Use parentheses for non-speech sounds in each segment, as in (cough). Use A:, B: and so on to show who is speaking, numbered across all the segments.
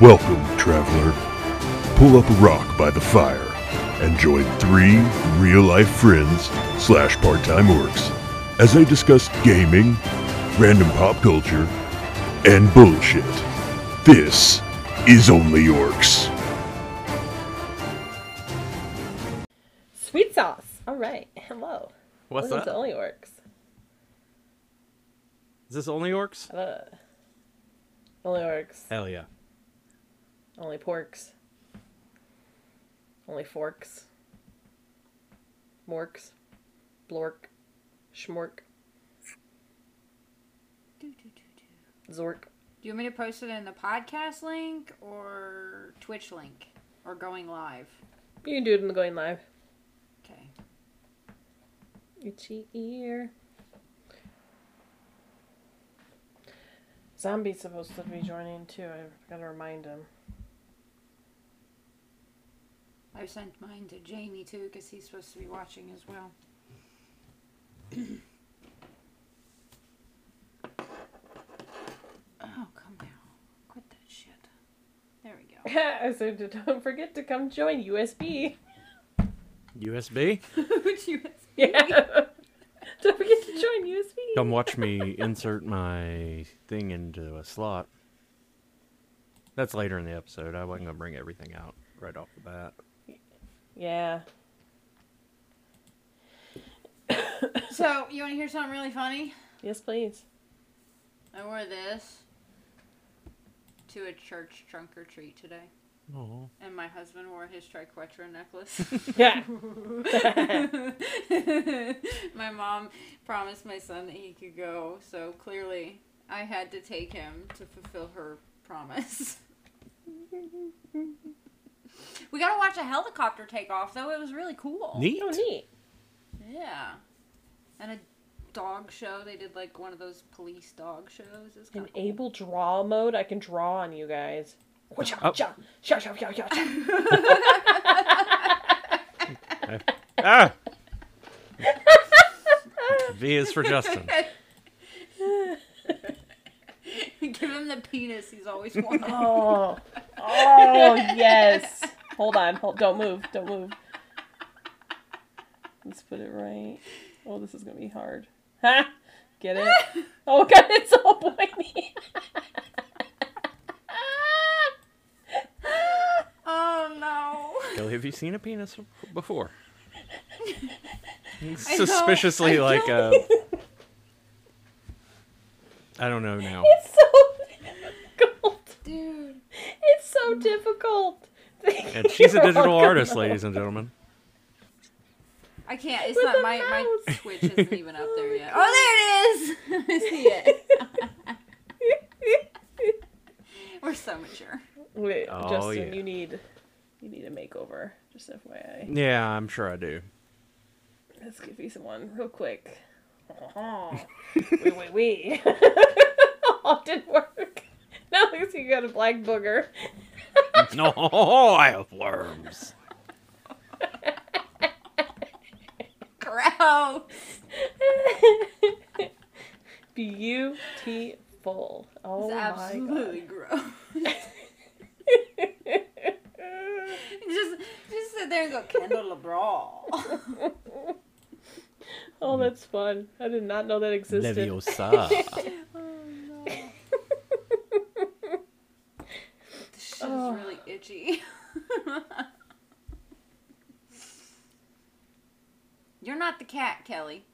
A: Welcome, traveler. Pull up a rock by the fire and join three real-life friends slash part-time orcs as they discuss gaming, random pop culture, and bullshit. This is Only Orcs.
B: Sweet sauce. All right. Hello.
C: What's
B: Welcome to
C: up?
B: Only Orcs.
C: Is this only orcs?
B: Only Orcs.
C: Hell yeah.
B: Only Porks. Only Forks. Morks. Blork. Schmork.
D: Do, do, do, do.
B: Zork.
D: Do you want me to post it in the podcast link or Twitch link or going live?
B: You can do it in the going live.
D: Okay.
B: Itchy ear. Zombie's supposed to be joining too. I gotta remind him.
D: I sent mine to Jamie too because he's supposed to be watching as well. (clears throat) oh, come now. Quit that shit. There we go.
B: (laughs) so d- don't forget to come join (laughs) USB.
C: USB?
D: (laughs) Would you ask me?
B: Yeah. (laughs) don't forget to join USB.
C: Come watch me insert my thing into a slot. That's later in the episode. I wasn't going to bring everything out right off the bat.
B: Yeah.
D: So, you want to hear something really funny?
B: Yes, please.
D: I wore this to a church trunk or treat today,
C: Oh.
D: and my husband wore his triquetra necklace. (laughs)
B: Yeah.
D: my mom promised my son that he could go, so clearly I had to take him to fulfill her promise. we got to watch a helicopter take off, though. It was really cool.
C: Neat.
B: Oh, (laughs) neat.
D: Yeah. And a dog show. They did like one of those police dog shows. It was
B: In
D: kinda cool.
B: able draw mode, I can draw on you guys. Whatcha,
C: Oh.
B: cha, cha, cha, cha, cha, cha.
C: Ah! v is for Justin.
D: (laughs) Give him the penis he's always wanted.
B: Oh, oh yes. Hold on. Hold, don't move. Don't move. Let's put it right. Oh, this is gonna be hard. Ha! Get it? (laughs) Oh god, it's all pointy.
D: oh no.
C: Kelly, have you seen a penis before?
D: I
C: Suspiciously
D: know.
C: like uh I don't know now.
B: It's so difficult.
D: Dude.
B: It's so difficult. Oh,
C: And she's
B: You're (laughs)
C: a
D: (laughs) Oh,
C: digital
B: welcome.
C: artist, ladies and gentlemen.
D: I can't. It's
B: With
D: not
B: a
D: my my
B: mouse.
D: Twitch isn't even up there
B: (laughs)
D: yet. Oh, there it is. (laughs) I see it. We're so mature.
B: Wait,
C: Oh,
B: Justin,
C: yeah.
B: you need you need a makeover. Just FYI,
C: Yeah, I'm sure I do.
B: let's give you someone real quick. wait, wait, wait! (laughs) oh, it didn't work. (laughs) Now it looks like you got a black booger. (laughs)
C: (laughs) No, I have worms.
D: Gross.
B: Beautiful. Oh
D: It's
B: my
D: absolutely
B: god.
D: gross.
B: (laughs)
D: (laughs) just just sit there and go
B: (laughs)
D: Kendall LeBron.
B: Oh, that's fun. I did not know that existed.
C: Leviosa.
D: (laughs) This shit
B: Oh.
D: is really itchy. (laughs) You're not the cat, Kelly.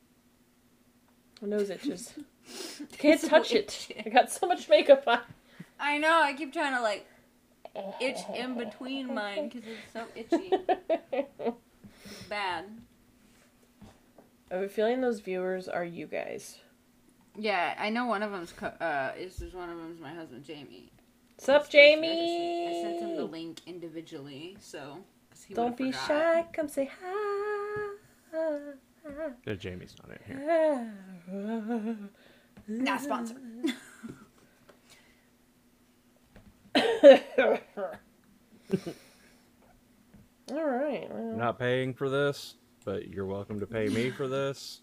B: My (laughs) nose itches. Can't
D: It's so
B: touch
D: (laughs)
B: it.
D: itchy.
B: I got so much makeup on.
D: I know. I keep trying to like itch
B: (laughs)
D: in between mine because it's so itchy. It's bad.
B: I have a feeling those viewers are you guys.
D: Yeah, I know one of them's co- uh is is one of them's my husband Jamie.
B: What's up, Jamie?
D: I sent, I sent him the link individually, so 'cause he
B: Don't
D: would've
B: be
D: forgot.
B: shy. Come say hi. (laughs)
C: Uh, Jamie's not in here.
D: Not sponsored.
B: (laughs)
D: (laughs)
B: All right. Well,
C: I'm not paying for this, but you're welcome to pay me for this,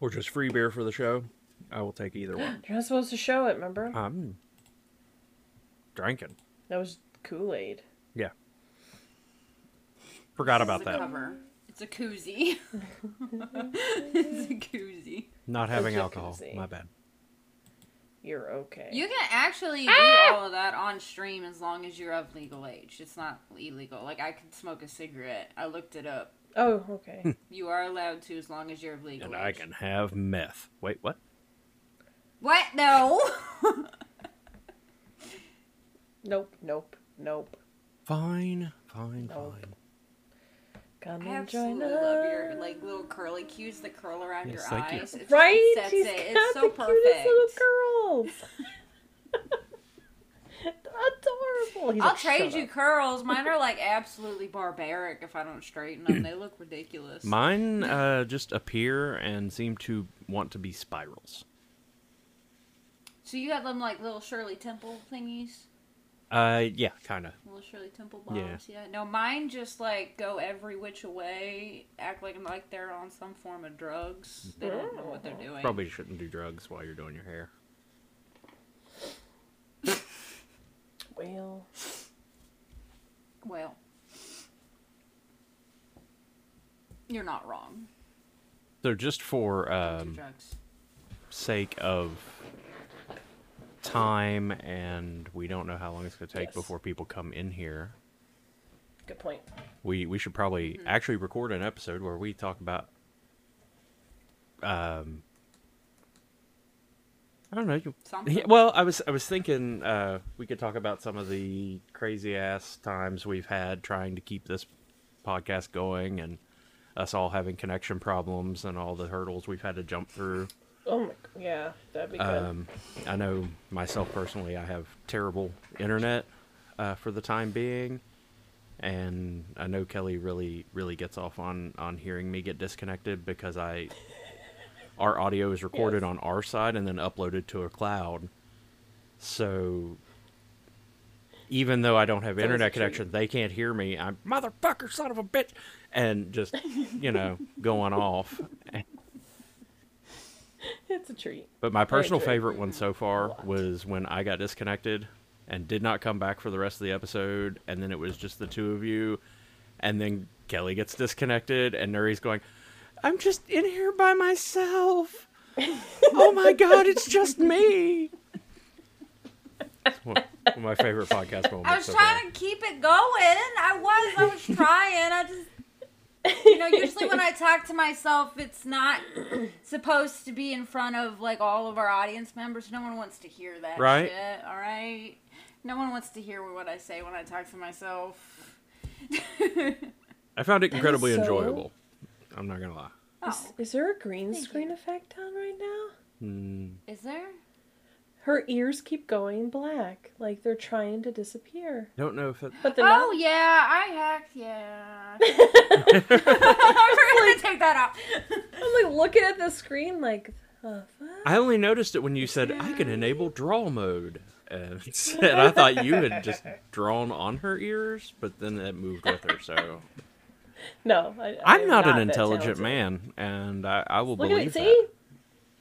C: or just free beer for the show. I will take
B: (laughs)
C: either one.
B: You're not supposed to show it, remember?
C: I'm drinking.
B: That was Kool Aid.
C: Yeah. Forgot
D: This
C: about
D: is a
C: that.
D: Cover. It's a koozie.
B: (laughs)
D: it's a koozie.
C: Not having
B: It's a
C: alcohol.
B: koozie.
C: My bad.
B: You're okay.
D: You can actually
B: Ah!
D: do all of that on stream as long as you're of legal age. It's not illegal. Like I could smoke a cigarette. I looked it up.
B: Oh, okay.
D: You are allowed to as long as you're of legal
C: And
D: age.
C: I can have meth. Wait, what?
D: What? No. (laughs)
B: nope, nope, nope.
C: Fine, fine,
B: Nope.
C: fine.
B: Come
D: I
B: and join
D: absolutely
B: us.
D: love your like little curly cues that curl around
C: Yes,
D: your
C: thank you.
D: eyes. It just
B: Right?
D: sets
B: He's
D: it.
B: got
D: It's so
B: the
D: perfect.
B: cutest little
D: (laughs)
B: curls. Adorable. He's
D: I'll
B: like, "Shut
D: trade you
B: up."
D: curls. Mine are like absolutely barbaric if I don't straighten them. They look
B: (clears throat)
D: ridiculous.
C: Mine uh, just appear and seem to want to be spirals.
D: so you got them like little Shirley Temple thingies,
C: Uh, yeah, kind of.
D: little Shirley Temple
C: Yeah.
D: bombs. Yeah. No, mine just like go every which way, act like like they're on some form of drugs. They don't know what they're
B: Mm-hmm.
D: doing.
C: Probably shouldn't do drugs while you're doing your hair.
B: Well,
D: Well, you're not wrong.
C: So just for
D: Don't do
C: um,
D: drugs.
C: sake of time, and we don't know how long it's going to take
B: Yes.
C: before people come in here.
B: good point.
C: We we should probably actually record an episode where we talk about. Um. I don't know. You,
D: Something.
C: Yeah, well, I was I was thinking uh, we could talk about some of the crazy ass times we've had trying to keep this podcast going, and us all having connection problems and all the hurdles we've had to jump through.
B: Oh my, yeah, that'd be good.
C: Um, I know myself personally, I have terrible internet uh, for the time being, and I know Kelly really, really gets off on on hearing me get disconnected because I our audio is recorded
B: Yes.
C: on our side and then uploaded to a cloud. So even though I don't have
B: That is a
C: internet
B: treat.
C: connection, they can't hear me. I'm motherfucker, son of a bitch, and just you know (laughs) going off.
B: it's a treat.
C: But my personal
B: true.
C: favorite one so far was when I got disconnected and did not come back for the rest of the episode, and then it was just the two of you, and then Kelly gets disconnected, and Nuri's going, "I'm just in here by myself. oh my god, it's just
D: (laughs)
C: me." It's one one of my favorite podcast moments.
D: I was
C: so far.
D: trying to keep it going. I was. I was trying. I just, you know, usually when I talk to myself, it's not supposed to be in front of like all of our audience members. No one wants to hear that.
C: Right.
D: Shit, all right. No one wants to hear what I say when I talk to myself.
C: I found it incredibly
B: so-
C: enjoyable. I'm not gonna lie.
D: (laughs) Oh,
B: Is, is there a green
D: Thank
B: screen
D: you.
B: effect on right now?
C: Mm,
D: is there?
B: Her ears keep going black, like they're trying to disappear.
C: don't know if it.
B: But they're
D: oh
B: not.
D: yeah, I hacked.
B: (laughs)
D: Yeah. (laughs) I'm gonna take that off.
B: I'm like looking at the screen, like, oh, fuck.
C: I only noticed it when you said I can enable draw mode, and, (laughs) and I thought you had just drawn on her ears, but then it moved with her.
B: (laughs)
C: So
B: No, I, I
C: I'm
B: am
C: not, an
B: that
C: intelligent
B: talented.
C: man, and I, I will
B: Look at
C: believe
B: it. See?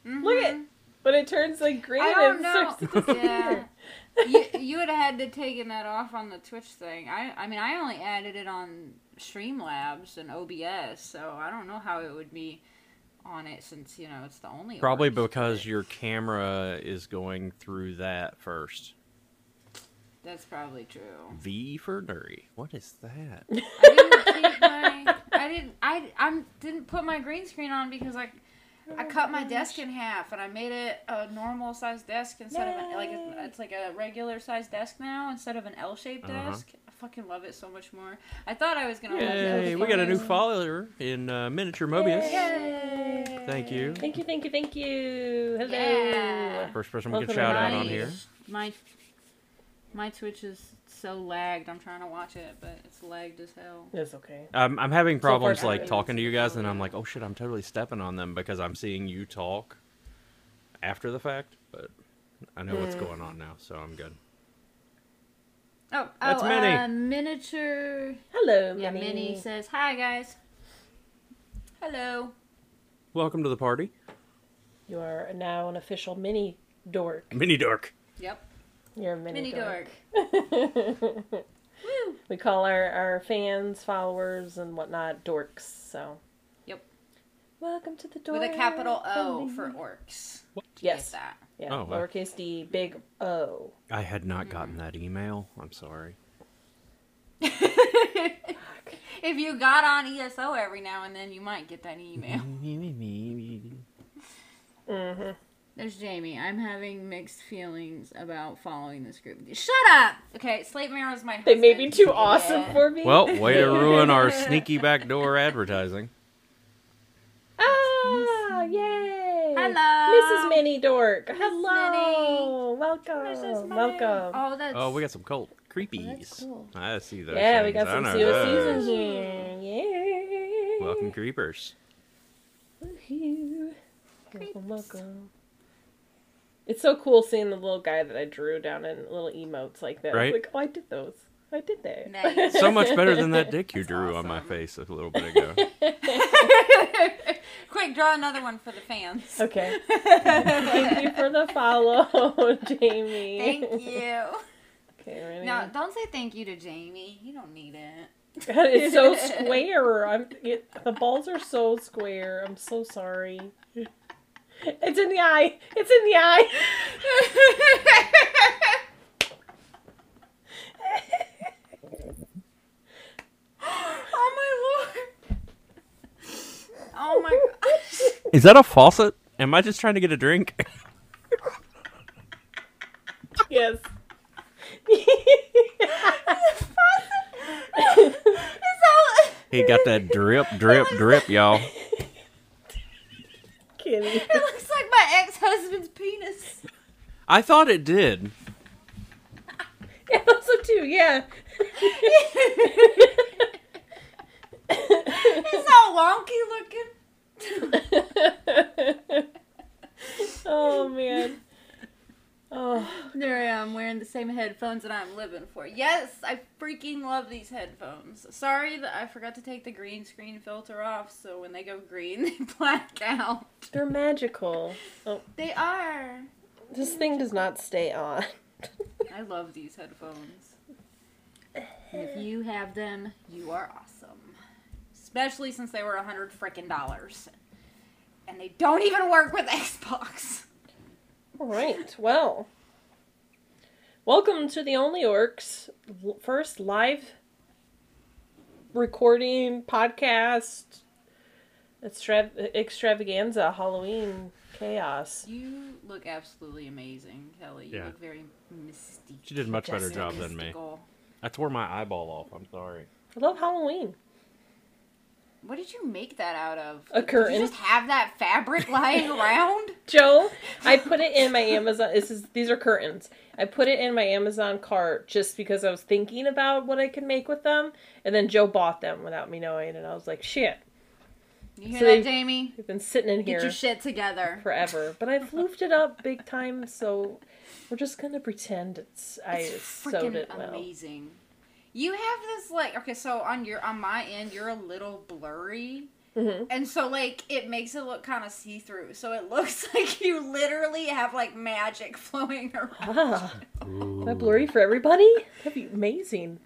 B: Look
D: Mm-hmm.
B: at. But it turns like green
D: I don't
B: and
D: know.
B: starts to
D: (laughs) yeah.
B: disappear.
D: you, you would have had to taken that off on the Twitch thing. I I mean I only added it on Streamlabs and OBS, so I don't know how it would be on it since you know it's the only.
C: that. Probably
D: orgs,
C: because
D: but
C: your camera is going through that first.
D: That's probably true.
C: V for Nuri. What is
B: (laughs)
C: that?
D: I didn't keep my. I didn't. I I'm didn't put my green screen on because like. I cut my desk in half and I made it a normal sized desk instead of like
B: Yay.
D: a, it's like a regular sized desk now instead of an L shaped
C: Uh-huh.
D: desk. I fucking love it so much more. I thought I was gonna. love it.
C: Yay! We got a new follower in uh, miniature Mobius. Thank you.
B: Thank you, thank you, thank you. Hello.
D: Yeah.
C: First person we can
B: Welcome
C: shout out
B: to
C: on
B: my-
C: here.
D: My my Twitch is so lagged. I'm trying to watch it, but it's lagged as hell.
B: It's okay.
C: I'm, I'm having problems
B: far,
C: like
B: it's
C: talking to you guys, and I'm like, oh shit, I'm totally stepping on them because I'm seeing you talk after the fact, but I know what's going on now, so I'm good.
D: Oh,
C: That's
D: oh,
C: Minnie.
D: Uh, miniature.
B: Hello,
D: Yeah,
B: Minnie.
D: Minnie says hi, guys. Hello.
C: Welcome to the party.
B: You are now an official mini dork.
C: Mini dork.
D: Yep.
B: You're a mini,
D: Mini
B: dork.
D: dork.
B: (laughs)
D: Woo.
B: We call our, our fans, followers, and whatnot dorks. So
D: Yep.
B: welcome to the dork
D: With a capital O
B: family.
D: for orcs.
C: What?
D: You
B: Yes.
D: Get that.
B: Yeah.
C: Oh, wow.
B: Lowercase d, big O.
C: I had not gotten that email. I'm sorry.
D: (laughs) If you got on ESO every now and then, you might get that email. (laughs) Mm-hmm. There's Jamie. I'm having mixed feelings about following this group. Shut up. Okay, Slate Marrow is my.
B: They may be
D: husband.
B: too awesome
D: Yeah.
B: for me.
C: Well, way to ruin our sneaky backdoor advertising.
B: (laughs) ah, yay!
D: Hello.
B: Mrs. Mini Dork. Hello,
D: Hello.
B: welcome,
D: Mrs. Marrow.
B: welcome.
D: Oh, that's.
C: Oh, we got some cult creepies.
B: that's cool.
C: I see those.
B: yeah, we
C: things.
B: got
C: I
B: some
C: know
B: COCs in
C: those.
B: here. Yay!
C: Welcome creepers.
B: Woohoo. Welcome, welcome. It's so cool seeing the little guy that I drew down in little emotes like that.
C: Right?
B: It's like, oh, I did those. I did that.
D: Nice.
C: So much better
B: (laughs)
C: than that dick you
D: That's
C: drew on my
D: awesome.
C: face a little bit ago.
D: (laughs) Quick, draw another one for the fans. (laughs)
B: Okay. Thank you for the follow, (laughs) Jamie.
D: (laughs) Thank you.
B: (laughs) Okay, ready?
D: No, don't say thank you to Jamie. You don't need it.
B: (laughs) God, it's so square. I'm it, the balls are so square. I'm so sorry. (laughs) It's in the eye. It's in the eye.
D: (laughs) oh my lord! Oh my gosh!
C: Is that a faucet? Am I just trying to get a drink? (laughs)
B: Yes.
D: (laughs)
B: (laughs)
D: It's all.
C: He got that drip, drip, drip, y'all.
B: Kidding.
D: It looks like my ex-husband's penis.
C: I thought it did.
B: Yeah, also too. Yeah.
D: It's all wonky looking. (laughs)
B: oh man. Oh,
D: There I am wearing the same headphones that I'm living for. Yes, I freaking love these headphones. Sorry that I forgot to take the green screen filter off, so when they go green, (laughs) they black out.
B: they're magical. Oh,
D: They are.
B: this thing does not stay on.
D: I love these headphones. And if you have them, you are awesome. Especially since they were a hundred freaking dollars. And they don't even work with (laughs) Xbox.
B: All right. Well, welcome to the Only Orcs l- first live recording podcast extra- extravaganza Halloween chaos.
D: You look absolutely amazing, Kelly. You
C: Yeah.
D: look very mystique.
C: She did a much better
D: Majestic,
C: job than me.
D: mystical.
C: I tore my eyeball off. I'm sorry.
B: I love Halloween.
D: What did you make that out of?
B: A
D: Did
B: curtain.
D: you just have that fabric
B: (laughs)
D: lying around?
B: Joe, I put it in my Amazon. This is these are curtains. I put it in my Amazon cart just because I was thinking about what I could make with them, and then Joe bought them without me knowing, and I was like, "Shit,
D: You hear
B: So they-
D: that, Jamie?
B: they've been sitting in here
D: Get your shit together.
B: forever." But I've loofed it up big time, so we're just gonna pretend it's, I
D: It's
B: sewed
D: freaking
B: it well. (laughs)
D: amazing. You have this like okay, so on your on my end, you're a little blurry,
B: Mhm.
D: and so like it makes it look kind of see through. So it looks (laughs) like you literally have like magic (laughs) flowing around,
B: Ah, is that blurry for everybody? That'd be amazing.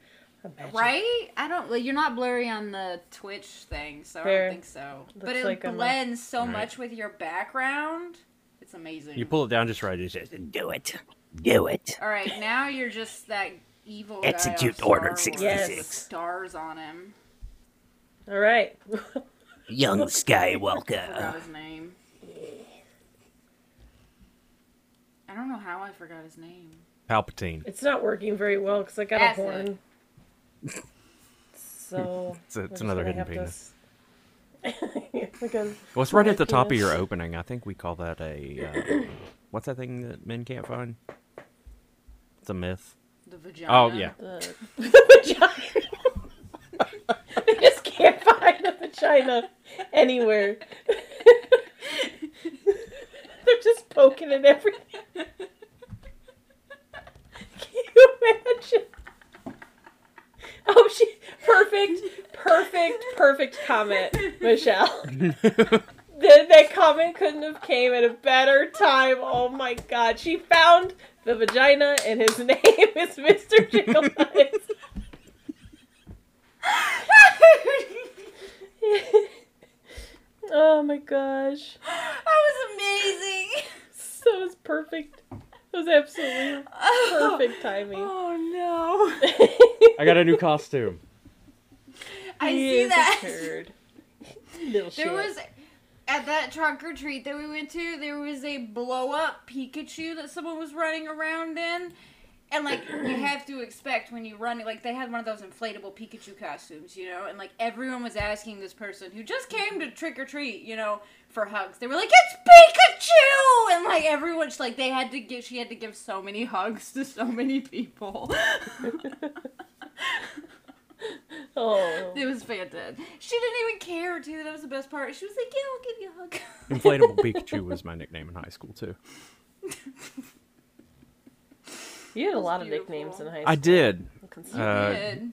B: Imagine.
D: right? I don't. Well, you're not blurry on the Twitch thing, so I
B: Fair.
D: don't think so. But
B: Looks
D: it
B: like I'm a-
D: blends so
C: Right.
D: much with your background. It's amazing.
C: You pull it down just right. It's just,
E: Do it. Do it.
D: All right, now you're just that evil. guy off
E: Execute
D: Star
E: Order
D: Wars
E: 66.
D: with Stars on him.
B: All right. (laughs)
E: Young
D: forgot
E: Skywalker.
D: his name. I don't know how I forgot his name.
C: Palpatine.
B: it's not working very well because I got
D: That's
B: a
C: (laughs)
B: horn. So
C: It's, it's
B: we're
C: another
B: just
C: hidden
B: gonna
C: penis.
B: have to s- (laughs) Like a-
C: Well, it's right
B: Another
C: at the top of your
B: penis.
C: opening. I think we call that a. Uh, what's that thing that men can't find? It's a myth.
D: The vagina.
C: Oh,
D: (laughs)
C: yeah.
B: the, the vagina. (laughs) they just can't find the vagina anywhere. (laughs) They're just poking at everything. Can you imagine? Oh, she perfect, perfect, perfect comment, Michelle. The that, that comment couldn't have came at a better time. Oh my god. She found the vagina and his (laughs) name is Mr. Jiggle Nuts. (laughs) oh my gosh.
D: that was amazing.
B: So it was perfect. It was absolutely perfect (laughs) timing.
D: Oh no.
C: (laughs) I got a new costume.
D: I
B: He
D: see
B: is a
D: that.
B: turd. Little shit.
D: There was at that trunk or treat that we went to, there was a blow up Pikachu that someone was running around in. And like you have to expect when you run like they had one of those inflatable Pikachu costumes, you know, and like everyone was asking this person who just came to trick or treat, you know, for hugs. They were like, It's Pikachu and like everyone she- like they had to give she had to give so many hugs to so many people. (laughs)
B: Oh.
D: It was fantastic. She didn't even care too. That was the best part. She was like, "Yeah, I'll give you a hug."
C: Inflatable
D: (laughs)
C: Pikachu was my nickname in high school too.
B: You had a
D: That's
B: lot of
D: beautiful.
B: nicknames in high school.
C: I did.
B: Consider-
C: Uh,
D: Good.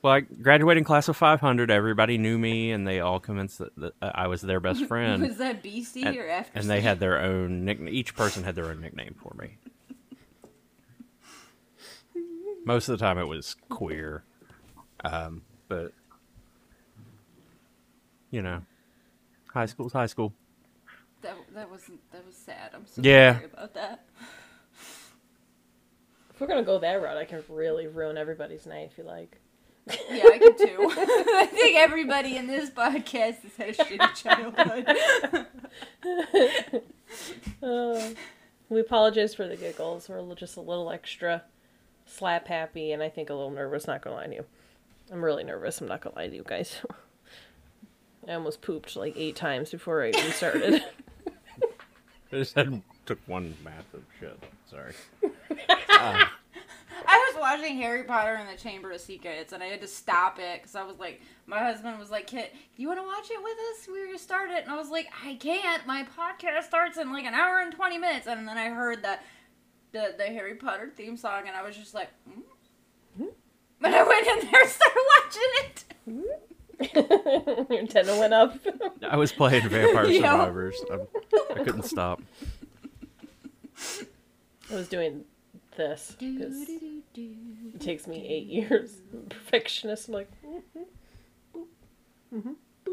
C: Well, I graduating class of 500, everybody knew me, and they all convinced that, that uh, I was
D: (laughs)
C: their best friend.
D: was that BC
C: and,
D: or after?
C: and they had their own nickname. Each person had their own nickname for me. Most of the time, it was queer, um, but you know, high school's high school.
D: that, that was that was sad. I'm so
C: Yeah.
D: sorry about that.
B: if we're gonna go that route, I can really ruin everybody's night if you like.
D: Yeah, I could too. (laughs) I think everybody in this podcast has had a shitty childhood. (laughs)
B: Uh, we apologize for the giggles. We're li- just a little extra slap happy and I think a little nervous, not gonna lie to you. I'm really nervous, I'm not gonna lie to you guys. (laughs) I almost pooped like eight times before I even
D: (laughs)
B: started.
C: I just had, took one massive shit. Sorry.
D: I was watching Harry Potter and the Chamber of Secrets, and I had to stop it because I was like, my husband was like, "Kit, you want to watch it with us? We were gonna start it," and I was like, "I can't. My podcast starts in like an hour and twenty minutes." And then I heard that the the Harry Potter theme song, and I was just like, mm. "But I went in there and started (laughs) watching it."
B: Your antenna went up.
C: I was playing Vampire
D: (laughs) Yeah.
C: Survivors. I'm- I couldn't stop.
B: I was doing this. 'cause It takes me eight years. I'm a Perfectionist. I'm like,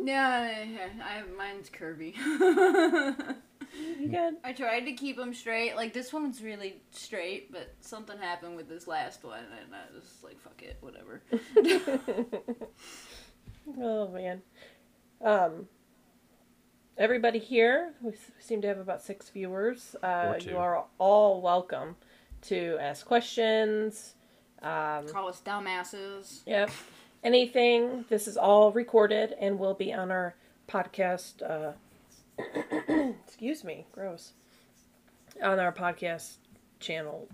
D: Yeah, I, I, mine's curvy. (laughs)
B: you got
D: I tried to keep them straight. Like this one's really straight, but something happened with this last one, and I was just like, "Fuck it, whatever."
B: Oh man. Um everybody here, we s- seem to have about 6 viewers. Uh
C: Or two.
B: you are all welcome to ask questions. Um
D: Call us dumbasses.
B: yep. Anything. This is all recorded and will be on our podcast uh (clears throat) excuse me, gross. On our podcast channel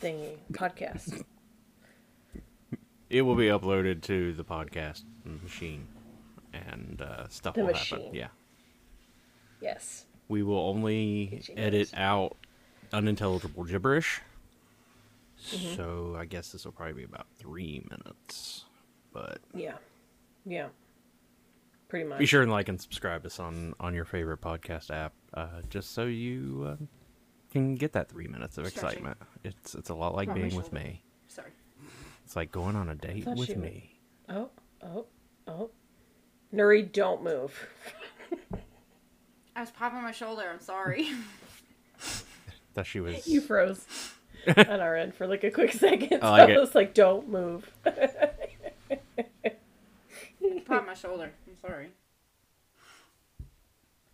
B: thingy,
C: (laughs)
B: podcast.
C: It will be uploaded to the podcast machine, and uh, stuff
B: The
C: will
B: machine.
C: happen. Yeah.
B: yes.
C: We will only
B: Did you
C: edit
B: notice?
C: out unintelligible gibberish.
B: Mm-hmm.
C: So I guess this will probably be about three minutes. But
B: Yeah. Yeah. Pretty much.
C: be sure and like and subscribe us on on your favorite podcast app, uh, just so you uh, can get that three minutes of
D: Stretching.
C: excitement. It's it's a lot like
D: Rub my
C: being with
D: shoulder.
C: me.
D: Sorry.
C: It's like going on a date
B: thought
C: with
B: she-
C: me.
B: Oh, oh, oh. Nuri, don't move. (laughs)
D: I was popping my shoulder. I'm sorry. (laughs)
C: That she
B: (laughs)
C: was.
B: You froze on our end for like a quick second.
C: Oh, I like
B: so (laughs) I
C: it.
B: was like, don't move.
D: Pop my shoulder. I'm sorry.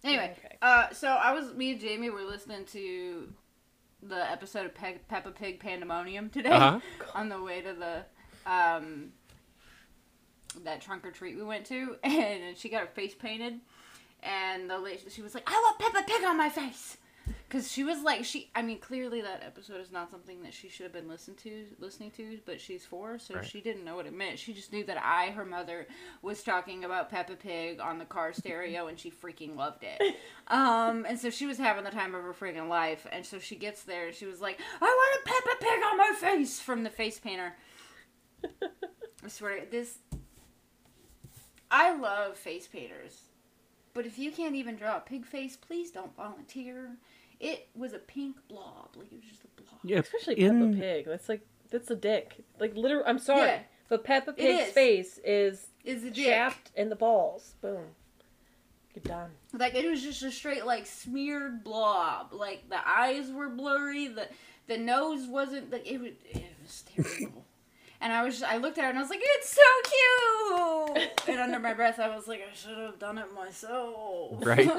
D: Anyway,
B: Okay.
D: uh, so I was me and Jamie were listening to the episode of Pe- Peppa Pig Pandemonium today
C: Uh-huh.
D: (laughs) on the way to the um, that trunk or treat we went to, (laughs) and she got her face painted, and the lady, she was like, "I want Peppa Pig on my face." Because she was like, she, I mean, clearly that episode is not something that she should have been listened to, listening to, but she's four, so
C: Right.
D: she didn't know what it meant. She just knew that I, her mother, was talking about Peppa Pig on the car stereo, and she freaking loved it. Um, and so she was having the time of her freaking life, and so she gets there, and she was like, I want a Peppa Pig on my face from the face painter. I swear, to- this, I love face painters. But if you can't even draw a pig face, please don't volunteer. It was a pink blob. Like it was just a blob.
C: Yeah,
B: Especially Peppa Pig. That's like that's a dick. Like literally, I'm sorry,
D: Yeah.
B: but Peppa Pig's
D: is.
B: face is
D: Is it
B: shaft and the balls. Boom. You're done.
D: Like it was just a straight like smeared blob. Like the eyes were blurry. The the nose wasn't. Like it was. It was
C: (laughs)
D: terrible. and I was. I looked at it and I was like, it's so cute. and under my breath, I was like, I should have done it myself.
C: (laughs) Right.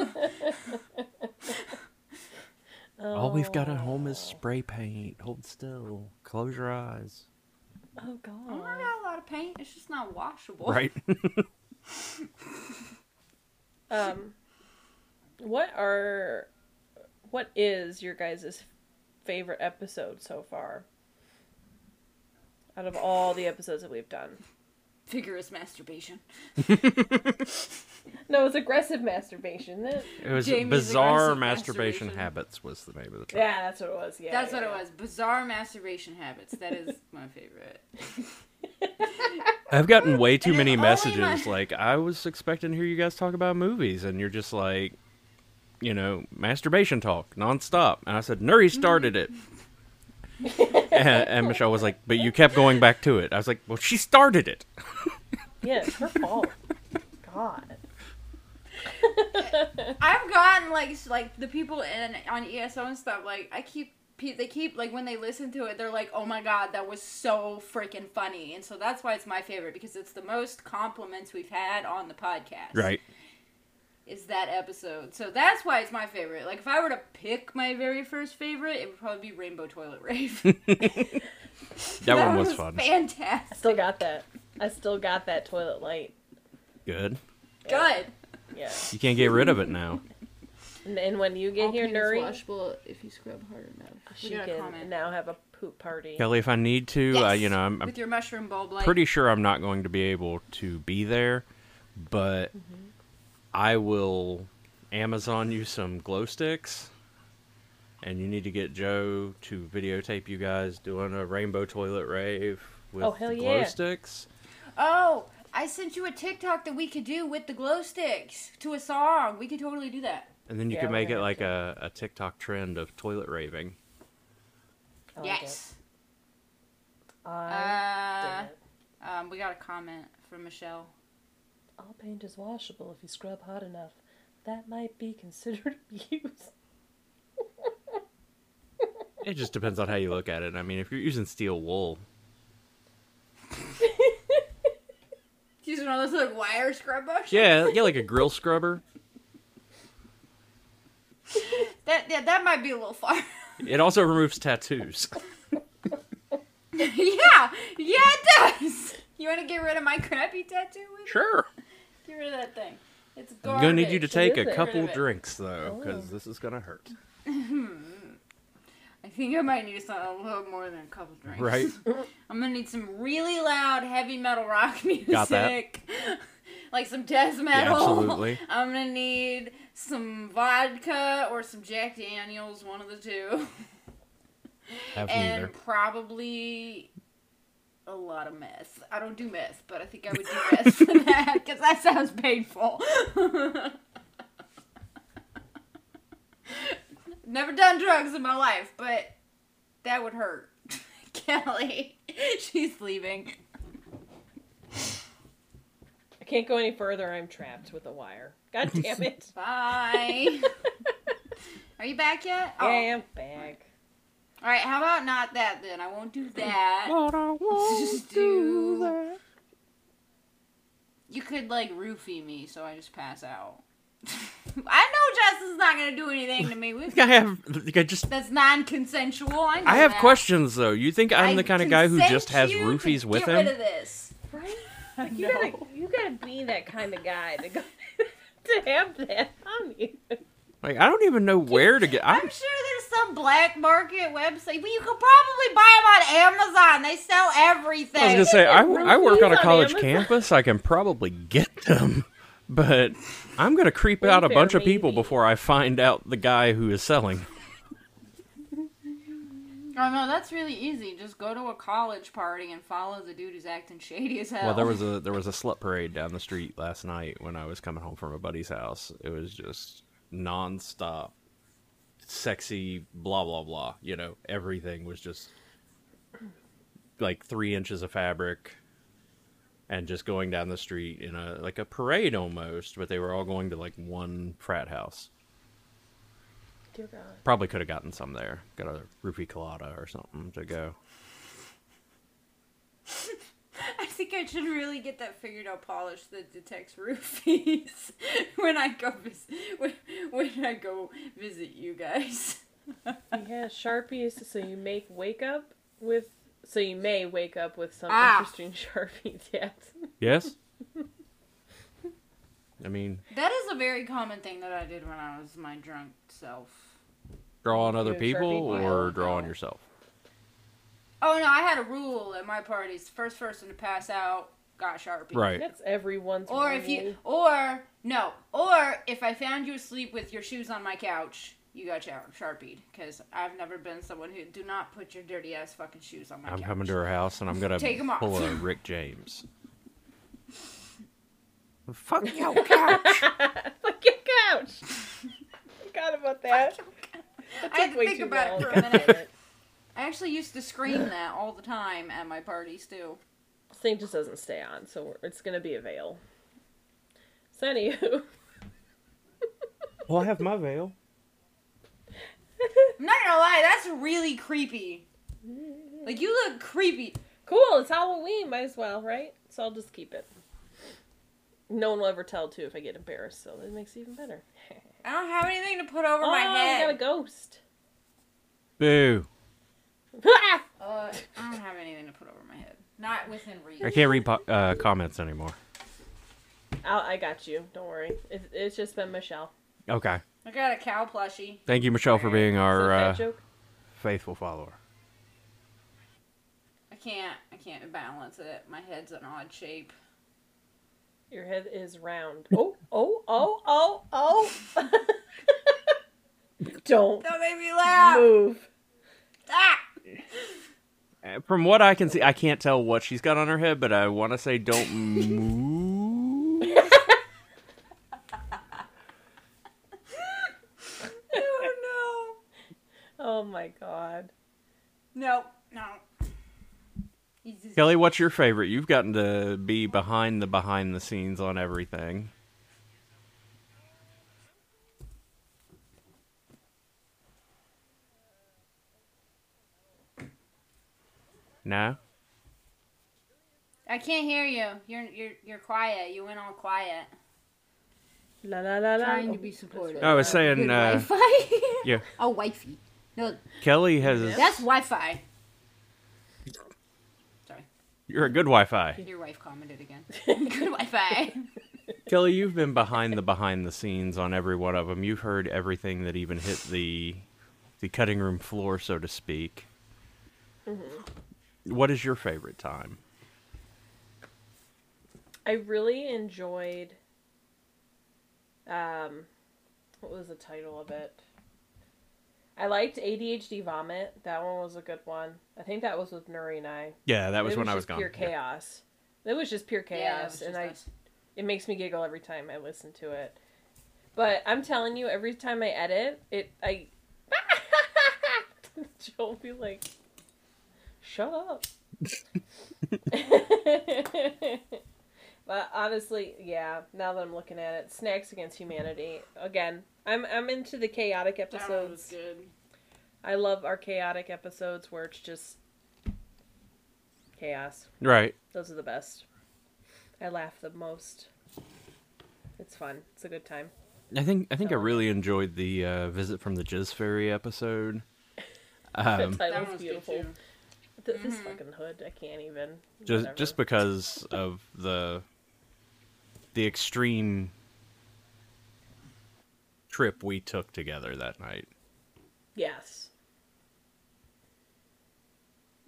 B: Oh.
C: All we've got at home is spray paint. Hold still. Close your eyes.
B: Oh
D: I
B: god.
D: got a lot of paint. It's just not washable.
C: Right.
B: Um, what are, what is your guys' favorite episode so far? Out of all the episodes that we've done,
D: Vigorous masturbation.
B: no, it's aggressive masturbation. Isn't it?
C: It was
D: Jamie's
C: bizarre
D: aggressive
C: masturbation,
D: masturbation.
C: habits was the name of the track.
B: Yeah, that's what it was. Yeah,
D: That's
B: yeah,
D: what it
B: yeah.
D: was. Bizarre masturbation habits.
C: (laughs)
D: That is my favorite.
C: I've gotten way too
D: And
C: many
D: it's
C: messages.
D: only my-
C: Like I was expecting to hear you guys talk about movies, and you're just like, you know, masturbation talk nonstop. And I said, Nuri started it. and, and Michelle was like, but you kept going back to it. I was like, well, she started it.
B: Yeah, it's her
C: (laughs)
B: fault. God.
D: I've gotten like s- like the people in on ESO and stuff. Like I keep pe- they keep like when they listen to it, they're like, "Oh my god, that was so freaking funny!" And so that's why it's my favorite because it's the most compliments we've had on the podcast.
C: Right.
D: Is that episode? So that's why it's my favorite. Like if I were to pick my very first favorite, it would probably be Rainbow Toilet
C: (laughs)
D: Rave. that, (laughs)
C: That one was fun.
D: Fantastic.
B: Still got that. I still got that toilet light.
C: Good.
D: Good.
B: Yeah.
C: You can't get rid of it now.
B: And, and when you get here, Nuri,
D: washable if you scrub hard enough.
B: she can now have a poop party.
C: Kelly, if I need to, uh, you know, I'm, I'm
D: with your mushroom bulb light.
C: pretty sure I'm not going to be able to be there, but
B: Mm-hmm.
C: I will Amazon you some glow sticks. And you need to get Joe to videotape you guys doing a rainbow toilet rave with
B: Oh, hell
C: the glow
B: yeah.
C: sticks.
D: Oh, I sent you a TikTok that we could do with the glow sticks to a song. We could totally do that.
C: And then you
B: Yeah,
C: can
B: we're
C: make it
B: gonna
C: like a, a TikTok trend of toilet raving.
B: I like
D: yes.
B: it. I
D: Uh,
B: dig it.
D: um, we got a comment from Michelle.
B: All paint is washable if you scrub hard enough. That might be considered (laughs) abuse.
C: It just depends on how you look at it. I mean, if you're using steel wool,
D: She's one of those like wire scrub brushes.
C: yeah, yeah, like a grill scrubber,
D: That yeah, that might be a
B: (laughs)
D: little far. (laughs)
C: it also removes tattoos.
D: yeah, yeah, it does. You want to get rid of my crappy tattoo? With
C: Sure.
D: Get rid of that thing. It's
C: I'm
D: garbage.
C: gonna need you to take
B: is
C: a
B: it? Oh.
C: couple
D: Rid of it.
C: drinks though, because this is gonna hurt.
D: I think I might need something a little more than a couple drinks. (laughs)
C: (laughs) Right?
D: I'm gonna need some really loud heavy metal rock (laughs) music. (laughs)
C: Got that.
D: like some death metal.
C: absolutely.
D: (laughs) I'm gonna need some vodka or some Jack Daniels, one of the two.
C: Have
D: (laughs) and
C: neither.
D: probably a lot of meth. I don't do meth, but I think I would do
C: (laughs)
D: meth for that because that sounds painful. (laughs) Never done drugs in my life, but that would hurt. (laughs) Kelly, (laughs) she's leaving.
B: I can't go any further. I'm trapped with a wire. God damn it.
C: (laughs)
D: Bye. Are you back yet?
B: Yeah,
D: Oh.
B: I'm back.
D: All right. How about not that then? I won't do that. (laughs) Just do You could like roofie me, so I just pass out. (laughs) I know Justin's not gonna do anything to me. We,
C: (laughs) I have. I just.
D: that's non-consensual. I, know
C: I have
D: that.
C: questions though. You think I'm
D: I
C: the kind of guy who just has
D: consent you
C: roofies
D: to
C: with
D: get rid
C: him?
D: of this.
B: (laughs) Right?
D: I
B: You
D: know.
B: gotta, you gotta be that kind of guy to go (laughs) to have that on you.
C: Like I don't even know where to get.
D: I'm
C: I'm.
D: sure there's some black market website, but you could probably buy them on Amazon. They sell everything.
C: I was gonna say I,
B: Roofies
C: I work on a
B: on
C: college
B: Amazon.
C: campus. I can probably get them, (laughs) but I'm gonna creep out a
B: Wayfair,
C: bunch of people
B: maybe.
C: before I find out the guy who is selling.
D: Oh no, that's really easy. Just go to a college party and follow the dude who's acting shady as hell.
C: Well, there was a there was a slut parade down the street last night when I was coming home from a buddy's house. It was just nonstop, sexy, blah blah blah. You know, everything was just like three inches of fabric, and just going down the street in a like a parade almost. But they were all going to like one frat house.
B: Dear God.
C: Probably could have gotten some there. Got a rupee colada or something to go.
D: (laughs) I think I should really get that figured out polish that detects roofies (laughs) when I go visit when, when I go visit you guys. (laughs)
B: Yeah, sharpies. So you make wake up with. So you may wake up with some
D: Ah.
B: interesting sharpie (laughs) death.
C: Yes. (laughs) I mean,
D: That is a very common thing that I did when I was my drunk self.
C: draw on other
B: Doing
C: people
B: Sharpie?
C: or
D: Yeah.
C: draw on yourself.
D: Oh no, I had a rule at my parties: first person to pass out got sharpie.
C: Right.
B: That's everyone's.
D: Or if you,
B: rule.
D: or no, or if I found you asleep with your shoes on my couch, you got shar- sharpied. Because I've never been someone who do not put your dirty ass fucking shoes on my
C: I'm
D: couch.
C: coming to her house and I'm gonna
D: Take 'em off.
C: pull
D: (laughs)
C: a Rick James.
E: Fuck your couch.
B: (laughs) Fuck your couch. Forgot
D: (laughs)
B: about that.
D: I had to
B: Way
D: think
B: too
D: about it for
B: long.
D: a
B: (laughs)
D: minute. I actually used to scream that all the time at my parties too.
B: This thing just doesn't stay on, so we're, it's gonna be a veil. So anywho,
C: (laughs)
B: (laughs)
C: Well, I have my veil.
D: I'm not gonna lie, that's really creepy. Like you look creepy.
B: cool. It's Halloween, might as well, right? So I'll just keep it. No one will ever tell too if I get embarrassed, so it makes it even better.
D: I don't have anything to put over
B: oh,
D: my
B: I got a
D: head.
B: ghost. (laughs)
C: Boo!
B: Ah!
D: Uh, I don't have anything to put over my head. Not within reach.
C: I can't read po- uh, comments anymore.
B: I, I got you. Don't worry. It, it's just been Michelle.
C: Okay.
D: I got a cow plushie.
C: Thank you, Michelle, for being our
B: Is that a
C: uh,
B: bad joke?
C: faithful follower.
D: I can't. I can't balance it. My head's an odd shape.
B: Your head is round. Oh, oh, oh, oh, oh. (laughs) Don't
D: That made me laugh.
B: move.
D: Ah! (laughs)
C: Uh, From what I can see, I can't tell what she's got on her head, but I want to say don't (laughs) move.
D: Oh
B: Oh my god.
D: no. No. No. He's just-
C: Kelly, what's your favorite? You've gotten to be behind the behind the scenes on everything. No?
D: I can't hear you. You're you're you're quiet. You went all quiet.
B: La la la la.
D: Trying to be supportive.
C: I was saying,
D: Good
C: uh,
D: Wi-Fi.
C: yeah,
D: (laughs) oh, wifey. No,
C: Kelly has.
D: that's Wi-Fi. Sorry,
C: You're a good Wi-Fi.
D: your wife commented (laughs) again. Good Wi-Fi.
C: Kelly, you've been behind the behind the scenes on every one of them. You've heard everything that even hit the the cutting room floor, so to speak.
B: Mm-hmm.
C: What is your favorite time?
B: I really enjoyed um what was the title of it? I liked ADHD Vomit. That one was a good one. I think that was with Nuri and I.
C: Yeah, that was,
B: It
C: when I was
B: just
C: gone.
B: Pure
C: Yeah.
B: chaos. It was just pure chaos,
D: Yeah, that was
B: and
D: just
B: I
D: us.
B: it makes me giggle every time I listen to it. But I'm telling you, every time I edit it, I (laughs) Joel will be like, "Shut up." (laughs) but honestly, yeah. Now that I'm looking at it, Snacks Against Humanity again. I'm I'm into the chaotic
D: That one was
B: episodes.
D: good.
B: I love our chaotic episodes where it's just chaos.
C: Right.
B: Those are the best. I laugh the most. It's fun. It's a good time.
C: I think I think I
B: So-
C: really enjoyed the uh, visit from the Jizz Fairy
D: (laughs)
C: episode. Um,
B: the
D: That one
B: title's
D: was
B: beautiful.
D: good too. Mm-hmm.
B: Th- This fucking hood, I can't even.
C: just
B: whatever.
C: just because of the the extreme trip we took together that night.
B: yes.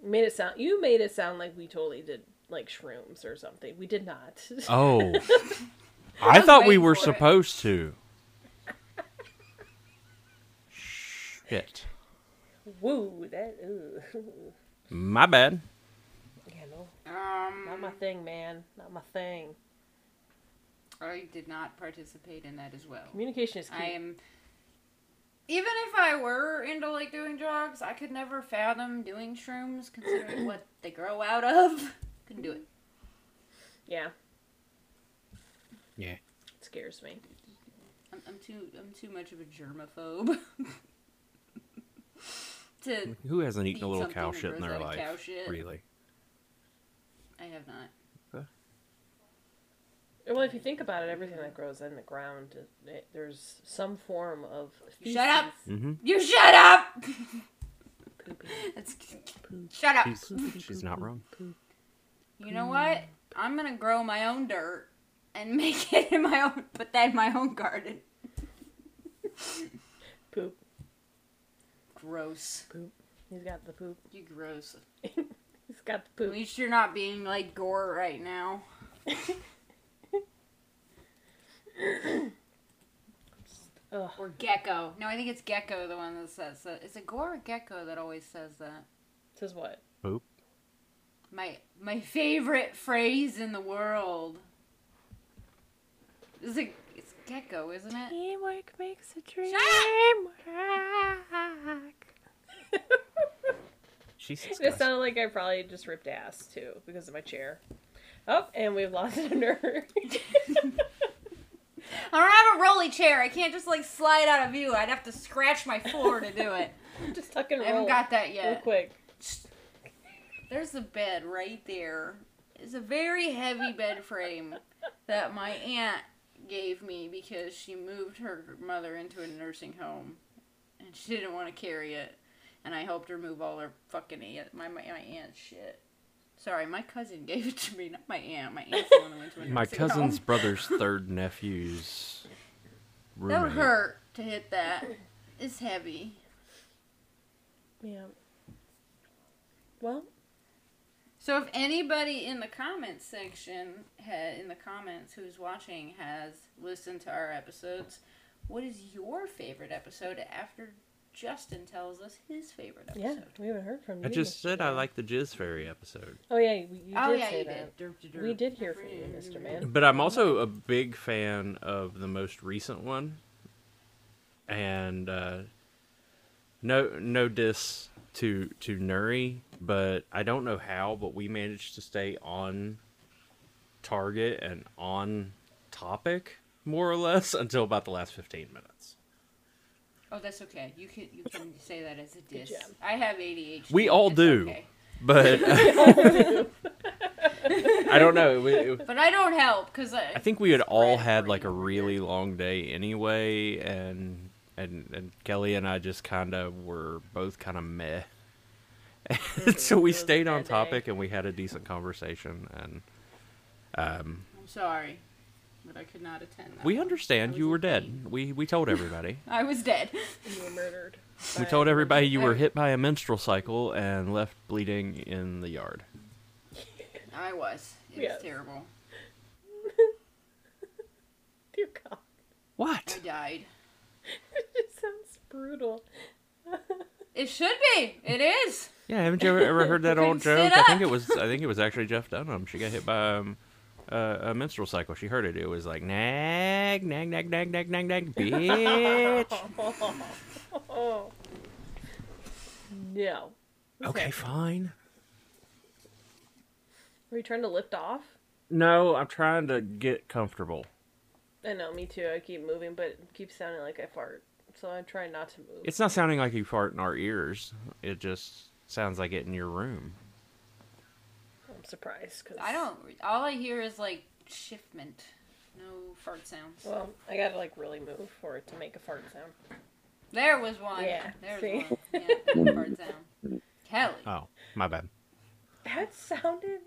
B: You Made it sound. You made it sound like we totally did like shrooms or something. We did not.
D: (laughs)
C: Oh. I thought we
D: waiting
C: were
D: for it. (laughs)
C: supposed to. Shit.
B: (laughs) Woo, that. Ugh.
C: My bad.
B: Yeah, no, not
D: Um,
B: my thing, man. Not my thing.
D: I did not participate in that as well.
B: Communication is key.
D: I am. Even if I were into like doing drugs, I could never fathom doing shrooms, considering what they grow out of. Couldn't do it.
B: Yeah,
F: Yeah.
B: it scares me.
D: I'm, I'm too. I'm too much of a germaphobe. (laughs) to
C: Who hasn't
D: eat
C: eaten a little
D: something
C: cow
D: that
C: shit in
D: grows
C: their
D: out of
C: life?
D: Cow shit.
C: Really?
D: I have not.
B: Well, if you think about it, everything that grows in the ground, it, it- there's some form of feces.
D: Shut up!
C: Mm-hmm.
D: You shut up.
B: Poopy.
D: That's, shut up.
C: She's, she's not
D: (laughs)
C: wrong.
D: You know what? I'm gonna grow my own dirt and make (laughs) it in my own. Put that in my own garden.
B: Poop.
D: Gross.
B: He's got the poop.
D: You gross.
B: He's got the
D: At
B: poop.
D: least you're not being like Gore right now.
B: Ugh.
D: Or Gecko. No, I think it's Gecko the one that says that. Is it Gore or Gecko that always says that?
B: Says what?
C: Poop.
D: My my favorite phrase in the world. Is it? It's Gecko, isn't it?
E: Teamwork makes a dream
D: Shut up!
E: work.
C: She's
B: It
C: disgusting.
B: sounded like I probably just ripped ass too because of my chair. Oh, and we've lost (laughs) a nerd.
D: I don't have a rolly chair. I can't just like slide out of view. I'd have to scratch my floor to do it.
B: just tuck and (laughs)
D: I
B: roll.
D: haven't got that
B: real
D: yet.
B: quick.
D: There's a bed right there. It's a very heavy bed frame that my aunt gave me because she moved her mother into a nursing home and she didn't want to carry it. And I helped her move all her fucking aunt, my, my, my aunt's shit. Sorry, my cousin gave it to me, not my aunt. My aunt's the one who went to a nursing
C: My cousin's
D: home.
C: brother's third nephew's
D: That
C: roommate.
D: would hurt to hit that. It's heavy.
B: Yeah. Well,
D: So if anybody in the comments section ha- in the comments who's watching has listened to our episodes, what is your favorite episode after Justin tells us his favorite
B: yeah,
D: episode?
B: we haven't heard from you.
C: I just said I
B: Mr.
C: like the Jizz Fairy episode.
B: Man. Oh yeah, you, you
D: oh
B: did
D: yeah,
B: say
D: you
B: that.
D: did.
B: We did hear from you, Mr. Man.
C: But I'm also a big fan of the most recent one. And uh, no no diss to to Nuri, but I don't know how, but we managed to stay on target and on topic more or less (laughs) until about the last 15 minutes.
D: Oh, that's okay. You can you can
B: (laughs)
D: say that as a diss.
B: job.
D: I have ADHD.
C: We all
D: It's
C: do.
D: okay.
C: But uh, I don't know. It, wa- it,
D: But I don't help because I,
C: I think we had all had like a
D: Spread
C: really long day anyway, and and and Kelly and I just kind of were both kind of meh. (laughs) so
B: It
C: we
B: was a
C: stayed on
B: bad day.
C: topic and we had a decent conversation, and
D: I'm sorry, but I could not attend. That.
C: we
D: one.
C: understand
D: I
C: you
D: was
C: were
D: in pain.
C: dead. We we told everybody.
D: I was dead.
B: You were murdered.
C: we
B: by-
C: told everybody you were
D: I-
C: hit by a menstrual cycle and left bleeding in the yard.
D: I was. It
B: Yes.
D: was terrible.
B: Dear God,
D: I
C: What?
D: died.
B: (laughs) it sounds brutal.
D: It should be. It is.
C: Yeah, haven't you ever, ever heard (laughs) that old
D: Couldn't
C: joke?
D: sit
C: I think it
D: up.
C: was I think it was actually Jeff Dunham. She got hit by um, uh, a menstrual cycle. She heard it. It was like nag, nag, nag, nag, nag, nag, (laughs) nag, bitch.
B: Oh. (laughs) No.
C: okay, fine.
B: Were you trying to lift off?
C: No, I'm trying to get comfortable.
B: I know, me too. I keep moving, but it keeps sounding like I fart. So I try not to move.
C: It's not sounding like you fart in our ears. It just sounds like it in your room.
B: I'm surprised because
D: I don't. All I hear is like shiftment. No fart sounds.
B: Well, I gotta like really move for it to make a fart sound.
D: There was one.
B: Yeah,
D: There
B: see?
D: was one. Yeah, fart sound. Kelly.
C: Oh, my bad.
B: That sounded.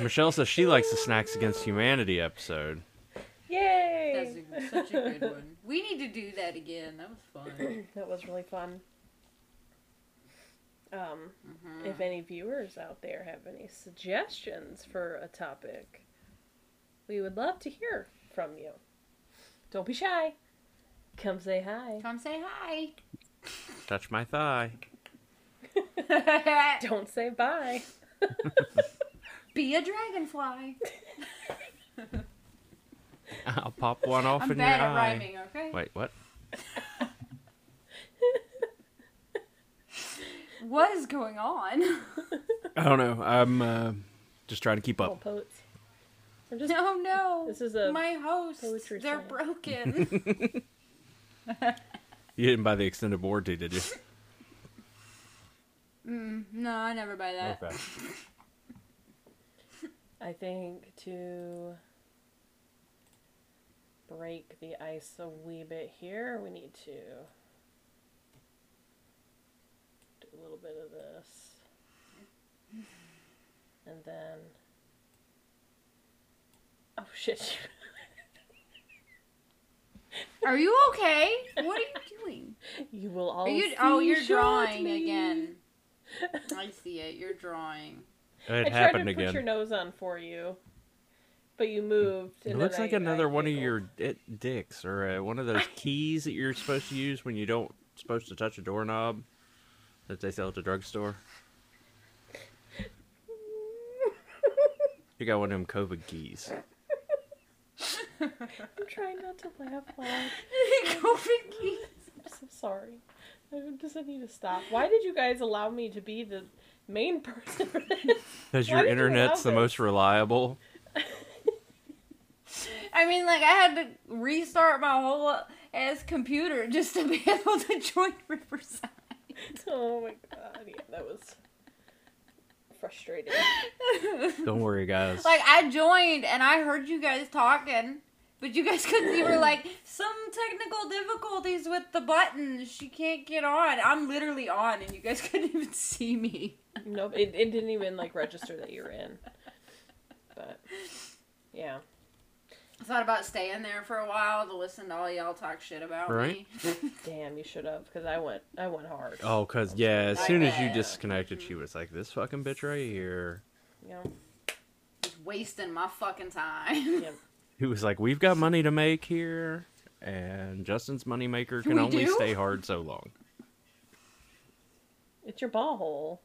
C: Michelle says she likes the Snacks Against Humanity episode.
D: That's
B: (laughs) Yay!
D: a, such a good one. We need to do that again. That was fun.
B: That was really fun. Um, if any viewers out there have any suggestions for a topic, we would love to hear from you. Don't be shy. Come say hi.
D: Come say hi. (laughs)
C: Touch my thigh.
B: Don't say bye.
D: Be a dragonfly.
C: I'll pop one off
D: I'm
C: in
D: bad
C: your
D: at
C: eye.
D: rhyming, okay?
C: Wait, what?
D: What is going on? (laughs)
C: I don't know. I'm uh, just trying to keep
B: Oh,
C: up.
B: poets. I'm just
D: no, no.
B: This is a
D: my hosts.
B: poetry
D: They're
B: slam.
D: broken.
C: You didn't buy the extended
B: (laughs)
C: warranty, did you?
D: Mm, no, I never buy that.
B: I think to break the ice a wee bit here, we need to do a little bit of this. And then. Oh shit. (laughs)
D: Are you okay? What are you doing?
B: You will all
D: Are you?
B: see
D: Oh, you're
B: shortly.
D: drawing (laughs) again. I see it. You're drawing.
C: It
B: I tried
C: happened
B: to put your
C: again.
B: nose on for you, but you moved.
C: It
B: and
C: looks
B: then
C: like
B: I-
C: another
B: I
C: one of
B: giggled.
C: your di- dicks or uh, one of those keys that you're supposed to use when you don't supposed to touch a doorknob that they sell at the drugstore. You got one of them COVID keys.
B: I'm trying not to laugh loud.
D: (laughs) Go, Vicky.
B: (laughs) I'm so sorry. I just I need to stop. Why did you guys allow me to be the main (laughs) person for this?
C: Because
B: Why
C: your
B: did you
C: internet's
B: allow
C: the most reliable.
D: I mean, like I had to restart my whole ass computer just to be (laughs) able to join Riverside.
B: Oh my god, yeah, that was frustrating.
D: (laughs)
C: Don't worry, guys.
D: Like I joined and I heard you guys talking, but you guys couldn't. You were like some technical difficulties with the buttons. She can't get on. I'm literally on, and you guys (laughs) couldn't even see me.
B: Nope, it, it didn't even like register that you're in. But yeah,
D: I thought about staying there for a while to listen to all y'all talk shit about
C: Right.
D: me.
B: damn, you should have because I went I went hard.
C: Oh, cause yeah, as
D: Like
C: soon as you
D: that.
C: disconnected, she was like, "This fucking bitch right here."
B: You know,
D: Just wasting my fucking time. (laughs)
B: yeah.
C: Who was like, "We've got money to make here, and Justin's moneymaker can
D: We
C: only
D: do?
C: stay hard so long."
B: It's your ball hole.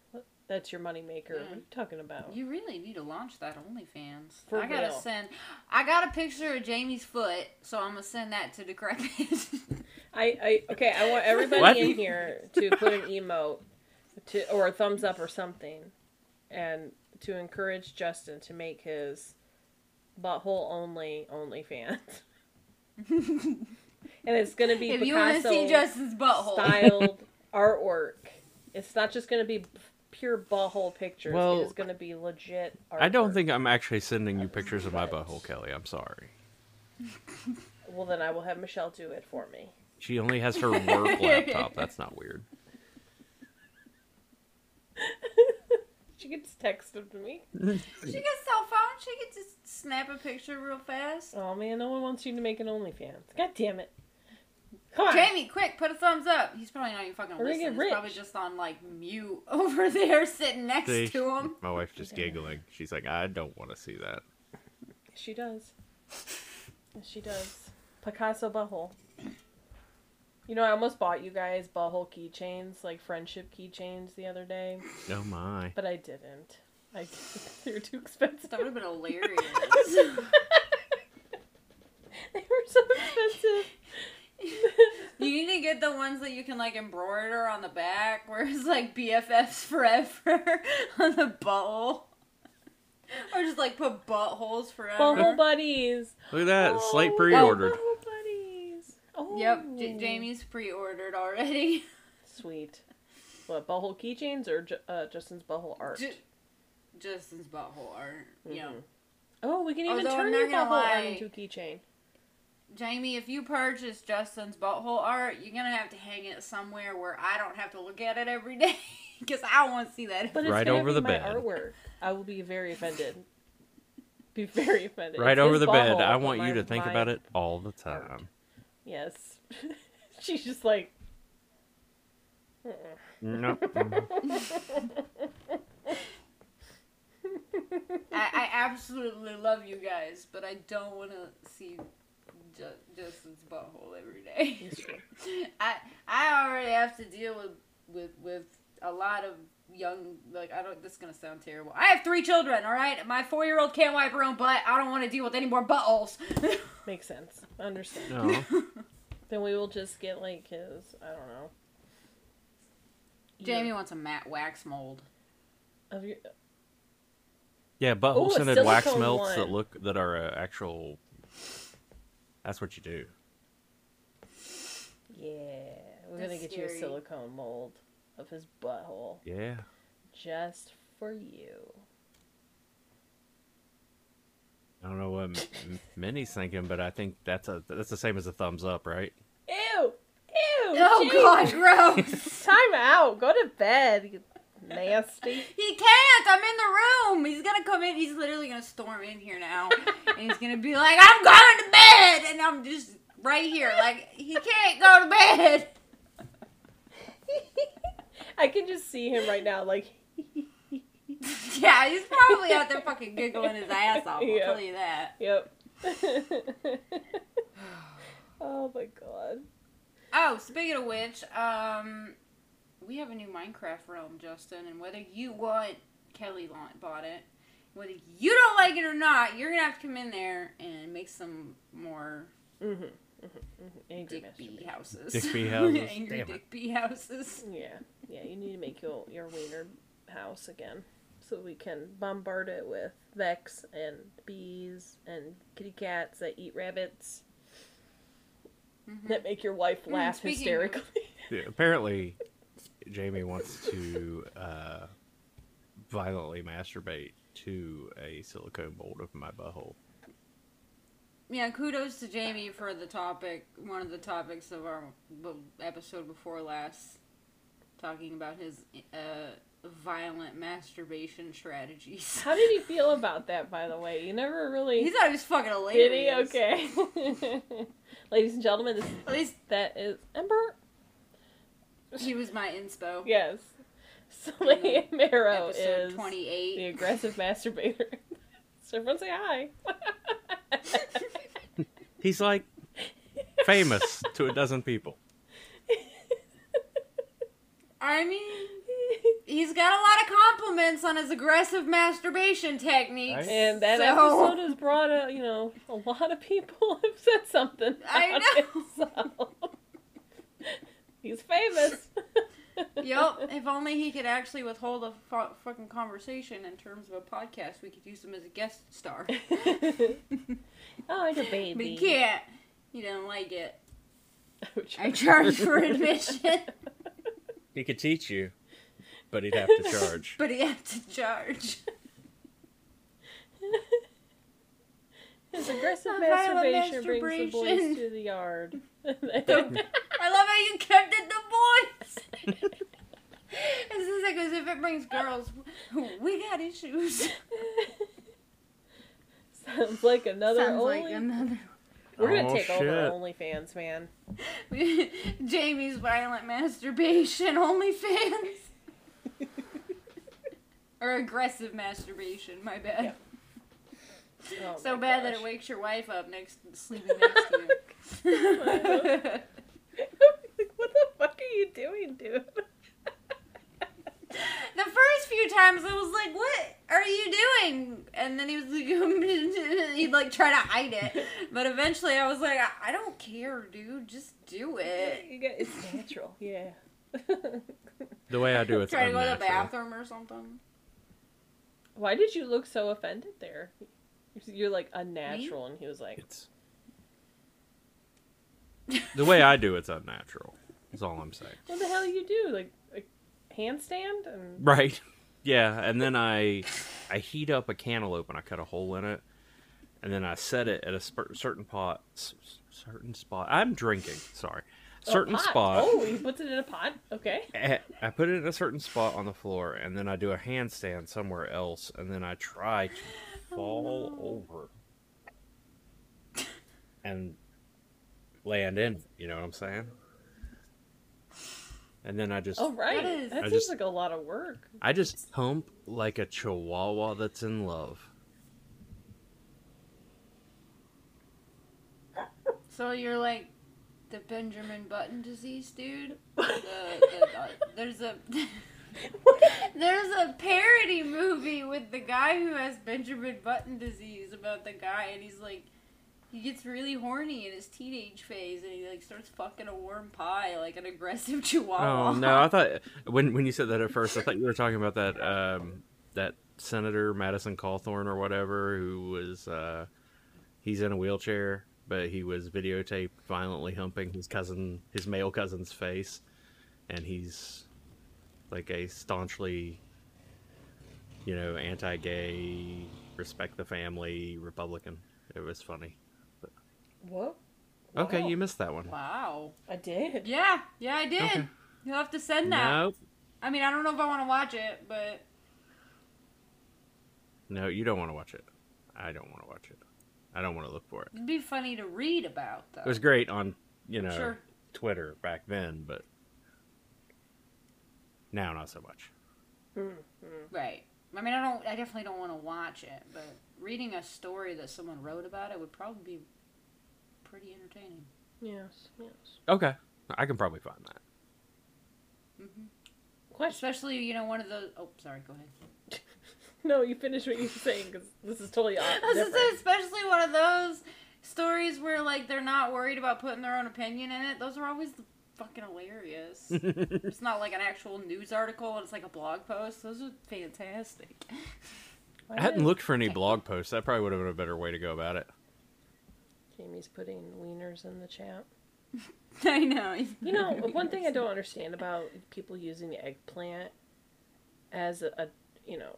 B: That's your moneymaker. What are you talking about?
D: You really need to launch that OnlyFans.
B: For
D: I gotta
B: real.
D: send. I got a picture of Jamie's foot, so I'm gonna send that to Decrepit. (laughs)
B: I, I okay. I want everybody
C: What?
B: in here to put an emote to or a thumbs up or something, and to encourage Justin to make his butthole only OnlyFans.
D: (laughs)
B: and it's gonna be
D: if you want to
B: Picasso
D: see Justin's butthole,
B: styled artwork. It's not just gonna be pure butthole pictures.
C: Well,
B: it is gonna be legit. Artwork.
C: I don't think I'm actually sending you pictures of my butthole, Kelly. I'm sorry.
B: Well, then I will have Michelle do it for me.
C: She only has
B: (laughs)
C: her work laptop. That's not weird.
B: She gets texted to me.
D: she gets cell phone. She can just snap a picture real fast.
B: Oh man, no one wants you to make an OnlyFans. God damn it! Come on.
D: Jamie, quick, put a thumbs up. He's probably not even fucking
B: We're gonna
D: listening.
B: get
D: He's probably
B: rich.
D: just on like mute (laughs) over there, sitting next
C: See,
B: (laughs)
D: to him.
C: my wife just giggling. She's like, "I don't want to see that."
B: She does. She does. Picasso butthole. You know, I almost bought you guys butthole keychains, like friendship keychains, the other day,
C: Oh my!
B: but I didn't. I (laughs) didn't. they were too expensive. (laughs)
D: That would have been hilarious. (laughs)
B: They were so expensive.
D: (laughs) you need to get the ones that you can like embroider on the back, where it's like BFFs forever (laughs) on the butthole, or just like put buttholes forever.
B: Butthole buddies.
C: Look at that
B: Oh,
C: slate pre-ordered.
B: Butthole buddies. Oh.
D: Yep, J- Jamie's pre-ordered already. (laughs)
B: Sweet. What butthole keychains or Ju- uh, Justin's butthole art?
D: Ju- Justin's butthole art. Yeah.
B: Mhm. Oh, we can even
D: Although I'm
B: turn
D: not
B: your
D: gonna
B: butthole art
D: lie.
B: into a keychain.
D: Jamie, if you purchase Justin's butthole art, you're gonna have to hang it somewhere where I don't have to look at it every day (laughs) because I want to see that.
B: But it's
C: Right
B: gonna
C: over
B: be
C: the
B: my
C: bed.
B: artwork. I will be very offended. (laughs) Be very offended.
C: Right
B: It's
C: over
B: his
C: the bed.
B: butthole,
C: I
B: but
C: want
B: my-
C: you to think
B: my-
C: about it all the time.
B: Yes. (laughs) She's just like, (laughs)
C: Nope.
D: I, I absolutely love you guys, but I don't want to see Ju- Justin's butthole every day.
B: It's true.
D: (laughs) I I already have to deal with with with a lot of young like I don't. This is gonna sound terrible. I have three children. All right, my four year old can't wipe her own butt. I don't want to deal with any more buttholes.
B: Makes sense. Understand.
C: No.
B: Then we will just get like his, I don't know.
D: Jamie
B: ear
D: wants a matte wax mold.
B: Of your,
C: Yeah,
B: Ooh, a
C: butthole scented wax
B: silicone
C: melts
B: one.
C: that look that are uh, actual. That's what you do.
B: yeah, we're
D: That's
B: gonna get you
D: scary.
B: a silicone mold of his butthole
C: Yeah.
B: just for you.
C: I don't know what M- M- Minnie's thinking, but I think that's a that's the same as a thumbs up, right?
B: Ew! Ew!
D: Oh
B: Jamie,
D: God, (laughs) gross!
B: Time out. Go to bed. You nasty.
D: he can't. I'm in the room. He's gonna come in. He's literally gonna storm in here now, and he's gonna be like, "I'm going to bed," and I'm just right here. Like he can't go to bed.
B: (laughs)
D: (laughs)
B: I can just see him right now. Like,
D: Yeah, he's probably out there fucking giggling his ass off. I'll
B: Yeah.
D: tell you that.
B: yep. (laughs) oh my god.
D: Oh, speaking of which, um, we have a new Minecraft realm, Justin, and whether you want Kelly laun- bought it, whether you don't like it or not, you're gonna have to come in there and make some more
B: Mm-hmm. Mm-hmm. Angry
D: Dick
B: masturbation.
D: B houses.
B: (laughs)
C: Dick bee houses?
D: Angry
F: Damn it.
D: Dick B houses.
B: Yeah, yeah. You need to make your your wiener house again, so we can bombard it with vex and bees and kitty cats that eat rabbits that make your wife laugh
D: speaking of-
B: hysterically.
C: Yeah, apparently, Jamie wants to uh, violently masturbate to a silicone mold of my butthole.
D: Yeah, kudos to Jamie for the topic, one of the topics of our b- episode before last, talking about his uh, violent masturbation strategies.
B: How
D: (laughs)
B: did he feel about that? By the way, you never really
D: He thought it was fucking hilarious.
B: did he? Okay, (laughs) ladies and gentlemen, this
D: At least
B: that is Ember.
D: he was my inspo.
B: Yes, Celia Mero
D: Episode
B: is the
D: 28.
B: aggressive masturbator. (laughs) So everyone say (laughs) hi.
C: He's like (laughs) famous to a dozen people.
D: I mean, he's got a lot of compliments on his aggressive masturbation techniques.
C: Right?
B: And that
D: So-
B: episode has brought a, you know, a lot of people (laughs) have said something.
D: I
B: (laughs) know. He's
D: (laughs)
B: famous. (laughs)
D: Yup, if only he could actually withhold a fu- fucking conversation in terms of a podcast, we could use him as a guest star.
B: oh, it's a baby.
D: But
B: (laughs)
D: he can't. He doesn't like it.
B: I charge-
D: I charge for admission,
C: He could teach you, but he'd have to charge.
D: but he had to charge.
B: His aggressive
D: A violent
B: masturbation brings the boys
D: masturbation.
B: to the
D: (laughs)
B: yard.
D: I love how you kept it (laughs) the boys. this is like as if it brings girls. We got issues.
B: Sounds like another
D: Sounds
B: only.
D: like another. (laughs)
B: We're gonna
C: Oh,
B: take over
C: shit.
B: OnlyFans, man.
D: Jamie's violent masturbation OnlyFans. or aggressive masturbation, my bad.
B: Yeah. Oh
D: So
B: my
D: bad that
B: gosh. (laughs)
D: it wakes your wife up next sleeping next to you.
B: like, what the fuck are you doing, dude?
D: (laughs)
B: (laughs)
D: the first few times I was like, "What are you doing?" And then he was like, (laughs) he'd like try to hide it, but eventually I was like, "I, I don't care, dude. Just do it."
B: You got- it's natural. Yeah. (laughs)
C: The way I do it's
D: Try to go to the
C: unnatural.
D: bathroom or something.
B: Why did you look so offended there? You're like unnatural, and he was like,
C: It's the way I do it's unnatural. Is all I'm saying.
B: "What the hell you do? Like a handstand?" And
C: Right. Yeah, and then I I heat up a cantaloupe and I cut a hole in it, and then I set it at a sp- certain pot, s- s- certain spot. I'm drinking. Sorry,
B: Oh,
C: certain
B: pot.
C: spot.
B: Oh, he puts it in a pot. Okay.
C: Eh, I put it in a certain spot on the floor, and then I do a handstand somewhere else, and then I try to fall over and land in. You know what I'm saying? And then I just
B: All Oh, right.
D: That is-
B: That
C: I
B: seems
C: just-
B: like a lot of work.
C: I just hump like a chihuahua that's in love.
D: So you're like the Benjamin Button disease, dude. The, the, uh, there's a (laughs) there's a parody movie with the guy who has Benjamin Button disease about the guy, and he's like, he gets really horny in his teenage phase, and he like starts fucking a worm pie like an aggressive (laughs) chihuahua.
C: Oh no, I thought when when you said that at first, I thought you were talking about that um, that senator Madison Cawthorn or whatever who was uh, he's in a wheelchair, but he was videotaped violently humping his cousin, his male cousin's face, and he's like a staunchly, you know, anti-gay, respect the family Republican. It was funny.
B: What?
C: Okay,
B: Wow.
C: you missed that one.
D: Wow.
B: I did.
D: Yeah, yeah, I did.
C: Okay.
D: You'll have to send that.
C: Nope.
D: I mean, I don't know if I want to watch it, but
C: No, you don't want to watch it. I don't want to watch it. I don't want to look for it.
D: it'd be funny to read about though.
C: It was great on, you know,
D: Sure.
C: Twitter back then, but now not so much.
D: Hmm. Right. I mean, I don't. I definitely don't want to watch it, but reading a story that someone wrote about it would probably be pretty entertaining.
B: Yes. Yes.
C: Okay. I can probably find that.
B: Mm-hmm. Question. (laughs)
D: Especially, you know, one of those. Oh, sorry. Go ahead.
B: No, you finish what you were saying because this is totally off.
D: I was gonna say,
B: different.
D: especially one of those stories where like they're not worried about putting their own opinion in it. Those are always the fucking hilarious. it's not like an actual news article. It's like a blog post. Those are fantastic. (laughs)
C: I hadn't looked for any blog posts. That probably would have been a better way to go about it.
B: Jamie's putting wieners in the chat.
D: I know.
B: (laughs) You know, uh, one thing I don't understand about people using the eggplant as a, you know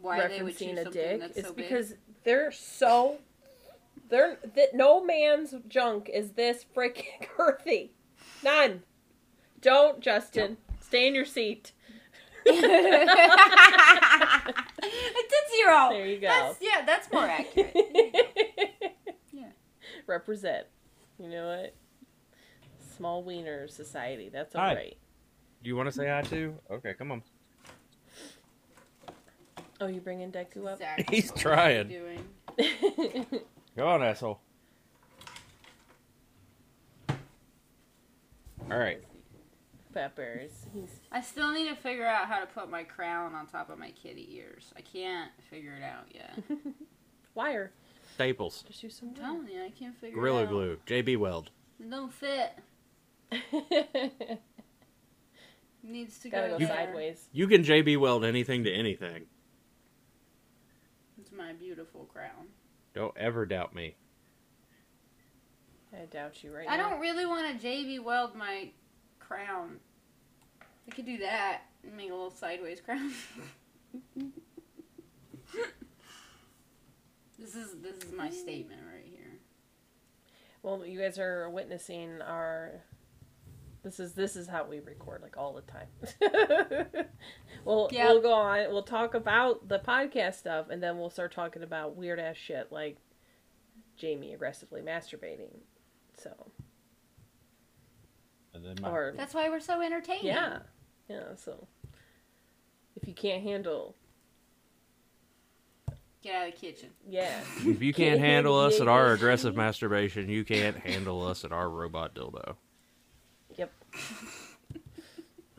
D: Why they would choose
B: referencing a
D: something
B: dick
D: that's
B: is
D: so big.
B: because they're so they're that no man's junk is this freaking (laughs) girthy. None. Don't, Justin. Stay in your seat.
D: it's a zero.
B: There you go.
D: That's, yeah, that's
B: (laughs)
D: more (laughs) accurate. Yeah.
B: Represent. You know what? Small wiener society. That's
C: Hi.
B: alright.
C: Do you want to say hi too? Okay, come on.
B: Oh, you bringing Deku up?
D: Exactly
C: He's
D: what we're
C: trying.
D: Doing.
B: (laughs)
C: Go on, asshole. All right.
B: Peppers. He's
D: I still need to figure out how to put my crown on top of my kitty ears. I can't figure it out (laughs) yet. I'm
B: wire.
C: Staples.
B: Just use some wire.
D: telling you, I can't figure it
C: Gorilla
D: out.
C: glue. JB Weld.
D: It don't fit.
B: (laughs) Gotta
D: It needs to
B: go
D: go, there.
B: sideways.
C: You can JB Weld anything to anything.
D: It's my beautiful crown.
C: Don't ever doubt me.
B: I doubt you right
D: I
B: now.
D: don't really want to JV weld my crown. I could do that and make a little sideways crown. (laughs) this is this is my statement right here.
B: Well, you guys are witnessing our. This is this is how we record like all the time. (laughs) well,
D: Yeah.
B: we'll go on. We'll talk about the podcast stuff, and then we'll start talking about weird ass shit like Jamie aggressively masturbating. So
C: And then
B: or
D: That's why we're so entertaining.
B: yeah, yeah. So if you can't handle,
D: Get out of the kitchen.
B: yeah,
C: If you
B: Can't
C: can't handle us at our
B: handle
C: aggressive masturbation, you can't handle us at our robot dildo.
D: (laughs)
B: yep,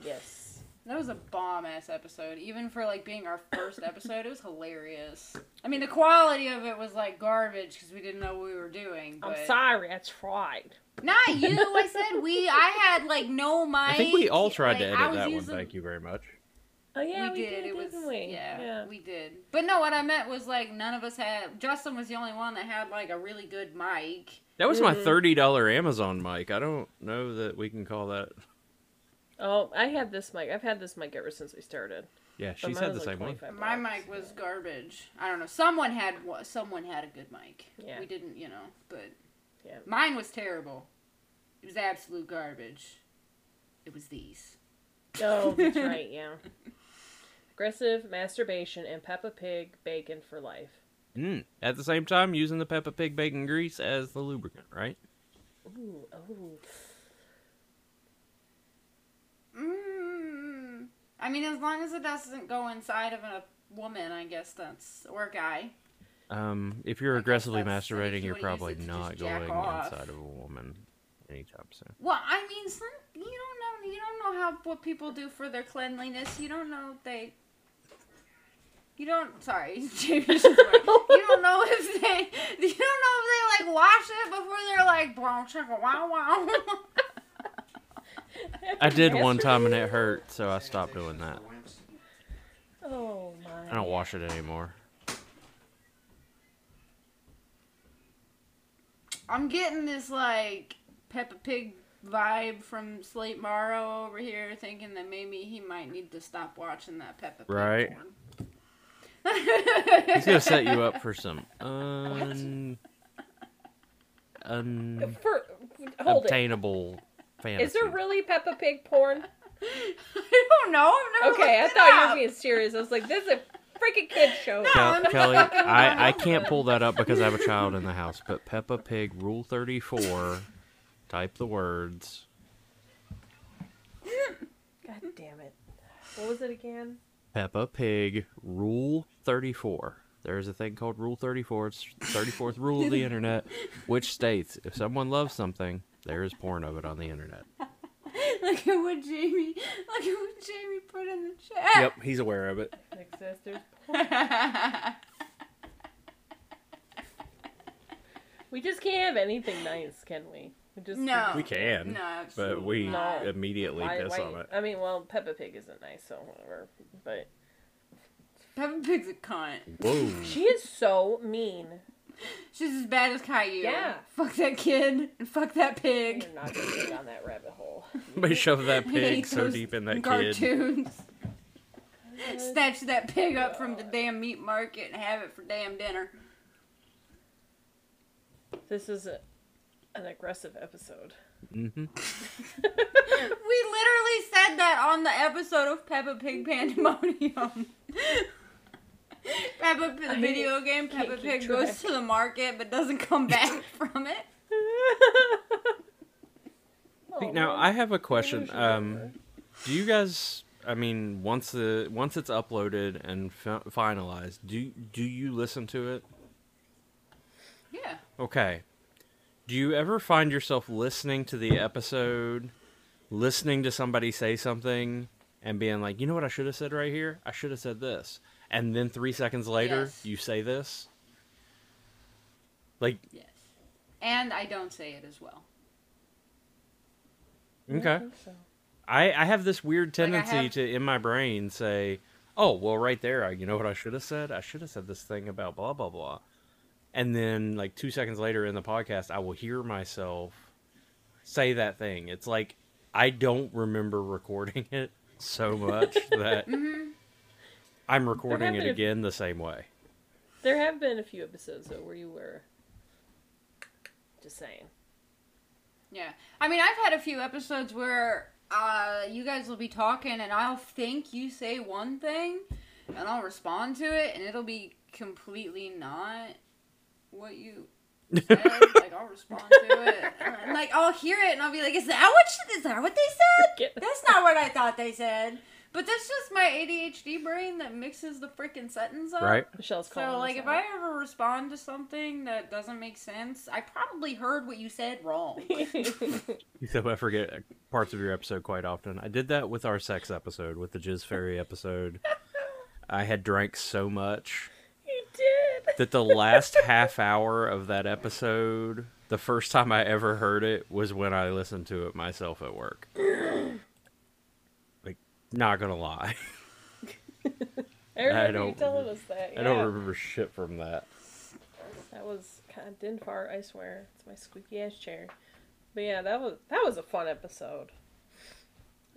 B: yes.
D: That was a bomb ass episode. Even for like being our
B: (coughs)
D: first episode, it was hilarious. I mean, the quality of it was like garbage because we didn't know what we were doing. But
B: I'm sorry, I tried.
D: Not you. I said we. I had like no mic.
C: I think we all tried to edit
D: Like, I was
C: that one.
D: using-
C: Thank you very much.
B: Oh yeah,
D: we, did. It was
B: didn't we?
D: yeah, we did. But no, what I meant was like none of us had. Justin was the only one that had like a really good mic.
C: That was my
D: Mm-hmm.
B: Mhm.
C: thirty dollar Amazon mic. I don't know that we can call that.
B: Oh, I had this mic. I've had this mic ever since we started.
C: Yeah,
B: But
C: she's
B: mine
C: had the
B: was like
C: same one.
B: 25
D: My
B: bucks.
D: mic was garbage. I don't know. Someone had wa- someone had a good mic.
B: Yeah.
D: We didn't, you know, but
B: Yeah.
D: mine was terrible. It was absolute garbage. It was these.
B: Oh,
D: (laughs)
B: that's right. Yeah. Aggressive masturbation and Peppa Pig bacon for life.
C: Mm. At the same time, using the Peppa Pig bacon grease as the lubricant, right?
B: Ooh, oh.
D: Mm. I mean, as long as it doesn't go inside of a woman, I guess that's or a guy.
C: Um, if you're
D: I guess
C: aggressively
D: that's- if
C: masturbating, you're
D: you wanna use
C: probably
D: it to just
C: not
D: jack
C: going
D: off.
C: inside of a woman. anytime soon.
D: Well, I mean, some you don't know you don't know how what people do for their cleanliness. You don't know if they. You don't. Sorry, (laughs) Jamie's just like, You don't know if they. You don't know if they like wash it before they're like brown chicka wow wow. (laughs)
C: I did one time and it hurt, so I stopped doing that.
B: Oh
C: I
B: my.
C: don't wash it anymore.
D: I'm getting this like Peppa Pig vibe from Slate Morrow over here, thinking that maybe he might need to stop watching that Peppa Pig.
C: Right.
D: porn. (laughs)
C: He's gonna set
B: (laughs)
C: you up for some un, un
B: For, hold it.
C: obtainable fantasy.
B: Is there really Peppa Pig
D: (laughs)
B: porn?
D: I don't know. I've never
B: Okay, I
D: looked it
B: thought you
D: up.
B: were being serious. I was like, this is a freaking kid show.
D: No.
C: Kel-
D: I'm
B: (laughs)
C: Kelly,
D: fucking around.
C: I, I can't pull that up because I have a child in the house, but Peppa Pig Rule 34, type the words.
B: God damn it. What was it again?
C: Peppa Pig Rule 34. There is a thing called Rule 34. It's 34th rule of the internet, which states if someone loves something, there is porn of it on the internet.
D: (laughs) Look at what Jamie. Look at what Jamie put in the chat.
F: Yep, he's aware of it.
B: Next sisters. We just can't have anything nice, can we? We just
D: (laughs) No.
B: we
D: We
B: just-
D: No,
F: Can,
D: absolutely
F: but we
D: not.
F: immediately
B: why-
F: piss
B: why-
F: on it.
B: I mean, well, Peppa Pig isn't nice, so whatever. But
D: Peppa Pig's a cunt.
F: Whoa.
B: she is so mean.
D: She's as bad as Caillou.
B: Yeah.
D: Fuck that kid and fuck that pig.
B: You're not gonna go down that rabbit hole.
C: Somebody shove
D: (laughs)
C: that
D: I
C: pig
D: hate
C: so
D: those
C: deep in that kid.
D: cartoons. Snatch that pig up from the damn meat market and have it for damn dinner.
B: This is a, an aggressive episode. (laughs)
C: hmm
D: We literally said that on the episode of Peppa Pig (laughs) Pandemonium. Peppa Pig, the
B: I
D: video game,
B: can't
D: Peppa
B: keep
D: Pig
B: track.
D: goes to the market but doesn't (laughs) come back from it.
B: Oh,
C: Now,
B: man.
C: I have a
B: we
C: question.
B: should
C: Um,
B: remember.
C: do you guys, I mean, once the once it's uploaded and fi- finalized, do do you listen to it?
D: Yeah.
C: Okay. Do you ever find yourself listening to the episode, listening to somebody say something, and being like, you know what I should have said right here? I should have said this. And then three seconds later,
D: Yes.
C: you say this? Like,
D: Yes. And I don't say it as well.
C: okay.
B: I think so.
C: I, I have this weird
D: Like, I
C: tendency
D: have-
C: to, in my brain, say, oh, well, right there, I, you know what I should have said? I should have said this thing about blah, blah, blah. And then, like, two seconds later in the podcast, I will hear myself say that thing. It's like, I don't remember recording (laughs) it so much that I'm recording it
B: happened a-
C: again the same way.
B: There have been a few episodes though where you were just saying.
D: Yeah. I mean, I've had a few episodes where uh, you guys will be talking and I'll think you say one thing and I'll respond to it and it'll be completely not what you said. like, I'll respond to it. And, like, I'll hear it and I'll be like, is that what, she, is that what they said?
B: Get-
D: That's not what I thought they said. But that's just my ADHD brain that mixes the freaking sentence up.
C: Right?
B: Michelle's calling.
D: So,
B: us
D: like, if I
B: out.
D: ever respond to something that doesn't make sense, I probably heard what you said wrong.
B: (laughs)
C: So I forget parts of your episode quite often. I did that with our sex episode, with the Jizz Fairy episode. I had drank so much
B: you did.
C: that
B: (laughs)
C: the last half hour of that episode, the first time I ever heard it was when I listened to it myself at work. like, not gonna lie, (laughs)
B: I remember you
C: don't-
B: telling us that. Yeah.
C: I don't remember shit from that.
B: That was kind of didn't fart. I swear, it's my squeaky ass chair. But yeah, that was that was a fun episode.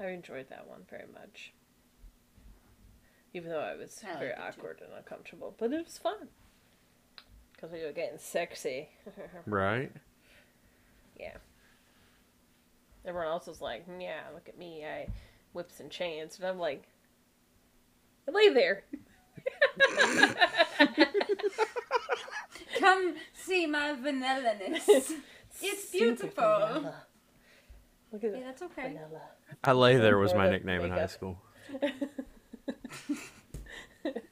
B: I enjoyed that one very much. Even though I was
D: I liked
B: very
D: it too.
B: awkward and uncomfortable, but it was fun. Because we were getting sexy. (laughs)
C: Right?
B: yeah. Everyone else was like, "Mm, "Yeah, look at me, I whips and chains," and I'm like, "Lay there."
D: Come see my
B: (laughs)
D: vanillaness. It's
B: Super
D: beautiful.
B: vanilla. Look at
D: Yeah,
B: that
D: that's okay.
B: vanilla.
C: I lay there was my
B: Florida
C: nickname in high
B: makeup.
C: school.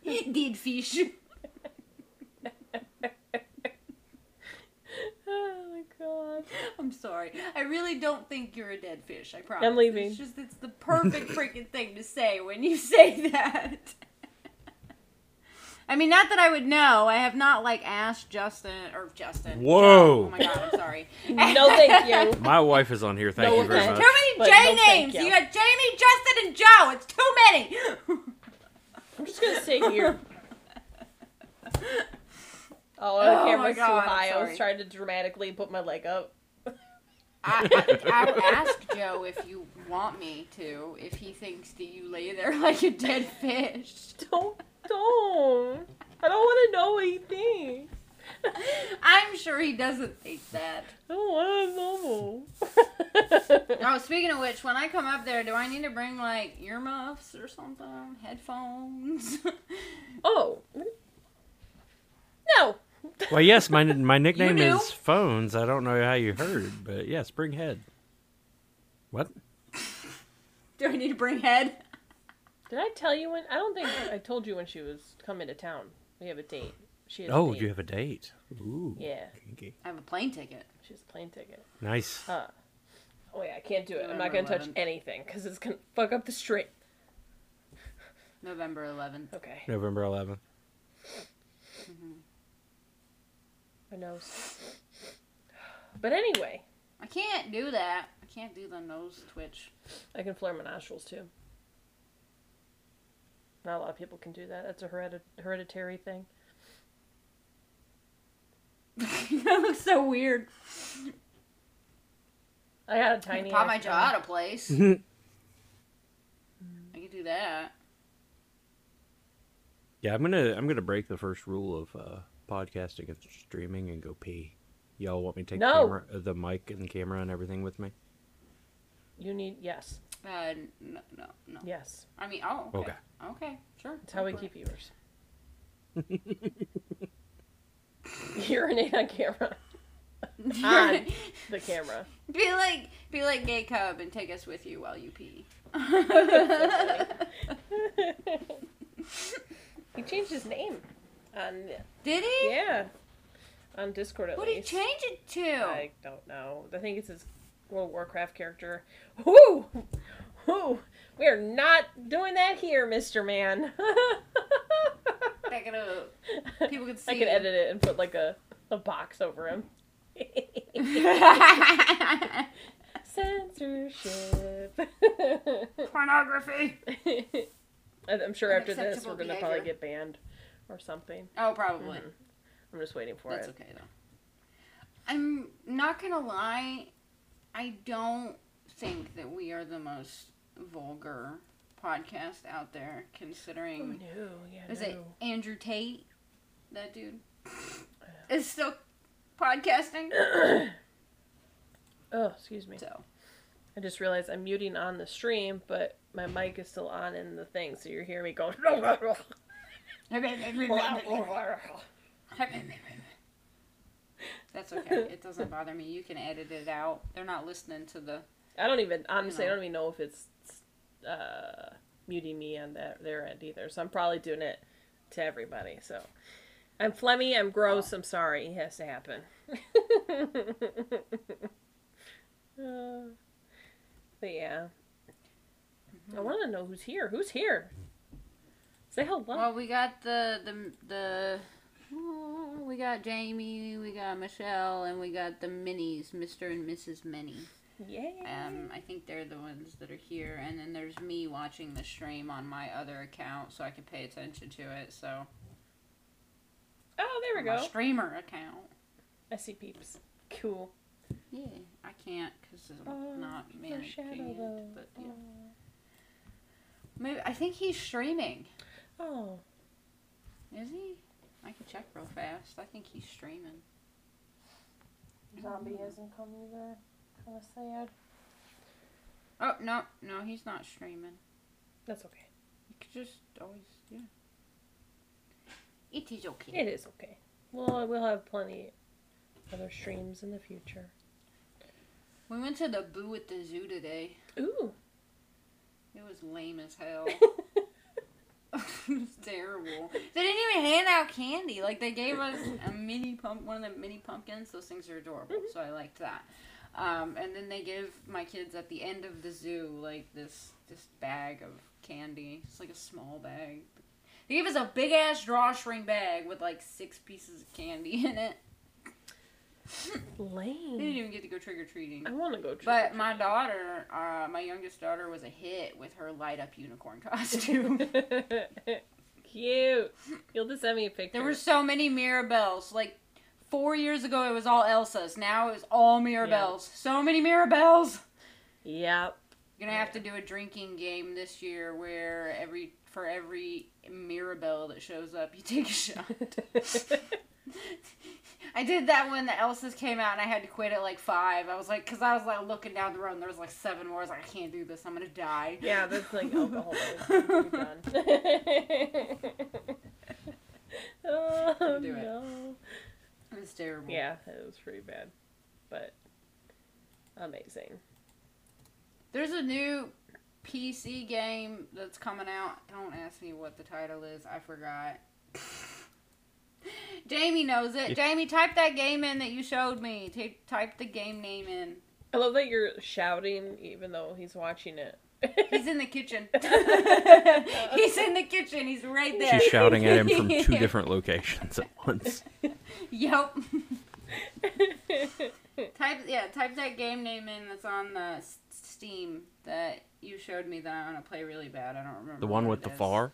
D: Dead fish.
B: Oh my god.
D: (laughs) I'm sorry. I really don't think you're a dead fish. I promise.
B: leaving.
D: It's just it's the perfect freaking thing to say when you (laughs) say that. (laughs) I mean, not that I would know. I have not like asked Justin or Justin.
C: Whoa.
D: Oh my god, I'm sorry.
B: No, thank you.
C: My wife is on here. Thank
B: No
C: you very
B: offense.
C: much.
D: Too many
B: But
D: J
B: no, thank
D: names.
B: you.
D: You got Jamie, Justin, and Joe. It's too many.
B: I'm just gonna sit here. Oh, the
D: Oh my
B: camera's
D: God, I'm
B: too high. I
D: sorry.
B: was trying to dramatically put my leg up.
D: I, I, I asked Joe if you want me to, if he thinks that you lay there (laughs) like a dead fish.
B: Don't, don't. I don't want to know what he thinks.
D: I'm sure he doesn't think that.
B: I don't want
D: (laughs)
B: to know.
D: Oh, speaking of which, when I come up there, do I need to bring like earmuffs or something? Headphones? (laughs)
B: oh. No.
C: Well, yes, my my nickname
D: knew?
C: is phones. I don't know how you heard, but yeah, Springhead. What?
D: do I need to bring head?
B: Did I tell you when? I don't think I told you when she was coming to town. We have a date. She has a
C: Oh,
B: date.
C: you have a date. Ooh.
B: Yeah.
C: kinky.
D: I have a plane ticket.
B: She has a plane ticket.
C: Nice.
D: Uh,
B: Oh yeah, I can't do it. I'm
D: November
B: not gonna touch
D: 11th.
B: anything because it's gonna fuck up the stream.
D: November 11th.
B: Okay.
C: November 11th.
B: My nose. But anyway,
D: I can't do that. I can't do the nose twitch. (laughs)
B: I can flare my nostrils too. Not a lot of people can do that. That's a heredit- hereditary thing.
D: that looks so weird.
B: I got a
D: I can
B: tiny.
D: pop my
B: ass
D: jaw out of place. I can do that.
C: Yeah, I'm gonna I'm gonna break the first rule of uh, podcasting and streaming and go pee. Y'all want me to take the,
B: No.
C: camera, uh, the mic and camera and everything with me?
B: You need yes,
D: Uh, n- no, no, no.
B: yes.
D: I mean, oh, okay.
C: Okay.
D: Okay, sure.
B: That's how we
D: Okay.
B: keep
D: (laughs)
B: viewers. Urinate on camera. (laughs) on the camera.
D: (laughs) Be like, be like gay cub and take us with you while
B: (laughs)
D: you pee.
B: he changed his name on
D: Did he?
B: yeah on Discord at
D: What did he
B: least.
D: change it to?
B: I don't know. I think it's his World of Warcraft character. Whoo! Whoo! We are not doing that here, Mr. Man. (laughs)
D: Back it up. People can see.
B: I could edit it and put like a, a box over him. (laughs) Censorship.
D: (laughs)
B: (laughs)
D: Pornography.
B: I- I'm sure after this
D: Unacceptable
B: we're gonna probably
D: behavior.
B: get banned or something.
D: Oh, probably.
B: Mm-hmm. I'm just waiting for
D: That's
B: it.
D: okay though. I'm not gonna lie. I don't think that we are the most vulgar podcast out there,
B: Oh,
D: considering
B: no, yeah,
D: is
B: no.
D: it Andrew Tate? That dude is still podcasting.
B: Oh, excuse me.
D: So
B: I just realized I'm muting on the stream, but my mic is still on in the thing, so you're hearing me going.
D: that's okay. It doesn't bother me. You can edit it out. They're not listening to the.
B: (laughs) I don't even honestly. I
D: know.
B: don't even know if it's uh, muting me on that their end either. So I'm probably doing it to everybody. So I'm Flemmy. I'm gross. I'm sorry. It has to happen. (laughs) Uh, but yeah,
D: Mm-hmm.
B: I want to know who's here. Who's here? Say hello.
D: Well, we got the the the. oh, We got Jamie, we got Michelle, and we got the Minis, Mr. and Mrs. Minnie.
B: Yay!
D: Um, I think they're the ones that are here, and then there's me watching the stream on my other account so I can pay attention to it. So
B: oh, there we
D: on my
B: go.
D: streamer account.
B: I see peeps. Cool.
D: Yeah, I can't because I'm
B: Oh,
D: not
B: your
D: managing
B: shadow,
D: it.
B: though. Oh.
D: But yeah, maybe I think he's streaming.
B: Oh,
D: Is he? I can check real fast. I think he's streaming.
B: zombie hasn't come either. Kind of sad.
D: Oh no, no, he's not streaming.
B: That's okay.
D: You could just always, yeah. It is okay.
B: It is okay. Well, we'll have plenty other streams in the future.
D: We went to the boo at the zoo today.
B: Ooh.
D: It was lame as hell. it's (laughs) terrible. They didn't even hand out candy. Like they gave us a mini pump, one of the mini pumpkins. Those things are adorable,
B: Mm-hmm.
D: so I liked that. Um, and then they give my kids at the end of the zoo like this this bag of candy. It's like a small bag. They gave us a big ass drawstring bag with like six pieces of candy (laughs) in it. We didn't
B: (laughs) Lame.
D: even get to go trick or treating.
B: I want to go. trick
D: But my daughter, uh, my youngest daughter, was a hit with her light up unicorn (laughs) costume.
B: (laughs) Cute. You'll just send me a picture.
D: There were so many Mirabelles. Like four years ago, it was all Elsa's. Now it's all Mirabelles. So many Mirabelles.
B: Yep.
D: You're gonna have to do a drinking game this year where every for every Mirabelle that shows up, you take a (laughs) shot.
B: (laughs)
D: I did that when the Elsa's came out, and I had to quit at like five. I was like, because I was like looking down the road, and there was like seven more. I was like, I can't do this. I'm gonna die.
B: yeah, that's like alcohol. You're done.
D: (laughs)
B: oh
D: Do it.
B: no.
D: (laughs) It was terrible.
B: Yeah, it was pretty bad, but amazing.
D: There's a new PC game that's coming out. Don't ask me what the title is. I
C: (laughs)
D: forgot. Jamie knows it.
C: Yeah.
D: Jamie, type that game in that you showed me. Ta type the game name in.
B: I love that you're shouting even though he's watching
D: (laughs)
B: it.
D: He's in
C: (laughs)
D: the kitchen. (laughs) He's in the kitchen. He's right there.
C: She's shouting at him from
D: (laughs)
C: two different locations at once.
D: Yep. type yeah. Type that game name in that's on the S- Steam that you showed me that I want to play really bad. I don't remember.
C: The one
D: what
C: with
D: it
C: the
D: is
C: far,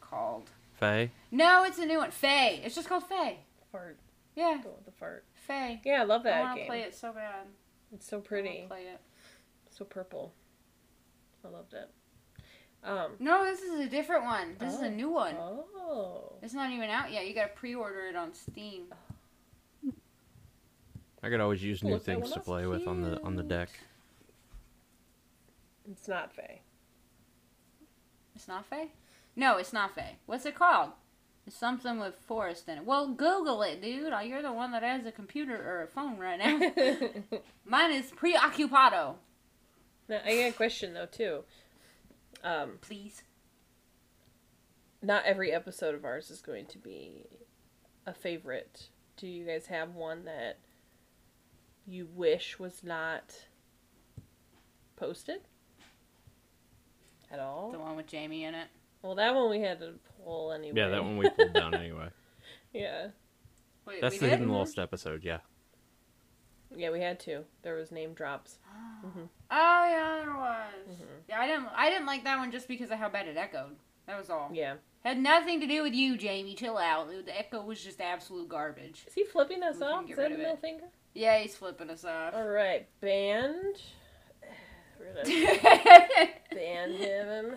D: called.
C: Faye.
D: No, it's a new one. Faye. It's just called Faye.
B: Fart.
D: Yeah,
B: Go with the fart.
D: Faye.
B: Yeah, I love
D: I
B: that
D: want to
B: game.
D: play it so bad.
B: It's so
D: I
B: pretty.
D: wanna play it.
B: So purple. I loved it. Um.
D: No, this is a different one. This is
B: Oh.
D: a new one.
B: Oh.
D: It's not even out yet. You gotta pre-order it on Steam.
C: I could always use new
B: Look, that
C: things to
B: one's
C: play with on the on the
D: cute.
C: deck.
B: It's not Faye. (laughs)
D: It's not Faye. No, it's not Faye. What's it called? It's something with forest in it. Well, Google it, dude. Oh, You're the one that has a computer or a phone
B: (laughs)
D: right now. Mine is preoccupado.
B: Now, I got a question though too. Um,
D: Please.
B: not every episode of ours is going to be a favorite. Do you guys have one that you wish was not posted at
D: The
B: all?
D: one with Jamie in it.
B: Well, that one we had to pull anyway.
C: Yeah, that one
B: (laughs)
C: we pulled down anyway.
B: Yeah,
D: Wait,
C: That's
D: we
C: the
D: (laughs) did?
C: hidden
D: (gasps)
C: lost episode. Yeah,
B: yeah, we had to. There was name drops. Mm-hmm.
D: Oh yeah, there was. Yeah, I didn't. I didn't like that one just because of how bad it echoed. That was all.
B: Yeah.
D: Had nothing to do with you, Jamie. Chill out. The echo was just absolute garbage.
B: Is he flipping us
D: We can
B: off?
D: get
B: Is that
D: rid
B: a
D: of
B: middle
D: it.
B: finger?
D: Yeah, he's flipping us off. (laughs)
B: All right, band. (sighs) We're gonna
D: He's
B: band him. (sighs)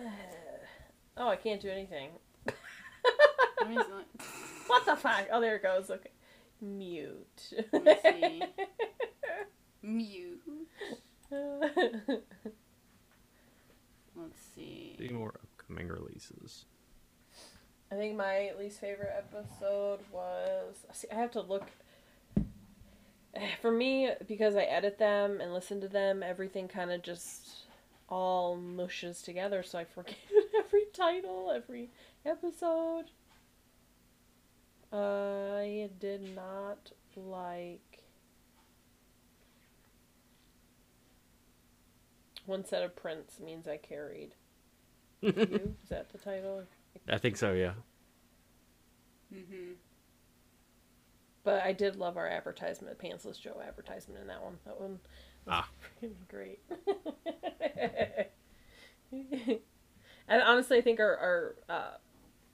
B: Oh, I can't do anything.
D: not-
B: What the fuck? Oh, there it goes. Okay. Mute.
D: Let me Mute.
B: (laughs)
D: Let's see.
C: Any more upcoming releases.
B: I think my least favorite episode was. See, I have to look. (sighs) For me, because I edit them and listen to them, everything kind of just all mushes together, so I forget (laughs) every title, every episode. I did not like One Set of Prints Means I Carried You. Is that the title?
C: I think so. Yeah.
D: Mm-hmm.
B: But I did love our advertisement, Pantsless Joe advertisement in that one. That one was
C: Ah.
B: pretty great. (laughs) and honestly, I think our, our uh,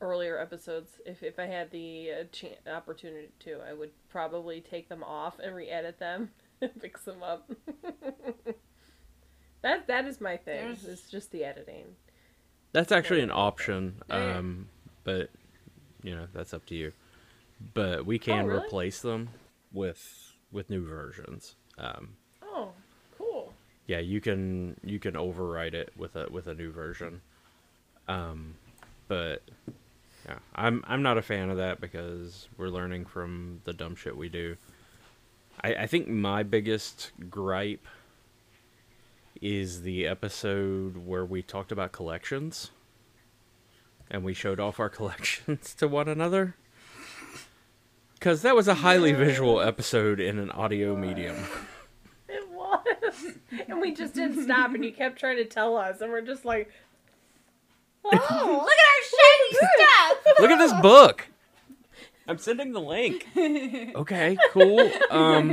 B: earlier episodes, if, if I had the uh, chan opportunity to, I would probably take them off and re edit them (laughs) and fix them up. (laughs) that That is my thing,
D: There's-
B: it's just the editing.
C: That's actually an option,
D: Yeah.
C: um, but you know that's up to you. But we can
B: really?
C: replace them with with new versions. Um,
B: Oh, cool.
C: yeah, you can you can override it with a with a new version. Um, but yeah, I'm I'm not a fan of that because we're learning from the dumb shit we do. I, I think my biggest gripe is the episode where we talked about collections and we showed off our (laughs) collections to one another. Because that was a highly visual episode in an audio medium.
B: It was. (laughs) And we just didn't stop, and you kept trying to tell us, and we're just like,
D: (laughs) Look at our shiny
C: (laughs)
D: stuff.
C: Look at this book. I'm sending the link. (laughs) Okay, cool. Um,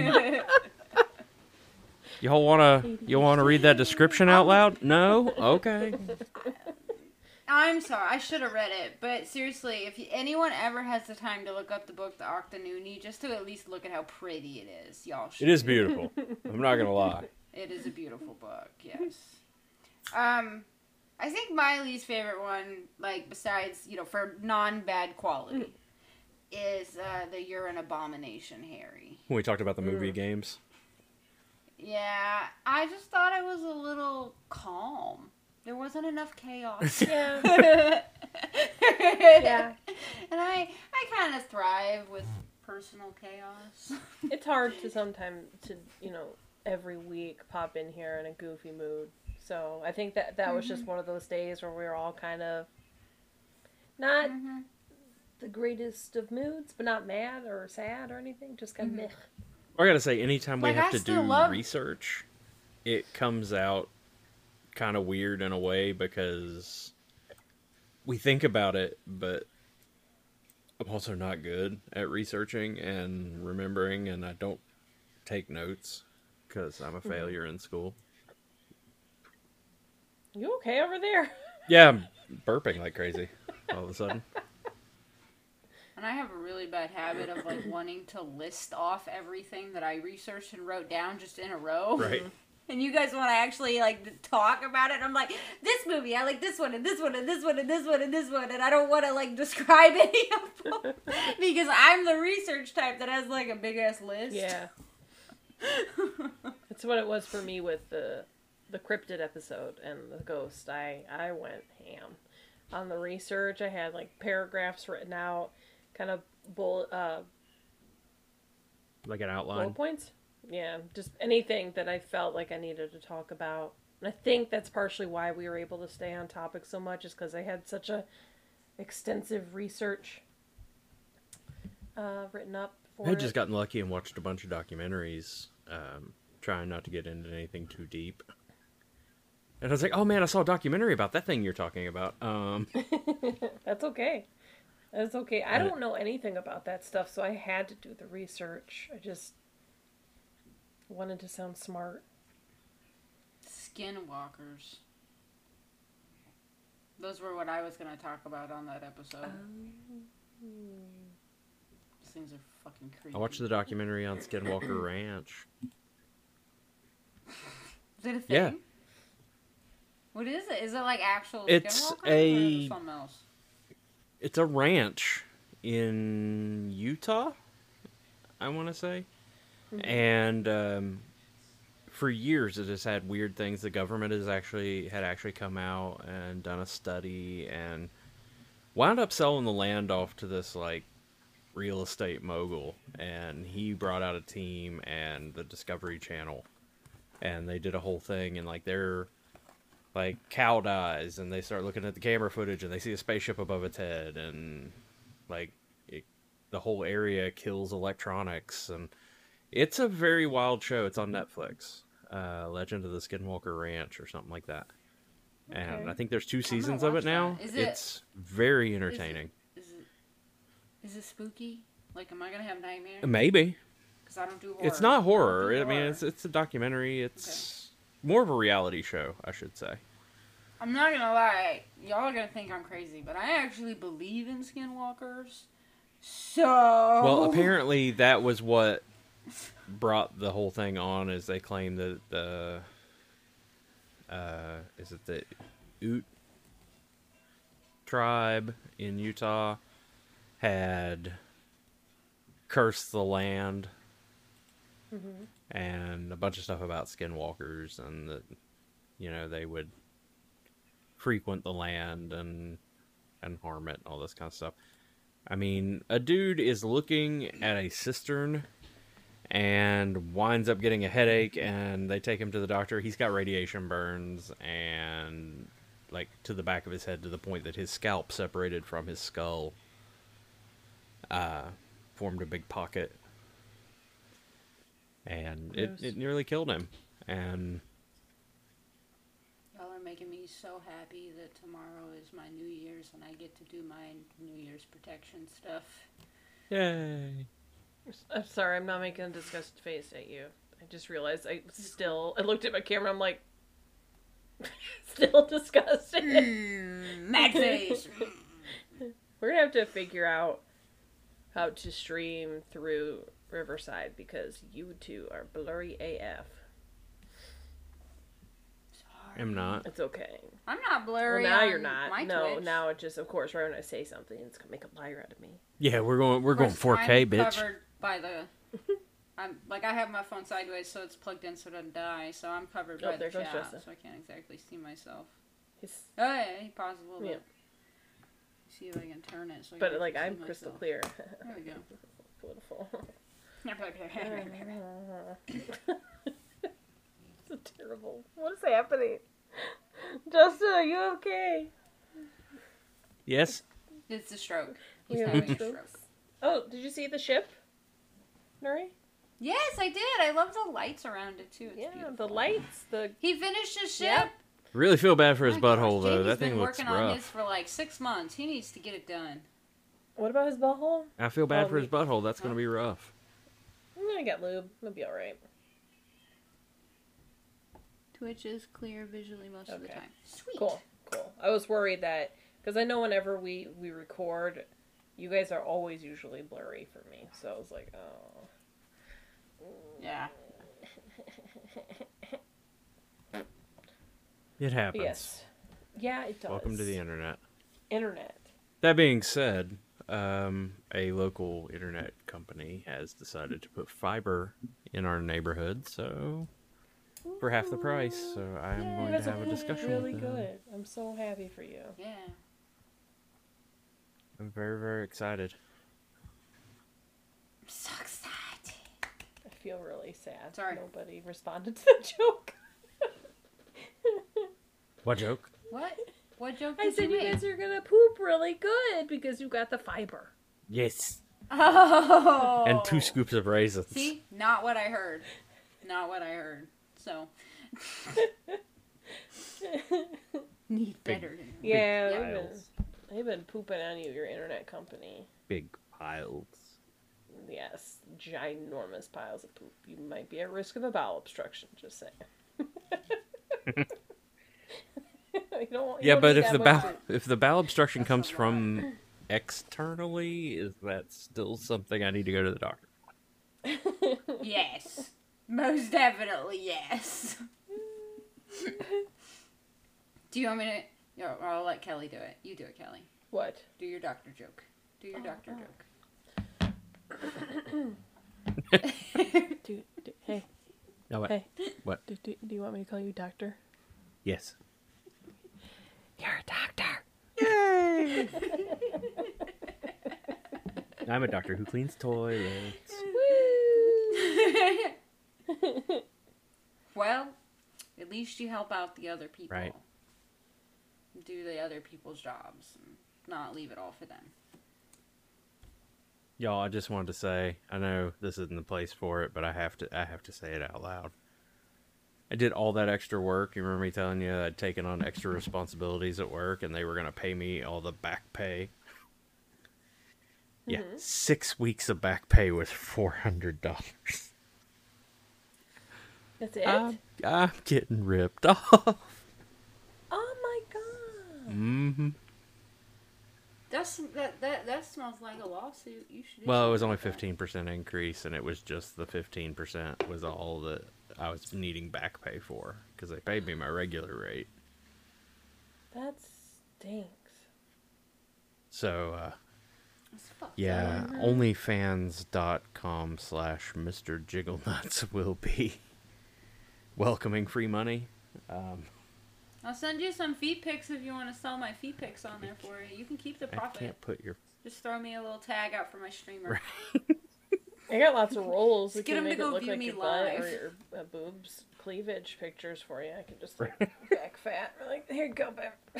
C: y'all wanna you wanna read that description out loud? No. Okay.
D: (laughs) I'm sorry, I should have read it, but seriously, if you, anyone ever has the time to look up the book, The Octanuni, just to at least look at how pretty it is, y'all should.
C: It is beautiful. I'm not gonna lie.
D: It is a beautiful book. Yes. Um, I think my least favorite one, like besides you know for non bad quality, is uh, the "You're an Abomination, Harry."
C: When we talked about the movie games,
D: Yeah, I just thought it was a little calm. There wasn't
B: (laughs)
D: enough chaos.
B: yeah.
D: yeah.
B: Yeah.
D: (laughs) And I, I kind of thrive with personal chaos.
B: It's hard to sometimes to you know every week pop in here in a goofy mood. So I think that that was just one of those days where we were all kind of not
D: Mhm.
B: the greatest of moods, but not mad or sad or anything. Just kind of meh.
C: I gotta say, anytime we
D: Like,
C: have
D: I
C: to do
D: still love-
C: research, it comes out kind of weird in a way because we think about it, but I'm also not good at researching and remembering, and I don't take notes because I'm a
D: Mm-hmm.
C: failure in school.
B: You okay over there?
C: Yeah, I'm burping like crazy all of a sudden.
D: And I have a really bad habit of like wanting to list off everything that I researched and wrote down just in a row.
C: Right?
D: And you guys want to actually like talk about it. And I'm like, this movie, I like this one and this one and this one and this one and this one, and I don't want to like (laughs) describe any of them because I'm the research type that has like a big ass list.
B: Yeah. That's what it was for me with the the cryptid episode and the ghost. I I went ham on the research. I had like paragraphs written out, kind of bullet uh,
C: Like an
B: bullet
C: outline.
B: points. Yeah, just anything that I felt like I needed to talk about. And I think that's partially why we were able to stay on topic so much is because I had such a extensive research uh, written up for
C: I
B: it.
C: had just gotten lucky and watched a bunch of documentaries, um, trying not to get into anything too deep. And I was like, "Oh man, I saw a documentary about that thing you're talking about." Um,
B: That's okay. That's okay. I
C: And it-
B: don't know anything about that stuff, so I had to do the research. I just wanted to sound smart.
D: Skinwalkers. Those were what I was going to talk about on that episode. These things are fucking creepy.
C: I watched the documentary on Skinwalker Ranch.
D: Is it a thing?
C: Yeah.
D: What is it? Is it like actual
C: It's
D: skinwalker or is
C: a-
D: it something else?
C: It's a ranch in Utah, I want to say, and um, for years it has had weird things. The government has actually had actually come out and done a study and wound up selling the land off to this like real estate mogul, and he brought out a team and the Discovery Channel, and they did a whole thing and like they're like cow dies and they start looking at the camera footage and they see a spaceship above its head and like it, the whole area kills electronics and it's a very wild show it's on netflix uh, legend of the skinwalker ranch or something like that and
D: Okay.
C: i think there's two
D: gonna
C: seasons of
D: watch
C: it now
D: that. Is it-
C: it's very entertaining
D: Is it, is it spooky? Like, am I gonna have nightmares?
C: maybe
D: Because I don't do horror.
C: it's not horror.
D: I
C: I
D: don't do
C: mean, it's it's a documentary. It's more of a reality show, I should say.
D: I'm not gonna lie. Y'all are gonna think I'm crazy, but I actually believe in skinwalkers. So.
C: Well,
D: Oh.
C: apparently that was what brought the whole thing on, is they claim that the uh, is it the Ute tribe in Utah had cursed the land and a bunch of stuff about skinwalkers and that you know they would frequent the land and and harm it and all this kind of stuff. I mean, a dude is looking at a cistern and winds up getting a headache and they take him to the doctor. He's got radiation burns and like to the back of his head to the point that his scalp separated from his skull, uh, formed a big pocket, and it,
B: Gross.
C: it nearly killed him. And
D: Y'all are making me so happy that tomorrow is my New Year's and I get to do my New Year's protection stuff.
C: yay!
B: I'm sorry, I'm not making a disgusted face at you. I just realized I still I looked at my camera. I'm like, (laughs) still disgusted. Mm. (laughs)
D: Mad face.
B: We're gonna have to figure out how to stream through Riverside because you two are blurry AF.
D: Sorry.
C: I'm not.
B: It's okay.
D: I'm not
B: Well,
D: blurry.
B: now
D: on
B: you're not.
D: My
B: no,
D: Twitch.
B: now it just of course right when I say something, it's gonna make a liar out of me.
C: Yeah, we're going. We're going
D: Plus,
C: 4K,
D: I'm
C: bitch.
D: Covered by the. (laughs) I'm like I have my phone sideways, so it's plugged in, so it doesn't die. So I'm covered
B: Oh,
D: by
B: there
D: the
B: goes
D: chat,
B: Justin.
D: so I can't exactly see myself.
B: It's,
D: Oh yeah, he paused a little
B: Yeah.
D: bit. See if I can turn it. So I
B: but
D: can
B: like
D: see
B: I'm
D: myself.
B: crystal clear. (laughs)
D: There we go. (laughs)
B: Beautiful. (laughs)
D: I
B: It's a terrible. What is happening? (laughs) Justin, are you okay?
C: Yes.
D: It's a stroke.
B: We
D: He's
B: have
D: having a
B: strokes.
D: stroke.
B: Oh, did you see the ship, Nuri?
D: Yes, I did. I love the lights around it too. It's
B: Yeah,
D: beautiful.
B: the lights. The
D: He finished his ship.
B: Yeah.
C: Really feel bad for his
D: My gosh,
C: butthole though.
D: Jamie's
C: That thing
D: been
C: looks
D: working on his
C: rough.
D: for like six months. He needs to get it done.
B: what about his butthole?
C: I feel bad
B: Oh,
C: for his
B: me-
C: butthole. That's gonna be rough.
B: I'm gonna get lube. It'll be all right.
D: Twitch is clear visually most of the
B: Okay.
D: time. Sweet.
B: Cool, cool. I was worried that because I know whenever we we record, you guys are always usually blurry for me. So I was like, oh.
D: Yeah.
C: It happens.
B: Yes. Yeah, it does.
C: Welcome to the internet.
B: internet.
C: That being said, um, a local internet company has decided to put fiber in our neighborhood, so for half the price. So I am going to
B: That's
C: have a discussion
B: really
C: with them.
B: good. I'm so happy for you.
D: Yeah.
C: I'm very, very excited.
D: I'm so excited.
B: I feel really sad.
D: Sorry.
B: Nobody responded to the (laughs) joke.
C: What joke?
D: What? What joke
B: I
D: did
B: said
D: you
B: you
D: make?
B: guys are gonna poop really good because you got the fiber.
C: Yes.
D: Oh.
C: And two scoops of raisins.
D: See, not what I heard. Not what I heard. (laughs) So. Need better.
B: Yeah, they've been,
C: piles.
B: they've been pooping on you, your internet company.
C: Big piles.
B: Yes, ginormous piles of poop. You might be at risk of a bowel obstruction. Just saying. (laughs) You don't want- you
C: Yeah,
B: don't
C: but
B: need
C: if
B: that
C: the
B: much
C: bowel
B: poop.
C: if the bowel obstruction
D: That's a
C: comes
D: lot.
C: from externally, is that still something I need to go to the doctor?
D: Yes. Most definitely yes. do you want me to? No, I'll let Kelly do it. You do it, Kelly.
B: what?
D: Do your doctor joke. Do your doctor joke.
B: Do, do, hey,
C: No, what?
B: hey.
C: What?
B: Do, do, do you want me to call you doctor?
C: Yes.
B: You're a doctor.
C: I'm a doctor who cleans toilets.
D: (laughs) well, at least you help out the other people.
C: Right.
D: Do the other people's jobs and not leave it all for them.
C: Y'all, I just wanted to say, I know this isn't the place for it, but I have to I have to say it out loud. I did all that extra work. You remember me telling you I'd taken on extra responsibilities at work and they were gonna pay me all the back pay. Yeah. Six weeks of back pay was four hundred dollars.
B: That's it.
C: I'm, I'm getting ripped (laughs) off.
B: oh my god.
C: hmm
D: That's that that that smells like a lawsuit. You should.
C: Well, it was only fifteen percent increase, and it was just the fifteen percent was all that I was needing back pay for because they paid me my regular rate.
B: That stinks.
C: So uh, yeah, onlyfans.com slash Mr. Jigglenuts will be welcoming free money.
D: I'll send you some feet pics if you want to sell my feet pics on there for you. You can keep the
C: I
D: profit.
C: can't put your
D: Just throw me a little tag out for my streamer.
B: I got lots of rolls. We
D: Just get
B: can
D: 'em to
B: make it
D: go
B: look
D: view
B: like
D: me
B: your butt
D: live.
B: or your uh, boobs. cleavage pictures for you. I could just
C: (laughs)
B: like back fat. We're like, here you go, (laughs) babe.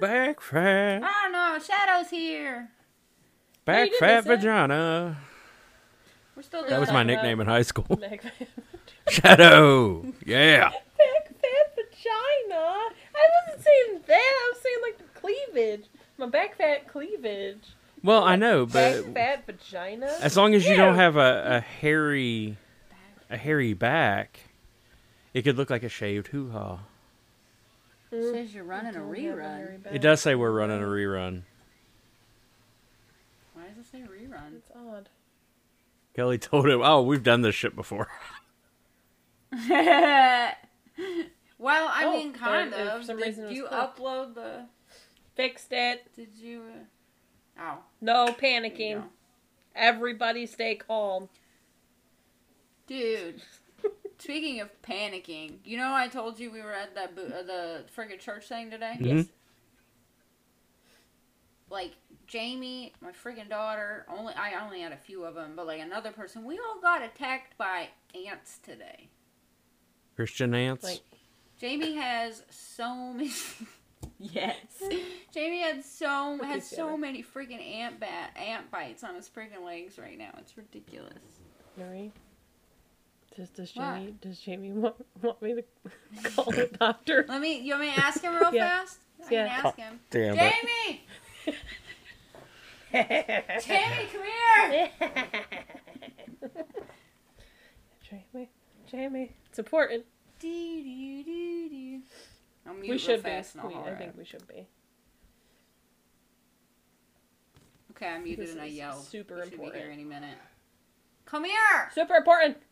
C: Back fat,
D: I don't know. Shadow's here.
C: back
B: did
C: fat
B: miss it.
C: vagina.
D: We're still doing
C: That was
D: it.
C: my
B: Talking
C: nickname in high (laughs) school.
B: back fat.
C: Shadow. Yeah.
B: Back fat vagina. I wasn't saying that. I was saying like the cleavage. My back fat cleavage.
C: Well, I know,
B: Back
C: but
B: fat vagina.
C: as long as you
B: Yeah.
C: don't have a, a hairy, a hairy back, it could look like a shaved hoo ha.
D: Says you're running a rerun.
C: It does say we're running a rerun.
D: Why does it say rerun?
B: It's odd.
C: Kelly told him, "Oh, we've done this shit before." (laughs)
D: (laughs) well, I
B: Oh,
D: mean, kind
B: there-
D: of.
B: for some
D: did
B: reason it was
D: you
B: cool.
D: upload the?
B: Fixed it.
D: Did you? Uh, ow.
B: No
D: There you
B: panicking.
D: go.
B: Everybody stay calm. (laughs)
D: Dude. Speaking of panicking, you know I told you we were at that bo- uh, the friggin' church thing today.
B: Mm-hmm.
C: Mhm.
D: Like Jamie, my friggin' daughter. Only I only had a few of them, but like another person, we all got attacked by ants today.
C: Christian ants.
B: Like-
D: Jamie has so many. (laughs) yes. Jamie had so
B: Put
D: has
B: these together.
D: so many freaking ant bat ant bites on his freaking legs right now. It's ridiculous.
B: Nuri. Does does
D: What?
B: Jamie does Jamie (laughs) want, want me to call the doctor?
D: (laughs) Let me. You want me to ask him
B: (laughs)
D: real
B: Yeah.
D: fast? I
B: Yeah.
D: can ask him.
C: Damn it.
D: Jamie. Jamie, come here.
B: Jamie, Jamie, it's important.
D: Dee, dee, dee, dee. I'll mute
B: we
D: real
B: should be.
D: fast and I'll
B: We-
D: holler
B: I
D: at
B: think
D: him.
B: we should be.
D: Okay, I muted
B: This
D: and I
B: is
D: yelled.
B: super
D: He should Be here
B: important.
D: any minute. Come here.
B: Super important.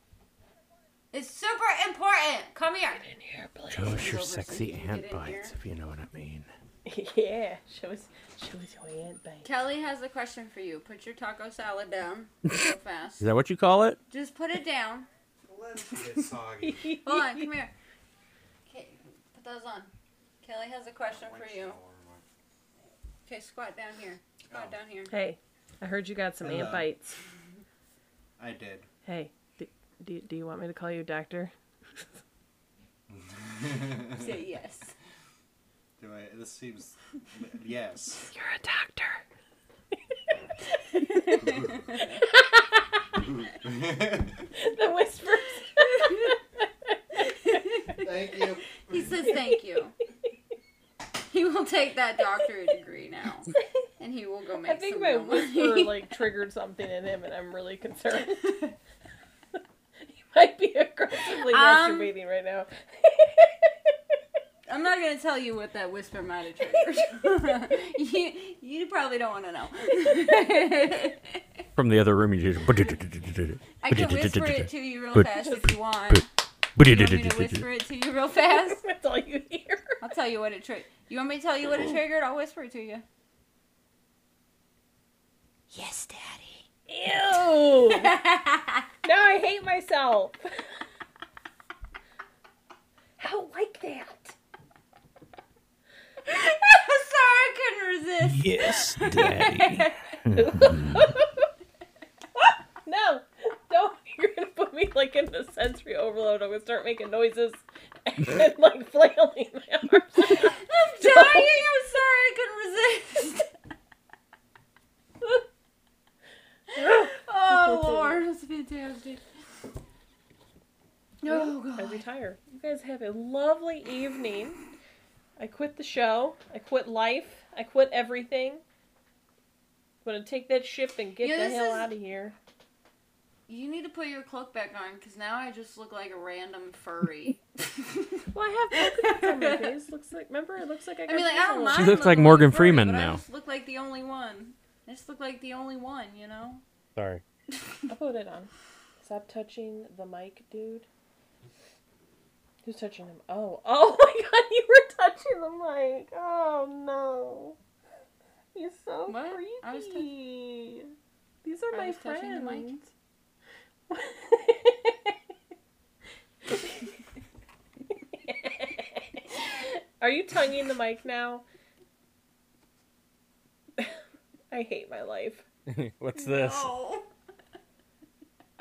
D: It's super important. Come here.
B: In here,
C: Show us your
D: Over so
C: sexy
D: you can
C: ant
D: get in
C: bites,
D: here.
C: if you know what I mean.
B: please. yeah, show us, show us your hand, babe.
D: Kelly has a question for you. Put your taco salad down real fast.
C: Is that what you call it?
D: Just put it down.
F: It's soggy.
D: Hold on, come here. Okay, put those on. Kelly has a question for you. Okay, squat down here. Squat
F: Oh.
D: down here.
B: Hey, I heard you got some
F: Hello.
B: ant bites.
F: I did.
B: Hey, do, do, do you want me to call you doctor? (laughs)
D: Say yes.
F: Do I? This seems. yes.
B: You're a doctor. The whispers.
F: (laughs) Thank you.
D: He says thank you. He will take that doctorate degree now, and he will go make
B: I think
D: some
B: my
D: real
B: whisper
D: money.
B: like triggered something in him, and I'm really concerned. he might be aggressively
D: Um,
B: masturbating right now. (laughs)
D: I'm not gonna tell you what that whisper might have triggered. (laughs) you you probably don't want to know. (laughs)
C: From the other room, you just.
D: I can whisper it to you real fast if you want. You want me to whisper it to you real fast?
B: That's all you hear.
D: I'll tell you what it triggered. You want me to tell you what it triggered? I'll whisper it to (laughs) you. Yes, Daddy.
B: Ew! now I hate myself. I don't like that.
D: Sorry, I couldn't resist.
C: Yes, (laughs) daddy.
B: No, don't. You're (laughs) gonna put me like in a sensory overload. I'm gonna start making noises (laughs) and like flailing my arms.
D: I'm (laughs) dying. I'm sorry, I couldn't resist. (laughs) oh Lord, that's fantastic. Oh
B: I
D: God.
B: retire. You guys have a lovely evening. I quit the show. I quit life. I quit everything. I'm gonna take that ship and get
D: Yeah,
B: the
D: this
B: hell
D: is-
B: out of here.
D: You need to put your cloak back on because now I just look like a random (laughs) furry.
B: Well, I have
D: (laughs)
B: on my face. Looks like. Remember, it looks like I.
D: I mean, like I don't mind.
C: She looks like
D: looking
C: Morgan
D: furry,
C: Freeman
D: but I
C: now.
D: just look like the only one. I just look like the only one, you know.
C: (laughs) Sorry.
B: I put it on. Stop touching the mic, dude. Who's touching him? Oh, (laughs) oh my God! You were touching the mic. Oh no! You're so
D: What?
B: creepy.
D: I was touch-
B: These are
D: I
B: my
D: was touching the mic?
B: friends. (laughs) Are you tonguing the mic now? (laughs) I hate my life.
C: What's this?
D: Oh.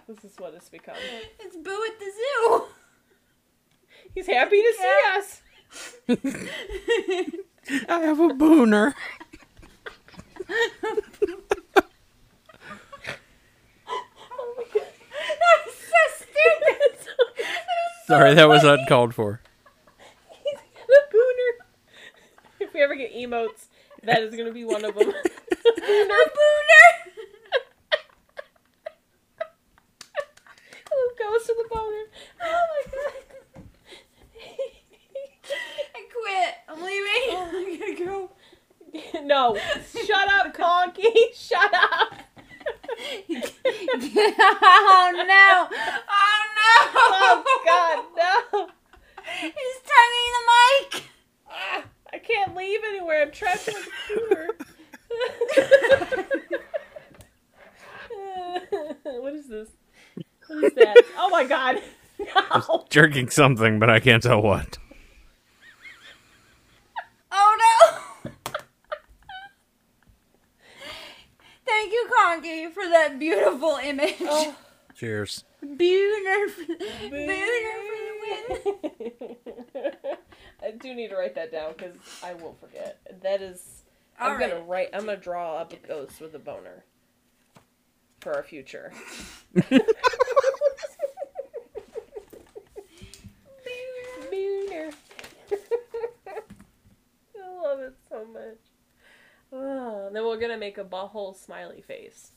B: This is what it's become.
D: It's Boo at the zoo. (laughs)
B: He's happy to see
D: Yeah.
B: us.
C: I have a booner.
B: Oh my god.
D: That was so stupid.
B: (laughs)
C: Sorry, that was uncalled for.
B: He's the booner. (laughs) If we ever get emotes, that is going to be one of them. (laughs)
D: A booner.
B: Who goes to the boner? Oh my god.
D: I quit. I'm leaving. I'm gonna Oh go.
B: (laughs) no, shut up, Conky. Shut up.
D: (laughs) oh no! Oh no!
B: Oh god, no.
D: He's tonguing the mic.
B: Ah, I can't leave anywhere. I'm trapped in my computer. (laughs) what is this? What is that? Oh my god. (laughs) No.
C: Jerking something, but I can't tell what.
D: Oh no! Thank you, Conky, for that beautiful image.
B: Oh.
C: Cheers.
D: Booner, for, booner for the win.
B: I do need to write that down because I will forget. That is,
D: All
B: I'm gonna write. I'm gonna draw up a ghost with a boner for our future. Booner. (laughs) I love it so much. Ah, then we're gonna make a butthole smiley face.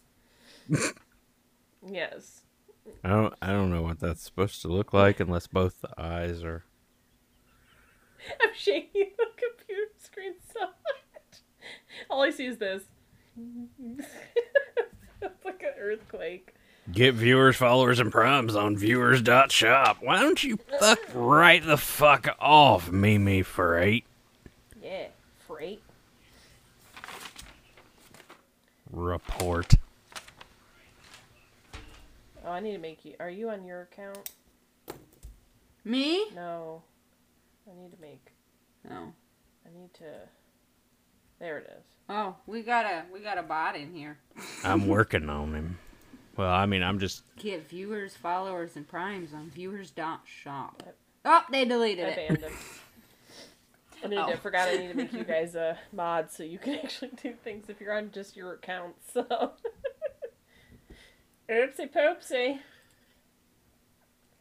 B: yes. (laughs)
C: I don't. I don't know what that's supposed to look like unless both the eyes are.
B: I'm shaking the computer screen so much. All I see is this. (laughs) it's like an earthquake.
C: Get viewers, followers, and primes on viewers dot shop. Why don't you fuck right the fuck off, Mimi Freight?
B: Yeah, freight.
C: Report.
B: Oh, I need to make you. Are you on your account?
D: Me?
B: No. I need to make.
D: No.
B: I need to. There it is.
D: Oh, we got a we got a bot in here.
C: I'm working on him. Well, I mean, I'm just.
D: Get viewers, followers, and primes on viewers dot shop. Oh, they deleted
B: I
D: it.
B: banned
D: (laughs)
B: him. I, need
D: Oh.
B: to, forgot I need to make you guys a mod so you can (laughs) actually do things if you're on just your account. So, (laughs) oopsie poopsie.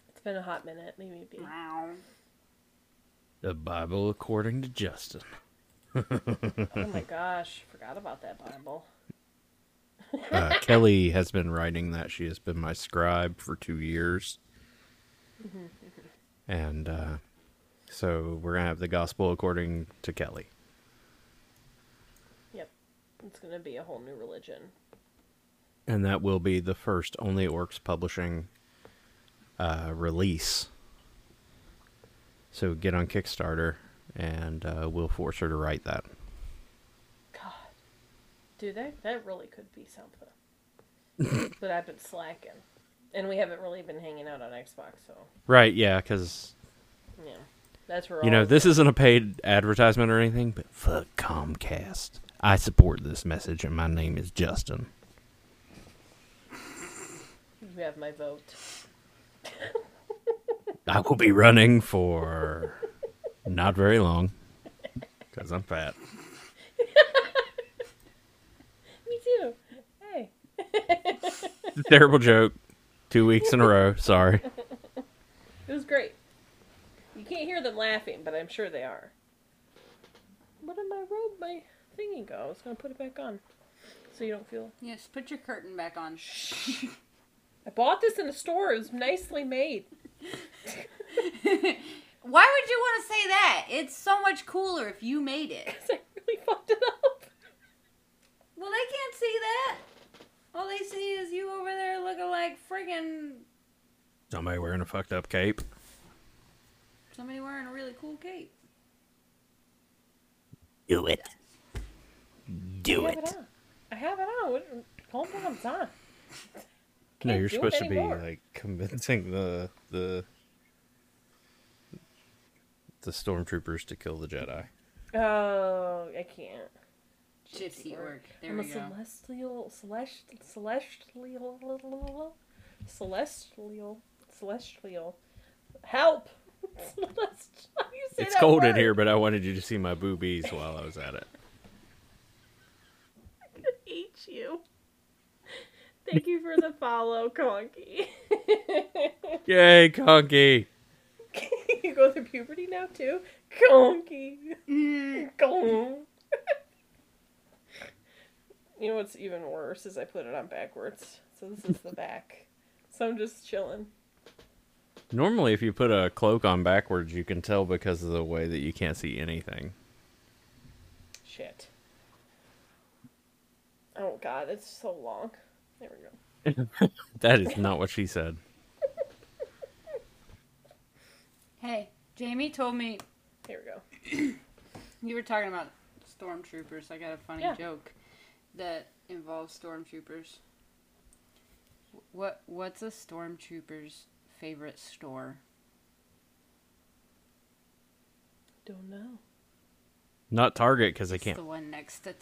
B: It's been a hot minute. Leave me be.
D: Wow.
C: The Bible according to Justin.
B: Oh my gosh, forgot about that Bible.
C: Uh, Kelly has been writing that. She has been my scribe for two years. And uh, so we're going to have the gospel according to Kelly.
B: Yep, it's gonna be a whole new religion.
C: And that will be the first Only Orcs Publishing uh, release. So get on Kickstarter and uh, we'll force her to write that.
B: God, dude, that that really could be something.
C: (laughs)
B: but I've been slacking, and we haven't really been hanging out on Xbox, so
C: Right, yeah, because,
B: yeah, that's where
C: you know,
B: all-
C: this isn't a paid advertisement or anything, but fuck Comcast. I support this message, and my name is Justin.
B: You have my vote.
C: I will be running for (laughs) not very long because I'm (laughs) fat.
B: Me too. Hey.
C: Terrible joke. Two weeks in a row. Sorry.
B: It was great. You can't hear them laughing, but I'm sure they are. What did my robe, my thingy go? I was going to put it back on so you don't feel.
D: Yes, put your curtain back on. (laughs)
B: I bought this in a store. It was nicely made. (laughs)
D: Why would you want to say that? It's so much cooler if you made it.
B: 'Cause I really fucked it up.
D: Well, they can't see that. All they see is you over there looking like friggin'
C: Somebody wearing a fucked up cape.
D: somebody wearing a really cool cape.
C: Do it. Do
B: I have it on. I have it on. What- Calm down, it's on.
C: No,
B: Can't
C: you're
B: do it
C: supposed to be uh,
B: anymore.
C: like convincing the the the stormtroopers to kill the Jedi.
B: Oh, I can't.
D: Gypsy orc. There
B: I'm a
D: we go.
B: celestial, celestial, celestial, Celestial. Celestial. Help! (laughs) Celestial. How do you say
C: It's
B: that
C: cold in
B: word?
C: here, but I wanted you to see my boobies while I was at it.
B: hate you. Thank you for the follow, Conky. (laughs)
C: Yay, Conky!
B: you go through puberty now too? Conky.
D: Mm.
B: Gong. you know what's even worse is I put it on backwards. So this is the back. So I'm just chilling.
C: Normally, if you put a cloak on backwards, you can tell because of the way that you can't see anything.
B: Shit. Oh god, it's so long. There we go.
C: That is not what she said.
D: Hey, Jamie told me
B: Here we go.
D: you were talking about stormtroopers. I got a funny
B: Yeah.
D: joke that involves stormtroopers. Wh- What what's a stormtrooper's favorite store?
B: Don't know.
C: Not Target because I
D: It's
C: can't.
D: the one next to. T-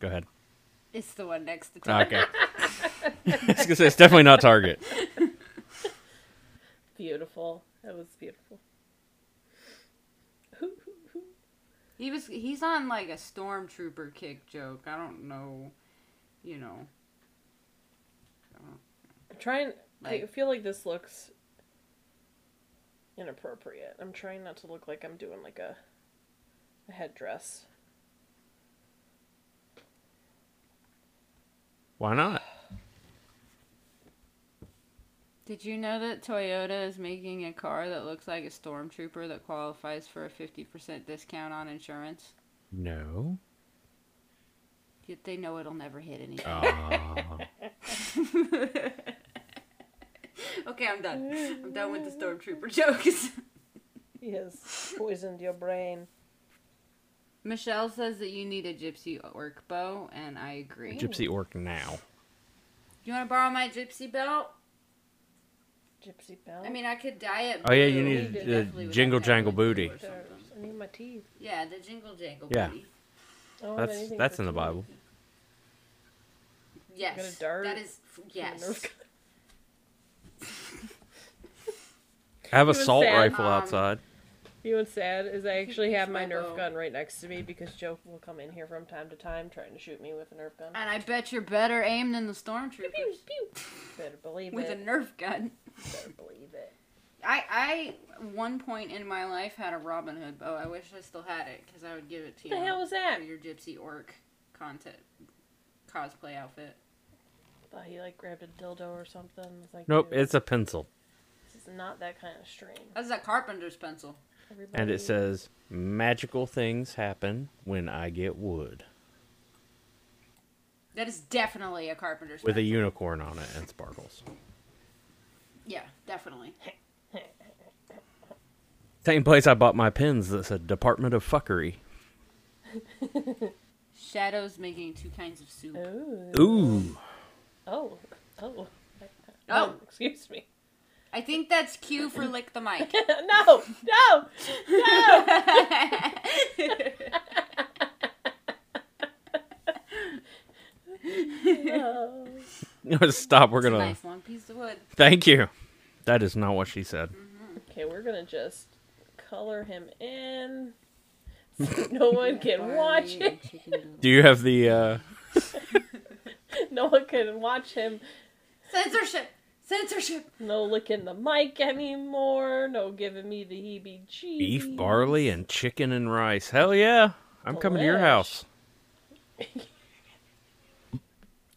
C: Go ahead.
D: it's the one next to.
B: (laughs)
D: T-
C: Okay. (laughs) I was gonna say it's definitely not Target.
B: Beautiful. That was beautiful.
D: He was he's on like a stormtrooper kick joke. I don't know, you know.
B: I'm trying. I
D: Like-
B: feel like this looks inappropriate. I'm trying not to look like I'm doing like a, a headdress.
C: Why not?
D: Did you know that Toyota is making a car that looks like a stormtrooper that qualifies for a 50% discount on insurance?
C: No.
D: Yet they know it'll never hit anything.
C: Ah.
D: (laughs) Okay, I'm done. I'm done with the stormtrooper jokes. (laughs)
B: He has poisoned your brain.
D: Michelle says that you need a gypsy orc bow, and I agree.
C: Gypsy Orc now.
D: you want to borrow my gypsy belt?
B: Gypsy bell.
D: I mean, I could dye it.
C: Oh, yeah,
D: blue.
C: you
D: We
C: need
D: could
C: a
D: definitely would
C: jingle
D: have to have
C: jangle
D: it blue
C: booty.
D: or something.
B: I need my teeth.
D: Yeah, the jingle jangle
C: Yeah.
D: booty.
B: I don't have
C: That's
B: anything
C: that's
B: for
C: in the
B: teeth.
C: Bible.
D: Yes.
B: dart.
D: That is yes.
B: Nerf
C: I have a
B: It was
C: salt
B: sad.
C: rifle
D: Um,
C: outside.
B: You know what's sad is I actually
D: use
B: have my
D: my
B: Nerf
D: bow.
B: gun right next to me because Joe will come in here from time to time trying to shoot me with a Nerf gun.
D: And I bet you're better aimed than the stormtroopers
B: (laughs) Better believe
D: with a
B: it.
D: Nerf gun.
B: Better believe it.
D: I I one point in my life had a Robin Hood bow. I wish I still had it because I would give it to
B: What
D: you
B: the hell was that?
D: for your gypsy orc content cosplay outfit.
B: Thought he like grabbed a dildo or something. It's like
C: Nope,
B: dude,
C: it's a pencil,
B: this is not that kind of stream.
D: That's a carpenter's pencil.
B: Everybody...
C: and it says magical things happen when I get wood
D: That is definitely a carpenter's
C: with a
D: pencil.
C: unicorn on it and sparkles.
D: yeah, definitely.
C: Same place I bought my pins that said Department of Fuckery.
D: Shadows making two kinds of soup.
B: Ooh.
C: Ooh. (laughs)
B: Oh. Oh. Um,
D: Oh,
B: Excuse me. (laughs)
D: I think that's cue for lick
C: (laughs)
D: the mic.
B: no.
D: (laughs)
B: No. (laughs) No.
C: Stop, we're
D: It's a
C: gonna
D: nice long piece of wood.
C: Thank you. That is not what she said.
B: Okay, we're gonna just color him
C: (laughs)
B: in. So no one can watch
D: Barley
B: it.
D: and chicken noodle.
C: Do you have the uh
B: (laughs) No one can watch him.
D: Censorship! Censorship!
B: No licking the mic anymore. No giving me the E heebie jeebies.
C: beef, barley, and chicken and rice? Hell yeah. I'm coming to your house.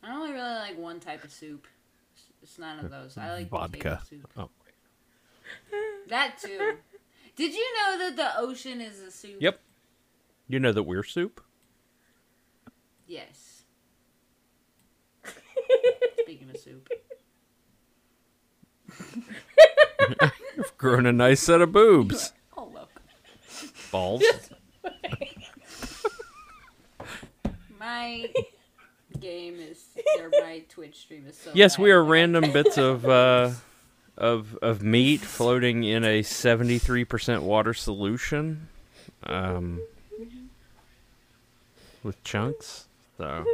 D: I only really like one type of soup. It's- It's none of those. I like
C: Vodka.
D: potato soup.
C: Oh.
D: That too. Did you know that the ocean is a soup?
C: Yep. You know that we're soup?
D: Yes. Speaking of soup,
C: You've grown a nice set of boobs.
D: oh look,
C: Balls.
D: my game is or my Twitch stream is so.
C: Yes, we
D: bad.
C: are random bits of uh of of meat floating in a 73% water solution. Um with chunks. So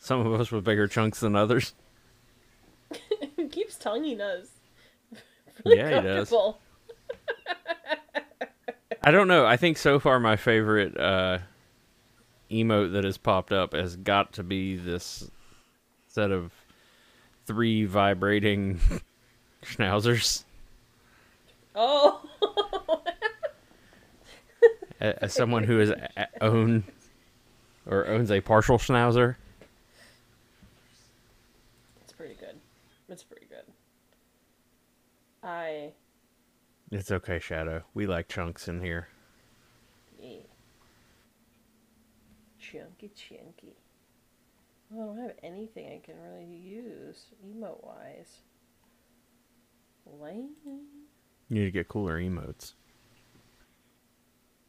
C: some of us with bigger chunks than others.
B: tongue he does.
C: Yeah, he does.
B: Comfortable.
C: I don't know. I think so far my favorite uh, emote that has popped up has got to be this set of three vibrating (laughs) schnauzers.
B: Oh, (laughs)
C: A- As someone who is a- own or owns a partial schnauzer,
B: it's pretty good. It's pretty good. I.
C: it's okay, Shadow. We like chunks in here.
B: Yeah. Chunky, chunky. Well, I don't have anything I can really use emote wise. Lame.
C: You need to get cooler emotes.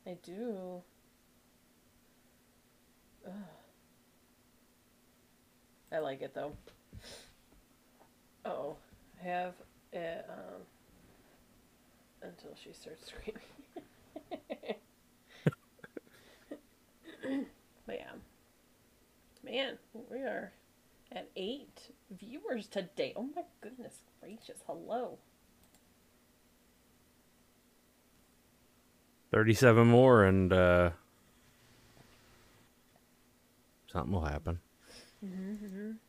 B: I do. Ugh. I like it though. Oh, I have it um, until she starts (laughs) screaming. (laughs) but yeah, man, we are at eight viewers today. Oh my goodness gracious! Hello.
C: 37 more and uh, something will happen.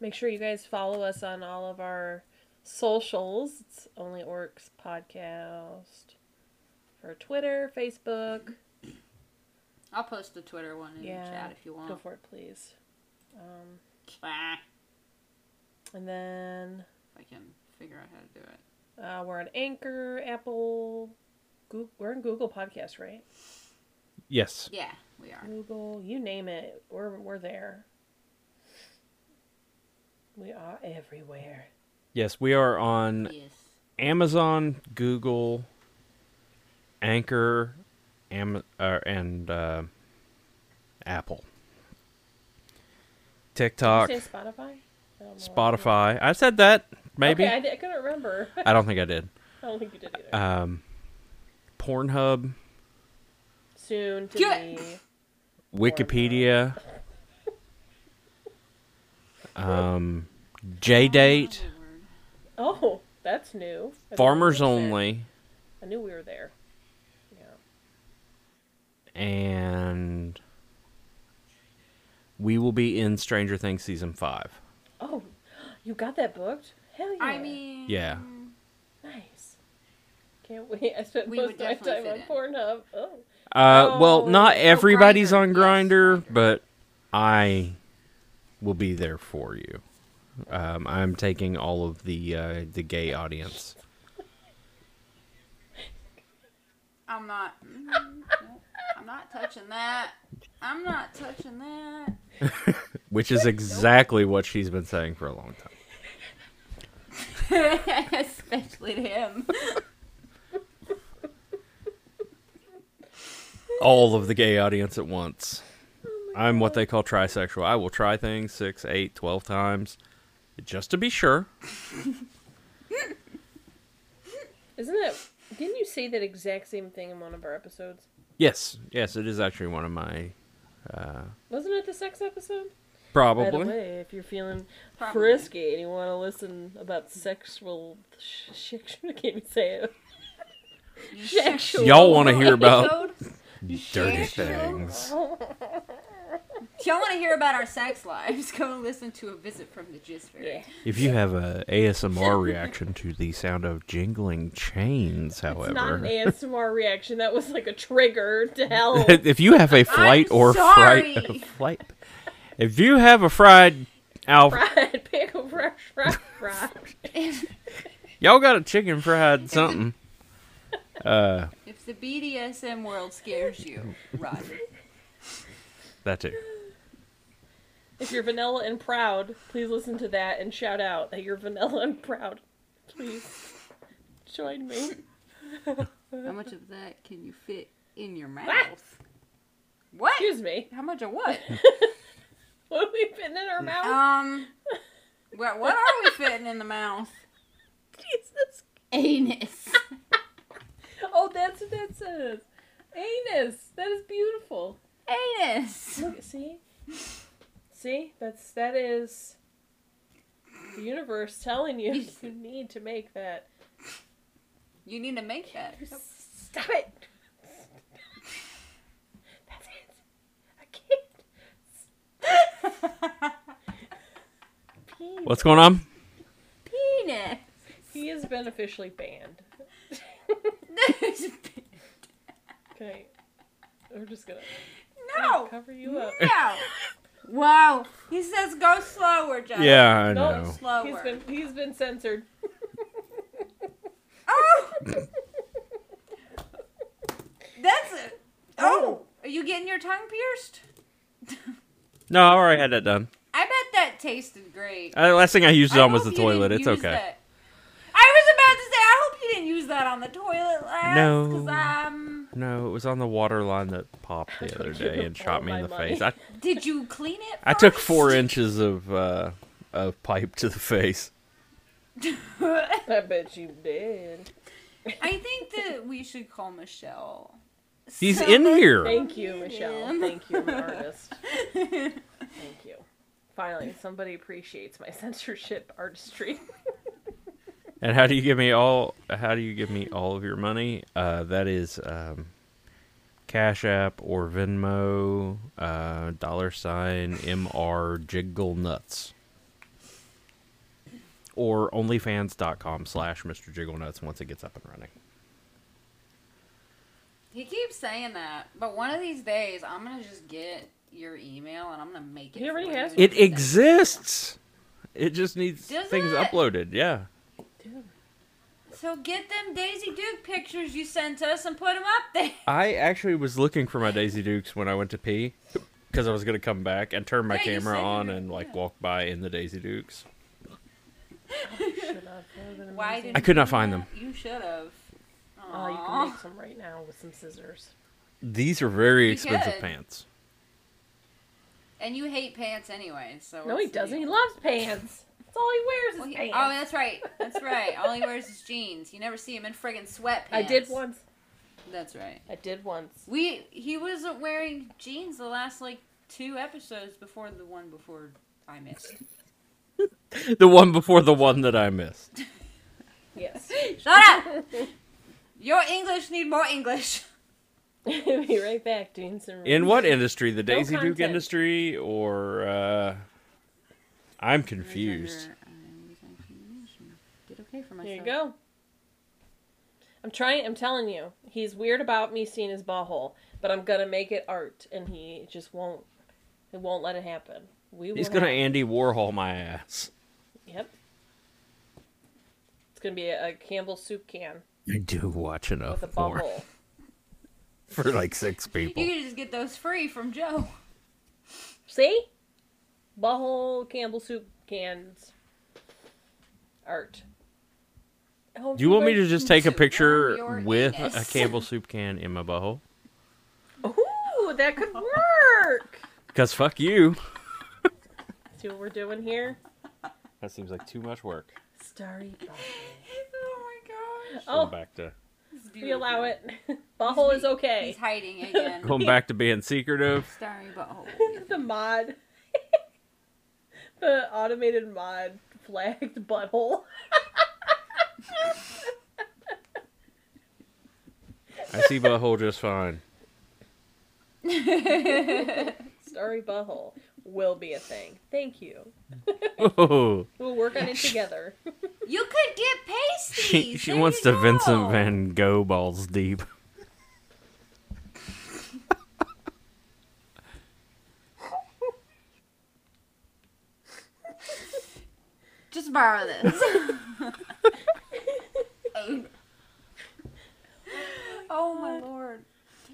B: Make sure you guys follow us on all of our socials. It's Only Orcs Podcast for Twitter, Facebook.
D: I'll post the Twitter one in
B: Yeah.
D: the chat if Mm-hmm. you want.
B: Go for it, please. Um,
D: Ah,
B: and then
D: if I can figure out how to do it.
B: uh, we're on Anchor, Apple, Google. We're in Google Podcast, right?
C: Yes.
D: Yeah, we are.
B: Google, you name it. We're, we're there. We are everywhere.
C: Yes, we are on
D: Yes.
C: Amazon, Google, Anchor, Am- uh, and uh, Apple. TikTok,
B: Did you say Spotify? I don't know.
C: Spotify. I said that, maybe.
B: Okay, I, di- I couldn't remember. (laughs) I
C: I don't think I did.
B: don't think you did either.
C: Um, Pornhub,
B: Soon to
D: Good.
B: be.
C: Wikipedia, um, JDate,
B: Oh, that's new. I didn't
C: Farmers
B: know we were there.
C: Only,
B: I knew we were there. Yeah.
C: and we will be in Stranger Things season five.
B: Oh, (gasps) you got that booked? Hell yeah.
D: I mean,
C: Yeah.
B: nice. Can't wait. (laughs) I spent
D: We
B: most of
D: would
B: my time
D: definitely
B: on
D: fit
B: Pornhub. Oh,
C: Uh, well,
B: Oh,
C: not everybody's
D: Grindr.
C: on
D: Yes,
C: Grinder,
D: Grindr.
C: but I will be there for you. Um, I'm taking all of the uh, the gay audience.
D: I'm not. mm, nope. I'm not touching that. I'm not touching that. (laughs)
C: Which is exactly what she's been saying for a long time.
D: Especially to him.
C: All of the gay audience at once. I'm what they call trisexual. I will try things six, eight, twelve times just to be sure.
B: isn't that? Didn't you say that exact same thing in one of our episodes?
C: Yes, yes, it is actually one of my
B: Wasn't it the sex episode? By the
C: probably.
B: way, if you're feeling
D: Probably.
B: frisky and you want to listen about sexual, sh- sh- (laughs) I can't even say it. (laughs) Sexual.
C: Y'all want
B: (laughs)
C: to hear about
D: Episode?
C: dirty
D: Sexual.
C: things.
D: If y'all want to hear about our sex lives, (laughs) go listen to a visit from the Gist Fairy.
B: Yeah.
C: If you have a ASMR reaction to the sound of jingling
B: It's
C: chains,
B: not an
C: however,
B: ASMR reaction. That was like a trigger to hell.
C: (laughs) if you have a flight
D: I'm
C: or fright,
D: sorry.
C: (laughs) flight, if you have a fried alf,
B: fried (laughs) pickle fresh fried fried.
C: y'all got a chicken
B: (laughs)
C: fried something. Uh,
D: If the BDSM world scares you,
C: (laughs)
D: run.
C: that too.
B: If you're vanilla and proud, please listen to that and shout out that you're vanilla and proud. Please join me.
D: How much of that can you fit in your mouth? What?
B: Excuse me. (laughs)
D: How much of what?
B: What have we been in our mouth?
D: Um, what, what are we fitting in the mouth?
B: Jesus.
D: Anus.
B: Oh, that's what that says. Anus. That is beautiful.
D: Anus.
B: Look, see, see, that's that is the universe telling you (laughs) you need to make that.
D: You need to make that.
B: Stop it! (laughs) That's it. I can't. Peen-
C: What's going on?
D: Penis.
B: He has been officially banned. Okay. We're just gonna
D: (laughs) no.
B: cover you up.
D: No. Wow. He says go slower, Jeff.
C: Yeah, I
B: Nope.
C: know.
D: Slower.
B: He's been he's been censored.
D: Oh. That's it. Oh. Are you getting your tongue pierced?
C: No, I already had that done.
D: I bet that tasted great.
C: Uh, last thing I used it
D: I
C: on was the
D: hope you didn't
C: toilet. It's
D: use
C: okay.
D: that. I was about to say, I hope you didn't use that on the toilet last.
C: No.
D: Cause, um,
C: No, it was on the water line that popped the other day and shot me in the face. I,
D: did you clean it?
C: I took
D: first?
C: four inches of uh, of pipe to the face.
B: I bet you did.
D: (laughs) I think that we should call Michelle.
C: He's
D: So-
C: in here.
B: Thank you, Michelle.
D: (laughs) him.
B: Thank you, I'm an artist. Thank you. Finally, somebody appreciates my (laughs) censorship
D: (laughs)
B: artistry.
C: And how do you give me all? How do you give me all of your money? Uh, that is um, Cash App or Venmo. Uh, dollar sign mr jiggle nuts. Or OnlyFans.com slash Mr. Jiggle Nuts once it gets up and running.
D: He keeps saying that, but one of these days I'm gonna just get your email and I'm gonna make it.
B: He already
D: for
B: has
D: you.
C: It exists. It just needs
D: Does
C: things
D: it?
C: uploaded. Yeah.
D: So get them Daisy Duke pictures you sent us and put them up there. (laughs)
C: I actually was looking for my Daisy Dukes when I went to pee because I was going to come back and turn my
D: Yeah, you
C: camera
D: said you
C: on
D: were-
C: and like
D: yeah.
C: walk by in the Daisy Dukes.
B: Should not have been
D: Why
B: amazing.
D: didn't
C: I could
D: you
C: not
D: do
C: find
D: that? You should have.
B: Oh, you can make some right now with some scissors.
C: These are very
D: You
C: expensive
D: could.
C: pants.
D: And you hate pants anyway, so
B: No,
D: what's
B: he
D: the
B: doesn't. He
D: deal?
B: loves pants. That's all he wears is
D: Oh, Well, he-
B: pants.
D: oh, that's right. That's right. All he wears is jeans. You never see him in friggin' sweatpants.
B: I did once.
D: That's right.
B: I did once.
D: We he wasn't wearing jeans the last like two episodes before the one before I missed.
B: (laughs)
C: The one before the one that I missed.
D: (laughs)
B: Yes. (laughs)
D: Shut up. Your English need more English.
B: we'll be right back doing some.
C: In what industry? The
B: No
C: Daisy Duke
B: content.
C: industry or uh I'm confused.
D: Did okay for myself.
B: There you go. I'm trying. I'm telling you, he's weird about me seeing his butthole, but I'm gonna make it art, and he just won't. It won't let it happen. We will
C: He's going to
B: have-
C: Andy Warhol my ass.
B: Yep. It's gonna be a, a Campbell soup can
C: I do watch enough
B: with a
C: porn
B: butthole.
C: for like six people.
D: You can just get those free
B: (laughs)
D: from Joe.
B: See? Butthole Campbell soup cans. Art. Oh,
C: Do you want me to
B: everybody-
C: just take a
D: to
C: picture
D: warm your
C: with a
D: anus.
C: Campbell soup can in my butthole?
B: Ooh, that could work.
C: Because fuck you.
B: See what we're doing here?
C: That seems like too much work.
B: Starry. butthole.
D: oh my gosh.
B: Oh,
C: back to
B: We allow it. (laughs) Butthole is okay. (laughs)
D: He's hiding again.
C: going back to being secretive.
D: Starry butthole.
B: (laughs) The mod. the automated mod flagged (laughs) butthole.
C: (laughs) I see butthole just fine.
B: Starry butthole will be a thing. Thank you.
C: (laughs) Oh,
B: We'll work on it together.
D: You could get pasties.
C: she she
D: There
C: wants to
D: you go.
C: Vincent Van Gogh balls deep.
D: Just borrow (laughs) this. oh my lord.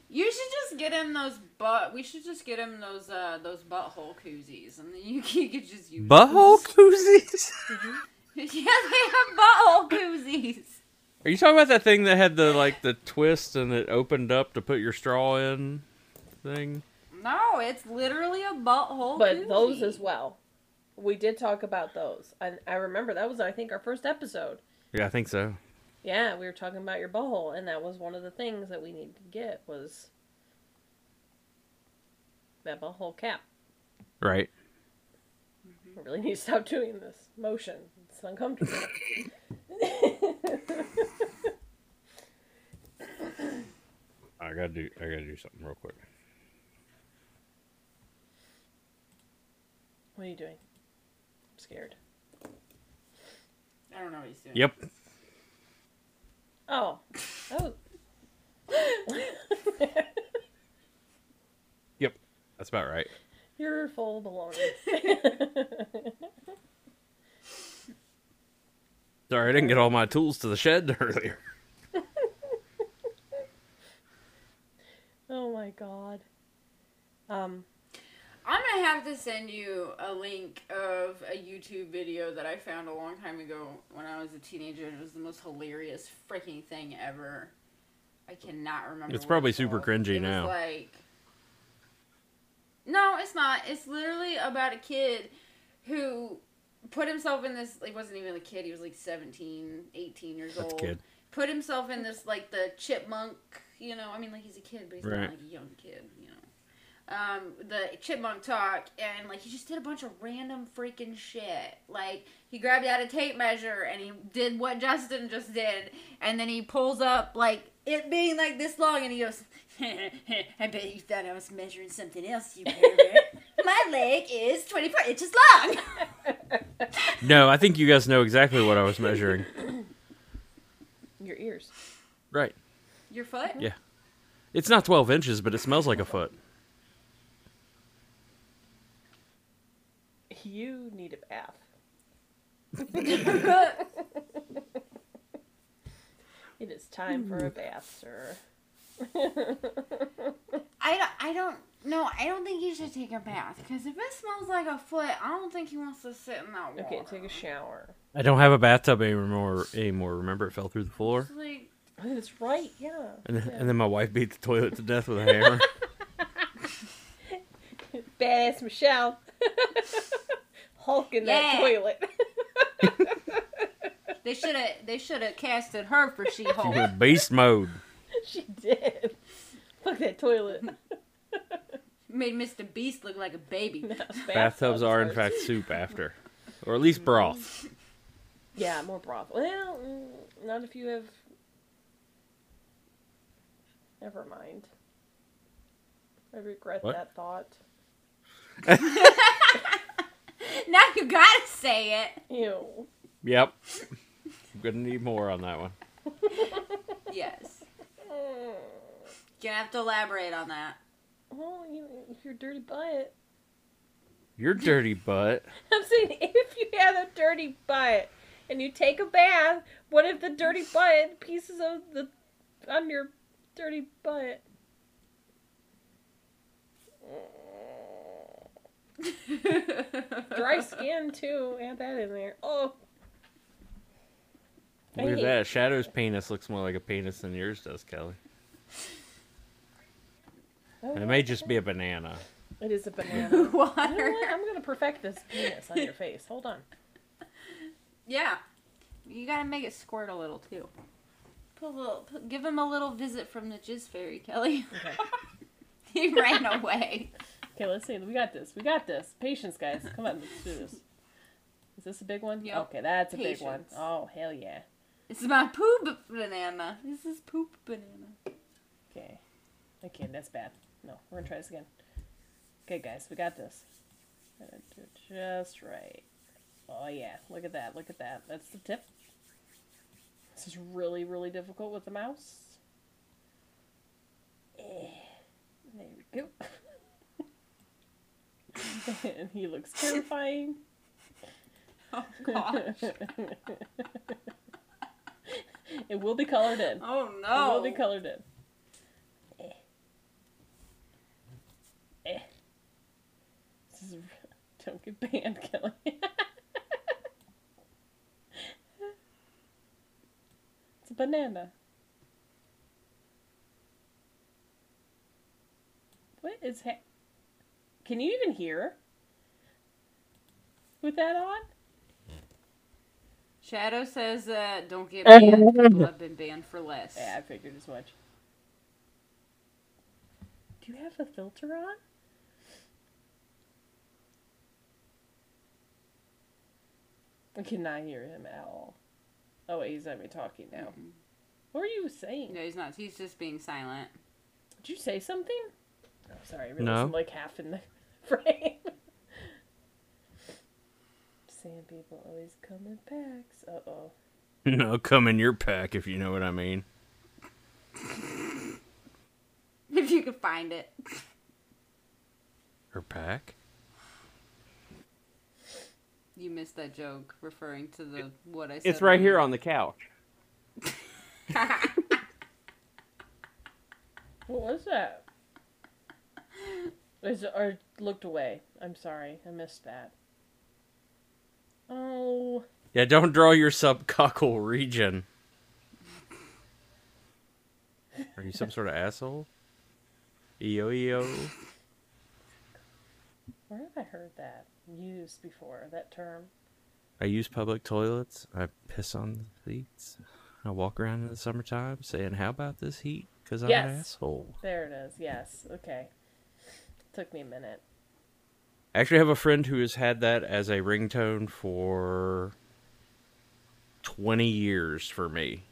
D: You should just get him those butt. We should just get him those uh those butthole koozies, and then you, (laughs) you could just use
C: Butthole
D: those. (laughs)
C: koozies.
D: yeah, they have butthole koozies.
C: (laughs) Are you talking about that thing that had the like the twist and it opened up to put your straw in? Thing.
D: No, it's literally a butthole.
B: but those
D: koozie.
B: as well. We did talk about those. I, I remember that was, I think, our first episode.
C: Yeah, I think so.
B: Yeah, we were talking about your butthole, and that was one of the things that we needed to get was that butthole cap.
C: Right.
B: I really need to stop doing this motion. It's uncomfortable.
G: I gotta do. I gotta do something real quick.
B: what are you doing? I'm scared.
D: I don't know what he's doing.
G: Yep.
B: Oh. Oh.
G: Yep. That's about right.
B: You're full of baloney.
G: Sorry, I didn't get all my tools to the
C: (laughs)
G: shed earlier.
B: oh my god. Um,
D: I'm gonna have to send you a link of a YouTube video that I found a long time ago when I was a teenager. It was the most hilarious freaking thing ever. I cannot remember.
C: It's
D: what
C: probably
D: it's
C: super
D: called.
C: cringy
D: It was
C: now.
D: Like, no, it's not. It's literally about a kid who put himself in this. He wasn't even a kid. He was like 17, 18 years
C: That's
D: old.
C: kid.
D: Put himself in this like the chipmunk. You know, I mean, like he's a kid, but he's
C: Right.
D: not like a young kid. You know um, the chipmunk talk and like he just did a bunch of random freaking shit like he grabbed out a tape measure and he did what justin just did and then he pulls up like it being like this long and he goes (laughs) i bet you thought i was measuring something else you pervert my leg is 24 inches long
C: No, I think you guys know exactly what I was measuring.
B: your ears.
C: right.
D: your foot
C: Yeah. It's not 12 inches, but it smells like a foot.
B: You need a bath. it is time for a bath, sir.
D: I don't, I don't no i don't think he should take a bath because if it smells like a foot i don't think he wants to sit in that water
B: Okay, take a shower.
C: I don't have a bathtub anymore. Anymore. Remember, it fell through the floor,
D: It's like
B: That's right, yeah.
C: and then, and then my wife beat the toilet to death with a (laughs) hammer.
B: Badass Michelle. (laughs) Hulk in that
D: Yeah.
B: toilet. (laughs)
D: They should have. They should have casted her
B: (laughs)
D: for She-Hulk.
C: We're beast mode.
B: she did. Fuck that toilet.
D: Made Mr. Beast look like a baby.
G: Bathtubs are, in fact, soup after, or at least broth.
B: Yeah, more broth. Well, mm, not if you have. Never mind. I regret
G: What?
B: that thought.
D: (laughs) Now you gotta say it.
B: Ew.
G: Yep. I'm gonna need more on that one.
D: Yes.
B: Mm.
D: Gonna have to elaborate on that.
B: Well, you, your dirty butt.
G: Your dirty butt.
B: I'm saying (laughs) if you have a dirty butt and you take a bath, what if the dirty butt pieces of the on your dirty butt?
D: (laughs)
B: Dry skin too. Add that in there. Oh, I
G: Look at
B: hate-
G: that. Shadow's penis looks more like a penis than yours does, Kelly. And it may just be a banana.
B: Oh, it is a
D: (laughs)
B: banana. You know
D: Water.
B: (laughs) what? I'm gonna perfect this penis on your face. Hold on.
D: Yeah. You gotta make it squirt a little too. Put a little. Put, give him a little visit from the Jizz Fairy, Kelly. (laughs) he ran away.
B: Okay, let's see. We got this. We got this. Patience, guys. Come on, let's do this. Is this a big one?
D: Yep.
B: Okay, that's a big one.
D: Patience.
B: Oh hell yeah.
D: This is my poop banana. This is poop banana.
B: Okay. Okay, that's bad. No, we're gonna try this again. Okay, guys, we got this. Gotta do it just right. Oh yeah, look at that! Look at that! That's the tip. This is really, really difficult with the mouse. Eh, There we go. (laughs) and he looks terrifying.
D: (laughs) Oh
B: (laughs)
D: gosh.
B: It will be colored in.
D: Oh
B: It
D: no.
B: will be colored in. Eh. Eh. This is, don't get banned, Kelly. (laughs) it's a banana. What is ha- Can you even hear? With that on?
D: Shadow says, uh, "Don't get banned. People have been banned for less."
B: Yeah, I figured as much. Do you have a filter on? I cannot hear him at all. Oh, wait, he's not even talking now. What were you saying?
D: No, he's not. He's just being silent. (laughs)
B: Did you say something? Oh, sorry. I realized
C: No.
B: I'm like half in the (laughs) frame. Sand people always come in packs. Uh oh.
C: (laughs) No, come in your pack if you know what I mean.
D: If you could find it.
C: Her pack?
D: You missed that joke referring to the what I said.
C: It's right here on the couch.
B: What was that? Is or looked away. I'm sorry. I missed that. Oh.
C: Yeah, don't draw your subcockle region. Are you some sort of asshole? Yo yo.
B: Where have I heard that used before? That term?
C: I use public toilets. I piss on the seats. I walk around in the summertime saying, "How about this heat?" Because I'm an
B: Yes.
C: asshole.
B: There it is. Yes. Okay. Took me a minute.
C: I actually have a friend who has had that as a ringtone for 20 years for me.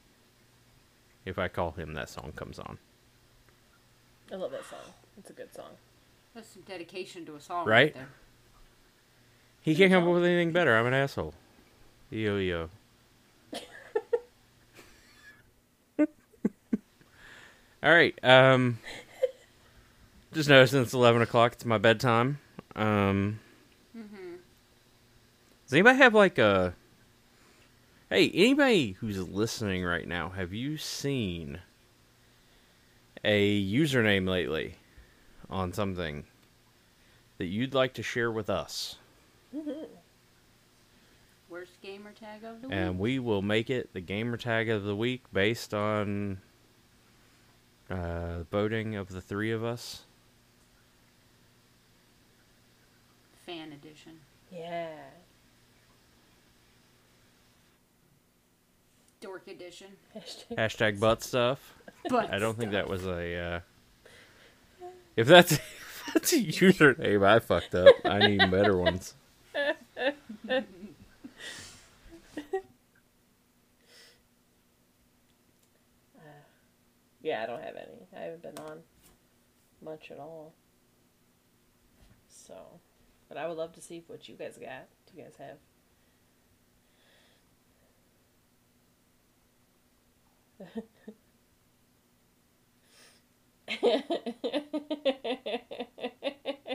C: If I call him, that song comes on.
B: I love that song. It's a good song.
D: That's some dedication to us all,
C: Right?
D: right? there.
C: He can't come up with anything better. I'm an asshole. Yo yo. (laughs) All right. Um, just noticed it's eleven o'clock. It's my bedtime. Um, Does anybody have like a? Hey, anybody who's listening right now, have you seen a username lately on something that you'd like to share with us?
D: Worst gamer tag of the week.
C: and we will make it the gamer tag of the week based on uh, voting of the three of us.
D: Fan edition.
B: Yeah. (laughs)
D: Dork edition.
B: Hashtag
C: Hashtag butt stuff. (laughs)
D: But
C: I don't think that was a. Uh, if that's (laughs) if that's a username, I fucked up. I need better ones. (laughs)
B: Yeah, I don't have any. I haven't been on much at all. So, but I would love to see what you guys got. Do you guys have? (laughs)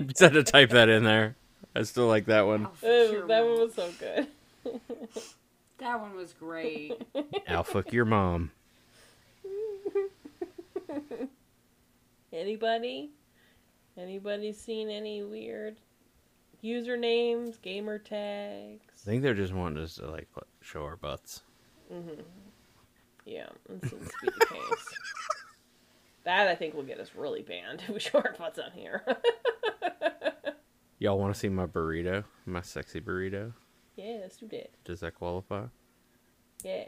C: Just had to type that in there. I still like that one.
B: Oh, that one was so good.
D: That one was
B: (laughs)
D: great.
C: I'll fuck your mom.
B: Anybody? Anybody seen any weird usernames, gamer
C: I
B: tags?
C: think they're just wanting us to like put- show our butts.
B: Yeah, that seems to be the case. That I think will get us really banned if we show our butts on here. (laughs)
C: Y'all want to see my burrito? My sexy burrito?
B: yeah, let's do that.
C: Does that qualify?
B: Yeah.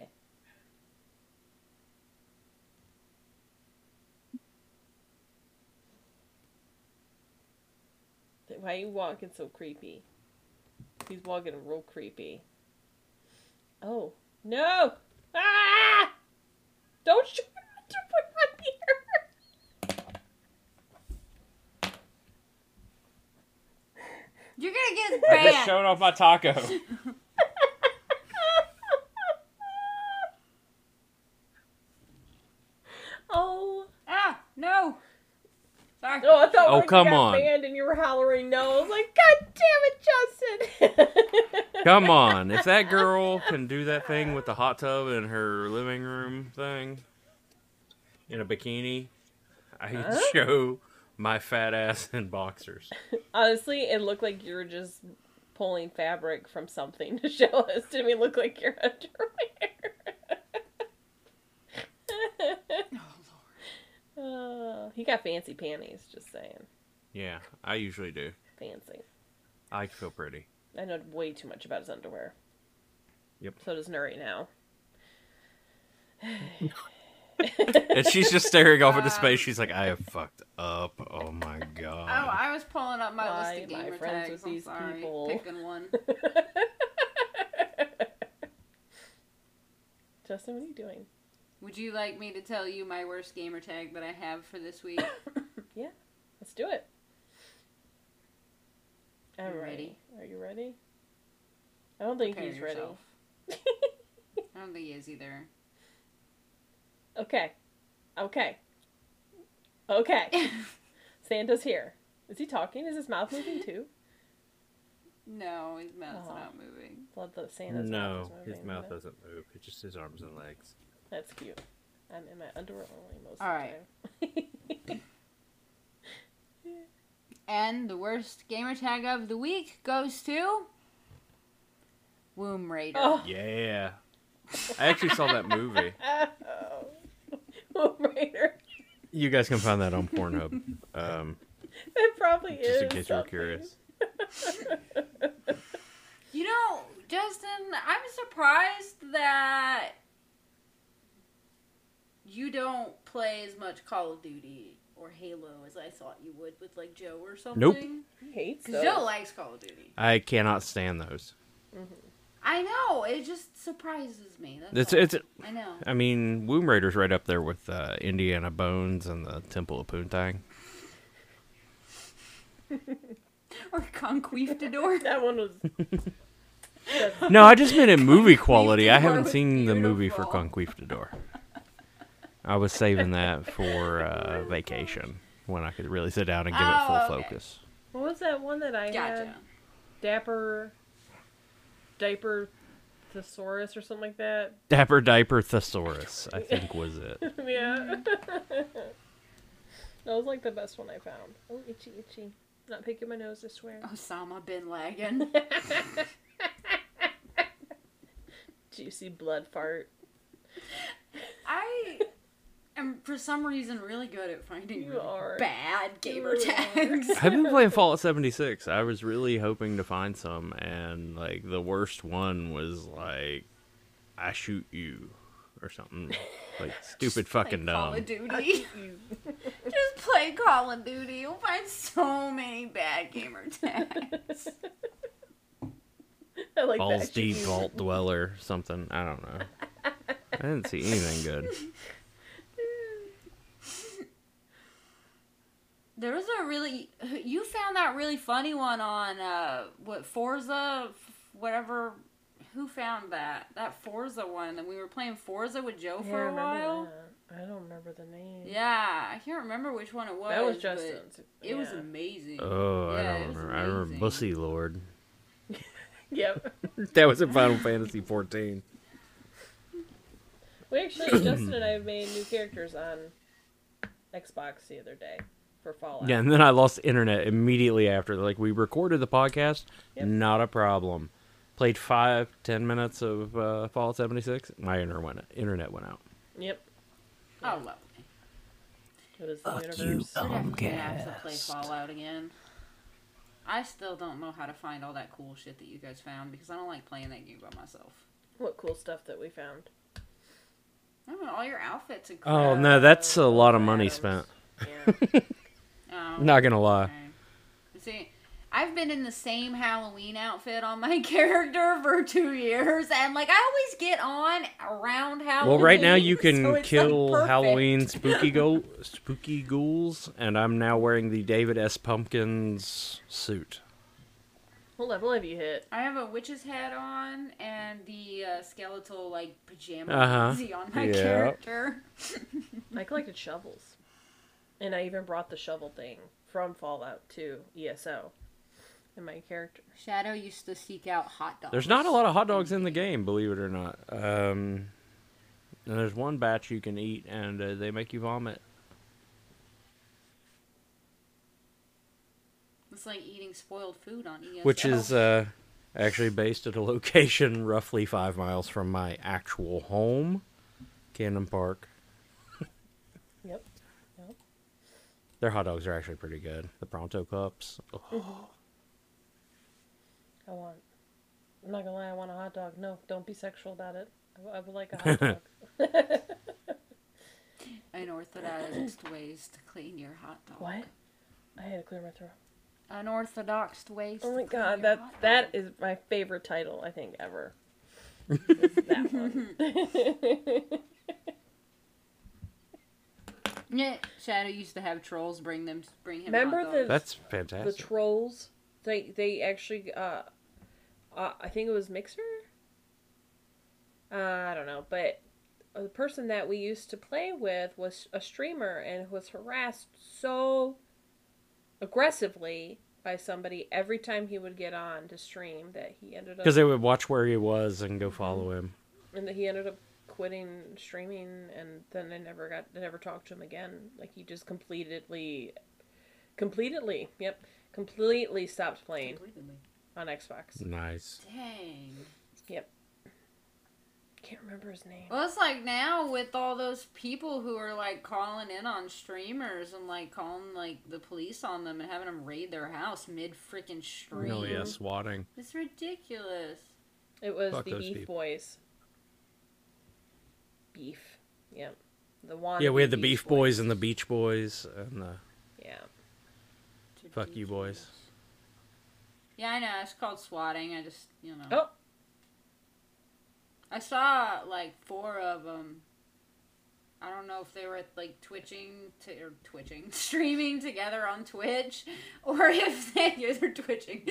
B: Th- Why you walking so creepy? He's walking real creepy. Oh no! Ah! Don't shoot to put my here. (laughs)
D: You're gonna get banned.
G: off my taco.
B: Oh.
D: Ah, no. Sorry.
B: Oh, I thought
C: Oh,
B: when you
C: come
B: got
C: on.
B: banned and you were hollering no. I was like, God damn it, Justin! (laughs)
C: Come on, if that girl can do that thing with the hot tub in her living room thing in a bikini, I can
B: Huh?
C: show my fat ass in boxers.
B: Honestly, it looked like you were just pulling fabric from something to (laughs) show us. Didn't we look like your (laughs) underwear? oh, you got fancy panties, just saying.
C: Yeah, I usually do.
B: Fancy.
C: I feel pretty.
B: I know way too much about his underwear.
C: Yep.
B: So does Nuri now. (sighs) (laughs)
C: And she's just staring off into space. She's like, I have fucked up. Oh my god.
D: Oh, I was pulling up my
B: Why
D: list of
B: am I
D: gamer
B: friends
D: tags.
B: with (laughs)
D: I'm
B: these
D: sorry.
B: people?
D: Picking one.
B: (laughs) Justin, what are you doing?
D: Would you like me to tell you my worst gamer tag that I have for this
B: (coughs)
D: week?
B: Let's do it. I'm
D: You
B: ready. Are you ready? I don't think
D: Prepare
B: he's
D: yourself.
B: ready.
D: I don't think he is either.
B: okay. Okay. Okay.
D: (laughs)
B: Santa's here. Is he talking? Is his mouth
D: (laughs)
B: moving too?
D: no, his mouth's
B: Aw.
D: not moving.
B: Love that Santa's mouth
C: No,
B: is moving.
C: his mouth
B: but-
C: doesn't move. It's just his arms and legs.
B: That's cute. I'm in my underwear only most
D: All
B: of
D: right.
B: the time.
D: And the worst gamer tag of the week goes to Womb Raider.
B: Oh. (laughs)
C: Yeah. I actually saw that movie.
B: Oh. Womb Raider.
C: You guys can find that on Pornhub. Um,
B: It probably is.
C: just in case you're
B: something.
C: curious.
D: You know, Justin, I'm surprised that you don't play as much Call of Duty or Halo as I thought you would with like Joe or something.
B: He hates
D: 'Cause
B: those.
D: Joe likes Call of Duty.
C: I cannot stand those.
D: I know. It just surprises me. That's
C: It's
D: all.
C: it's.
D: I know.
C: I mean, Womb Raider's right up there with uh, Indiana Bones and the Temple of Poontang.
D: Or
B: (laughs)
D: Conquistador.
B: That one was.
C: (laughs) No, I just meant in movie quality. I haven't
D: was
C: seen the movie for
D: beautiful.
C: Conquistador. I was saving that for uh, vacation when I could really sit down and give it
D: Oh,
C: full
D: okay.
C: focus.
B: What was that one that I had?
D: Gotcha.
B: Dapper. Diaper Thesaurus or something like that. (laughs)
C: Dapper Diaper Thesaurus, I think was it.
B: yeah.
D: Mm-hmm.
B: (laughs) that was like the best one I found. Oh, itchy, itchy. Not picking my nose, I
D: (laughs)
B: swear.
D: Osama
B: (laughs)
D: bin Laden.
B: Juicy blood
D: (laughs)
B: fart.
D: I am, for some reason, really good at finding
B: You
D: really
B: are.
D: bad gamer
B: really are. (laughs)
D: tags.
C: I've been playing Fallout 76. I was really hoping to find some, and like the worst one was like, I shoot you or something.
D: (laughs)
C: Like stupid fucking
D: Like Call
C: dumb.
D: of Duty. (laughs) Just play Call of Duty. You'll find so many bad gamer
B: (laughs)
D: tags.
B: I like
C: Balls
B: that. She-
C: deep vault dweller, something. I don't know. I didn't see anything
D: (laughs)
C: good.
D: there was a really you found that really funny one on uh what Forza f- whatever who found that that Forza one and we were playing Forza with Joe
B: Yeah, I
D: for a
B: remember
D: while.
B: that. I don't remember the name.
D: Yeah, I can't remember which one it was.
B: that was
D: but
B: Justin's.
D: It was
B: Yeah.
D: amazing.
C: Oh, I
D: Yeah, it
C: don't
D: was
C: remember. I remember
D: amazing.
C: Bussy Lord.
B: (laughs) Yep.
C: That was in Final Fantasy 14.
B: We
C: (coughs)
B: actually, Justin and I made new characters on Xbox the other day for Fallout.
C: (laughs) Yeah, and then I lost internet immediately after. Like we recorded the podcast,
B: Yep.
C: not a problem. Played five, ten minutes of uh, Fallout 76. My internet went internet went out.
B: Yep.
D: Oh, lovely.
B: It was the universe.
D: We're
E: um,
C: Um,
D: definitely gonna have to play Fallout again. I still don't know how to find all that cool shit that you guys found because I don't like playing that game by myself.
B: What cool stuff that we (laughs) found.
D: I mean, all your outfits and crap.
C: Oh no, that's a lot of money
B: Adams.
C: spent.
B: Yeah.
D: Oh,
C: Not gonna lie.
D: okay. See, I've been in the same Halloween outfit on my (laughs) character for two years, and like I always get on around Halloween.
C: Well, right now you
D: so
C: can
D: it's, like,
C: kill
D: perfect.
C: Halloween spooky go- spooky ghouls, and I'm now wearing the David S. Pumpkins suit.
B: what level have you hit?
D: I have a witch's hat on and the uh, skeletal like pajama
C: Uh-huh.
D: onesie (laughs) on my
C: Yeah.
D: character.
B: I collected shovels. And I even brought the shovel thing from Fallout to ESO in my character.
D: Shadow used to seek out hot dogs.
C: There's not a lot of hot dogs in the game, believe it or not. Um, and there's one batch you can eat, and uh, they make you vomit.
D: It's like eating spoiled food on E ESO.
C: which is uh, actually based at a (laughs) location roughly five miles from my actual home, Cannon Park.
B: Yep.
C: Their hot dogs are actually pretty good. The Pronto cups. Oh, Ugh.
B: I want. I'm not gonna lie, I want a hot dog. No, don't be sexual about it. I w- I would like a hot dog.
D: unorthodox ways to clean your hot dog.
B: What? I had to clear my throat.
D: Unorthodox ways.
B: Oh
D: to
B: my
D: clean your
B: god, that
D: hot
B: that (laughs)
D: dog.
B: is my favorite title I think ever. That one. (laughs)
D: Yeah, Shadow used to have trolls bring them, bring him.
B: Remember
D: hot
B: the-
D: dogs.
G: That's
B: the
G: fantastic.
B: trolls. They they actually uh, uh I think it was Mixer. Uh, I don't know, but uh, the person that we used to play with was a streamer and was harassed so aggressively by somebody every time he would get on to stream that he ended up
C: Because they would watch where he was and go follow him.
B: and that he ended up quitting streaming and then I never got I never talked to him again. Like he just completely completely, yep, completely stopped playing on Xbox.
C: Mm. Nice.
D: Dang.
B: Yep. Can't remember his name.
D: Well, it's like now with all those people who are like calling in on streamers and like calling like the police on them and having them raid their house mid freaking stream.
C: Oh yeah, swatting.
D: It's ridiculous.
B: It was
C: Fuck
B: the
C: those
B: Beef
C: people.
B: Boys. Beef. Yep. The one
C: Yeah, we had the Beef Boys and the Beach Boys and the
B: Yeah.
C: Fuck you boys.
D: Yeah, I know. It's called swatting. I just, you know.
B: Oh.
D: I saw like four of them. I don't know if they were like twitching to or twitching (laughs) streaming together on Twitch, (laughs) or if they (laughs) yeah, they're twitching.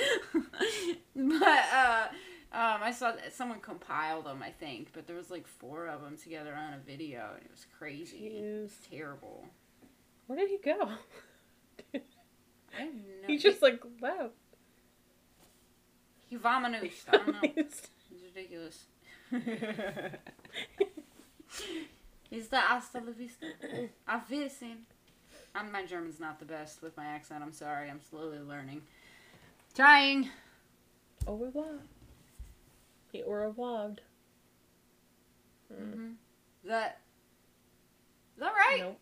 D: but uh, um, I saw that someone compiled them, I think. But there was like four of them together on a video, and it was crazy. It was terrible.
B: Where did he go? (laughs)
D: I have no,
B: He just like left.
D: he vomited.
B: (laughs)
D: I don't know.
B: He's-
D: It's ridiculous. Is the hasta la vista? Auf Wiedersehen. I'm, my German's not the best with my accent. I'm sorry. I'm slowly learning. Trying.
B: Au revoir. He au revoir.
D: Is that, is that right?
B: Nope.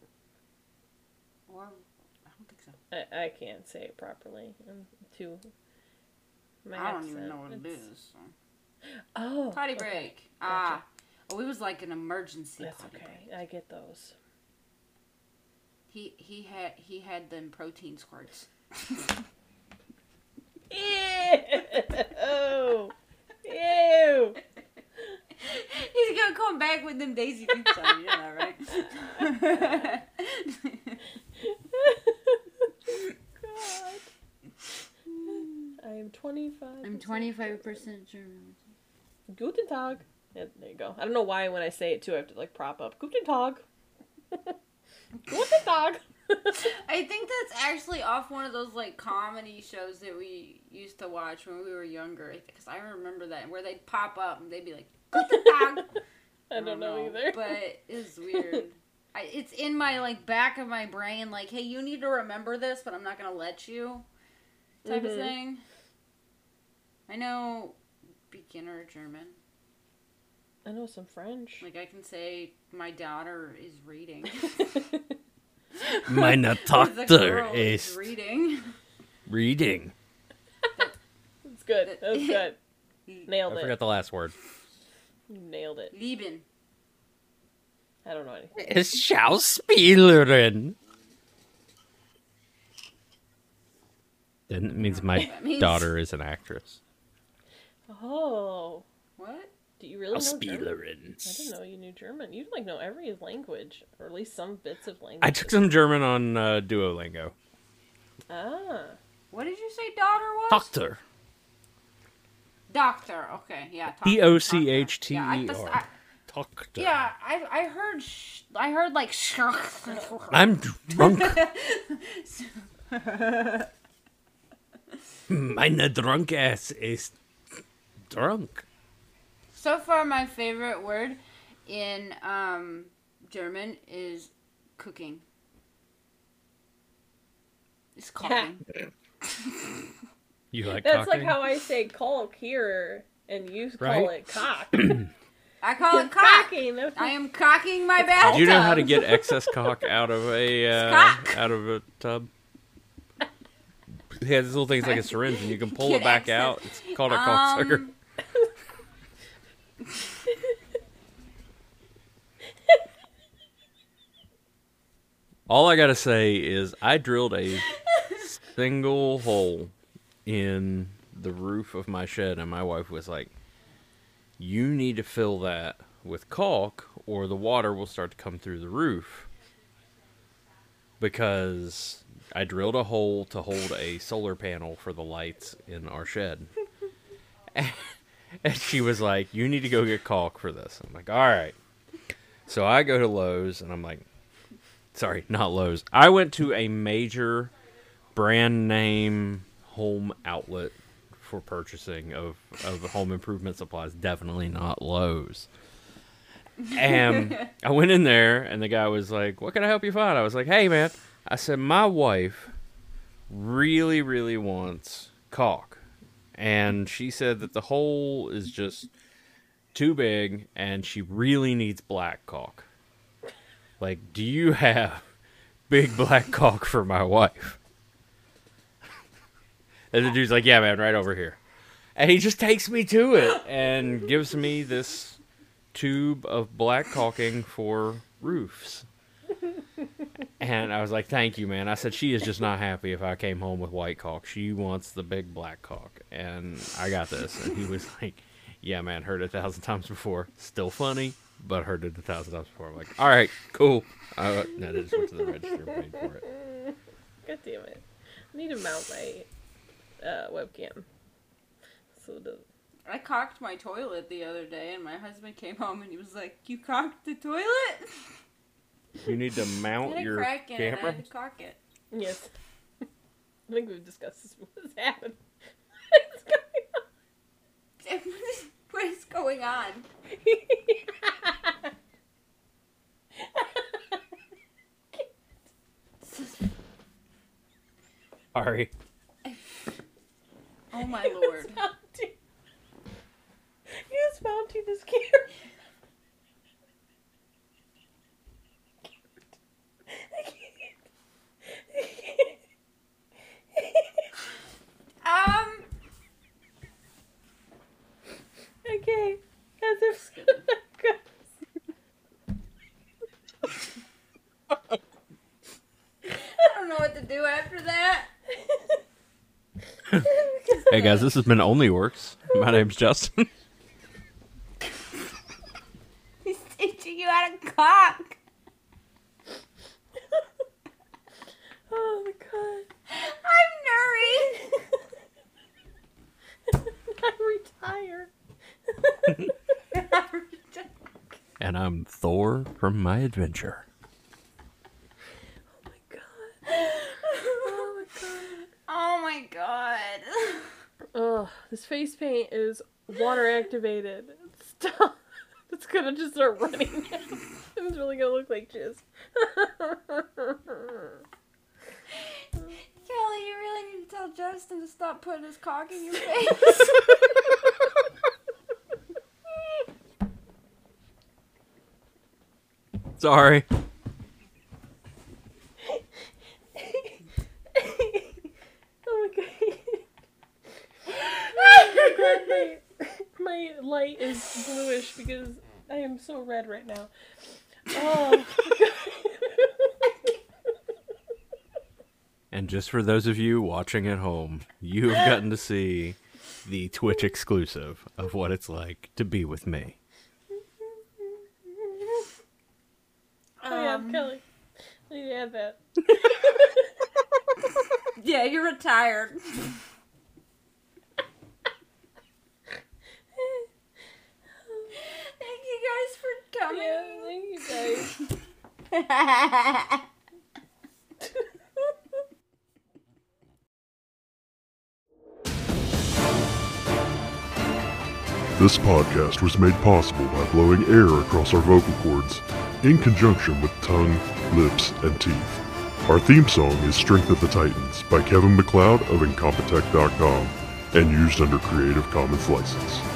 D: Or, I don't think so.
B: I, I can't say it properly. I'm too. My
D: I don't even
B: accent,
D: know what it
B: it's-
D: is.
B: Oh,
D: Potty
B: okay.
D: break. Ah.
B: Gotcha.
D: Oh, it was like an emergency
B: That's
D: potty break.
B: okay. I get those. (laughs)
D: He he had he had them protein squirts.
B: Ew! Ew!
D: (laughs) He's gonna come back with them Daisy
B: (laughs)
D: Dukes on you, you know, right?
B: God. I am 25.
D: I'm 25% German.
B: Guten Tag. Yeah, there you go. I don't know why when I say it too, I have to like prop up. Guten Tag. (laughs) Guten Tag.
D: I think that's actually off one of those like comedy shows that we used to watch when we were younger. Because I remember that where they'd pop up and they'd be like,
B: (laughs)
D: "Guten Tag."
B: I don't know either.
D: But
B: (laughs)
D: it's weird. I, it's in my like back of my brain, like, hey, you need to remember this, but I'm not gonna let you, type of
B: Mhm.
D: thing. I know beginner German.
B: I know some French.
D: Like I can say my daughter is
G: (laughs)
D: reading. (laughs)
G: Meine
D: the
G: Tochter
D: girl is
G: ist
D: reading.
G: reading.
B: That's good. That was good. Nailed
G: I
B: it.
G: forgot the last word.
B: You nailed it.
D: Lieben.
B: I don't know anything.
G: Ist Schauspielerin. Then it means my
D: that means.
G: daughter is an actress.
B: Oh.
D: What?
B: Do you really know German? I didn't know you knew German. You like know every language, or at least some bits of language.
G: I took some German on uh, Duolingo.
B: Ah,
D: What did you say daughter was?
G: Tochter.
D: Doctor. Okay. Yeah. talk-
G: D O C H
D: doctor.
G: T E
D: Yeah, I just- I-
G: R. Tochter.
D: Yeah, I I heard sh- I heard like sh- (laughs)
G: I'm drunk. Meine Hmm, drunk ass is drunk.
D: So far my favorite word in um German is cooking. It's cooking.
G: You like
B: that's
G: cocking?
B: like how I say "colk" here, and you call
G: Right?
B: it "cock."
D: I call it cock.
B: Cocking. that's-
D: I am cocking my
G: Do
D: bathtub.
G: you know how to get excess cock out of
D: (laughs)
G: a uh,
D: Cock.
G: out of a tub? It has these little things like a syringe, and you can pull
D: Get
G: it back
D: excess-
G: out. It's called a cocksucker.
D: Um,
G: All I gotta say is I drilled a single hole in the roof of my shed, and my wife was like,
C: you need to fill that with caulk or the water will start to come through the roof because I drilled a hole to hold a solar panel for the lights in our shed. And she was like, You need to go get caulk for this. I'm like, All right. So I go to Lowe's and I'm like, Sorry, not Lowe's. I went to a major brand name home outlet for purchasing of, of home improvement supplies. Definitely not Lowe's. And I went in there and the guy was like, What can I help you find? I was like, Hey, man. I said, My wife really, really wants caulk. And she said that the hole is just too big and she really needs black caulk. Like, do you have big black caulk for my wife? And the dude's like, Yeah, man, right over here. And he just takes me to it and gives me this tube of black caulking for roofs. And I was like, "Thank you, man." I said, "She is just not happy if I came home with white caulk. She wants the big black caulk." And I got this. And he was like, "Yeah, man, heard it a thousand times before. Still funny, but heard it a thousand times before." I'm like, "All right, cool." I, no, they just went to the register and paid for it.
B: God damn it. I need to mount my uh, webcam. So the
D: I cocked my toilet the other day, and my husband came home and he was like, "You cocked the toilet?
C: You need to
D: I
C: mount
D: had a
C: Oh, your
D: crack in it. I
C: camera.
D: had to cock it. (laughs)
B: Yes. (laughs) I think we've discussed this. What's happened?
D: what is going on?
C: Sorry.
D: Oh my
B: (laughs)
D: lord!
B: He was mounting his camera. (laughs)
D: Um,
B: Okay, that's it.
D: I don't know what to do after that. (laughs)
C: Hey guys, this has been Only Works. My name's Justin.
D: He's teaching you how to cock.
B: (laughs) Oh my god.
D: I'm Nuri.
B: (laughs) I retire.
C: (laughs) and I'm Thor from My Adventure.
B: Oh my god.
D: (laughs) oh my god! (laughs)
B: Ugh, this face paint is water activated. Stop. (laughs) It's gonna just start running. (laughs) it's really gonna look like (laughs) jizz. Oh,
D: Kelly, you really need to tell Justin to stop putting his cock in your face.
C: Sorry.
B: oh my god. Oh my, god, (laughs) my my light is bluish because I am so red right now. (laughs) Oh,
C: And just for those of you watching at home, you have gotten to see the Twitch exclusive of what it's like to be with me.
B: oh yeah, Kelly. I need to add that.
D: yeah, you're (laughs) retired. Thank you guys for coming.
B: Yeah, thank you guys.
D: (laughs)
A: This podcast was made possible by blowing air across our vocal cords in conjunction with tongue, lips, and teeth. Our theme song is Strength of the Titans by Kevin McLeod of Incompetech.com and used under Creative Commons license.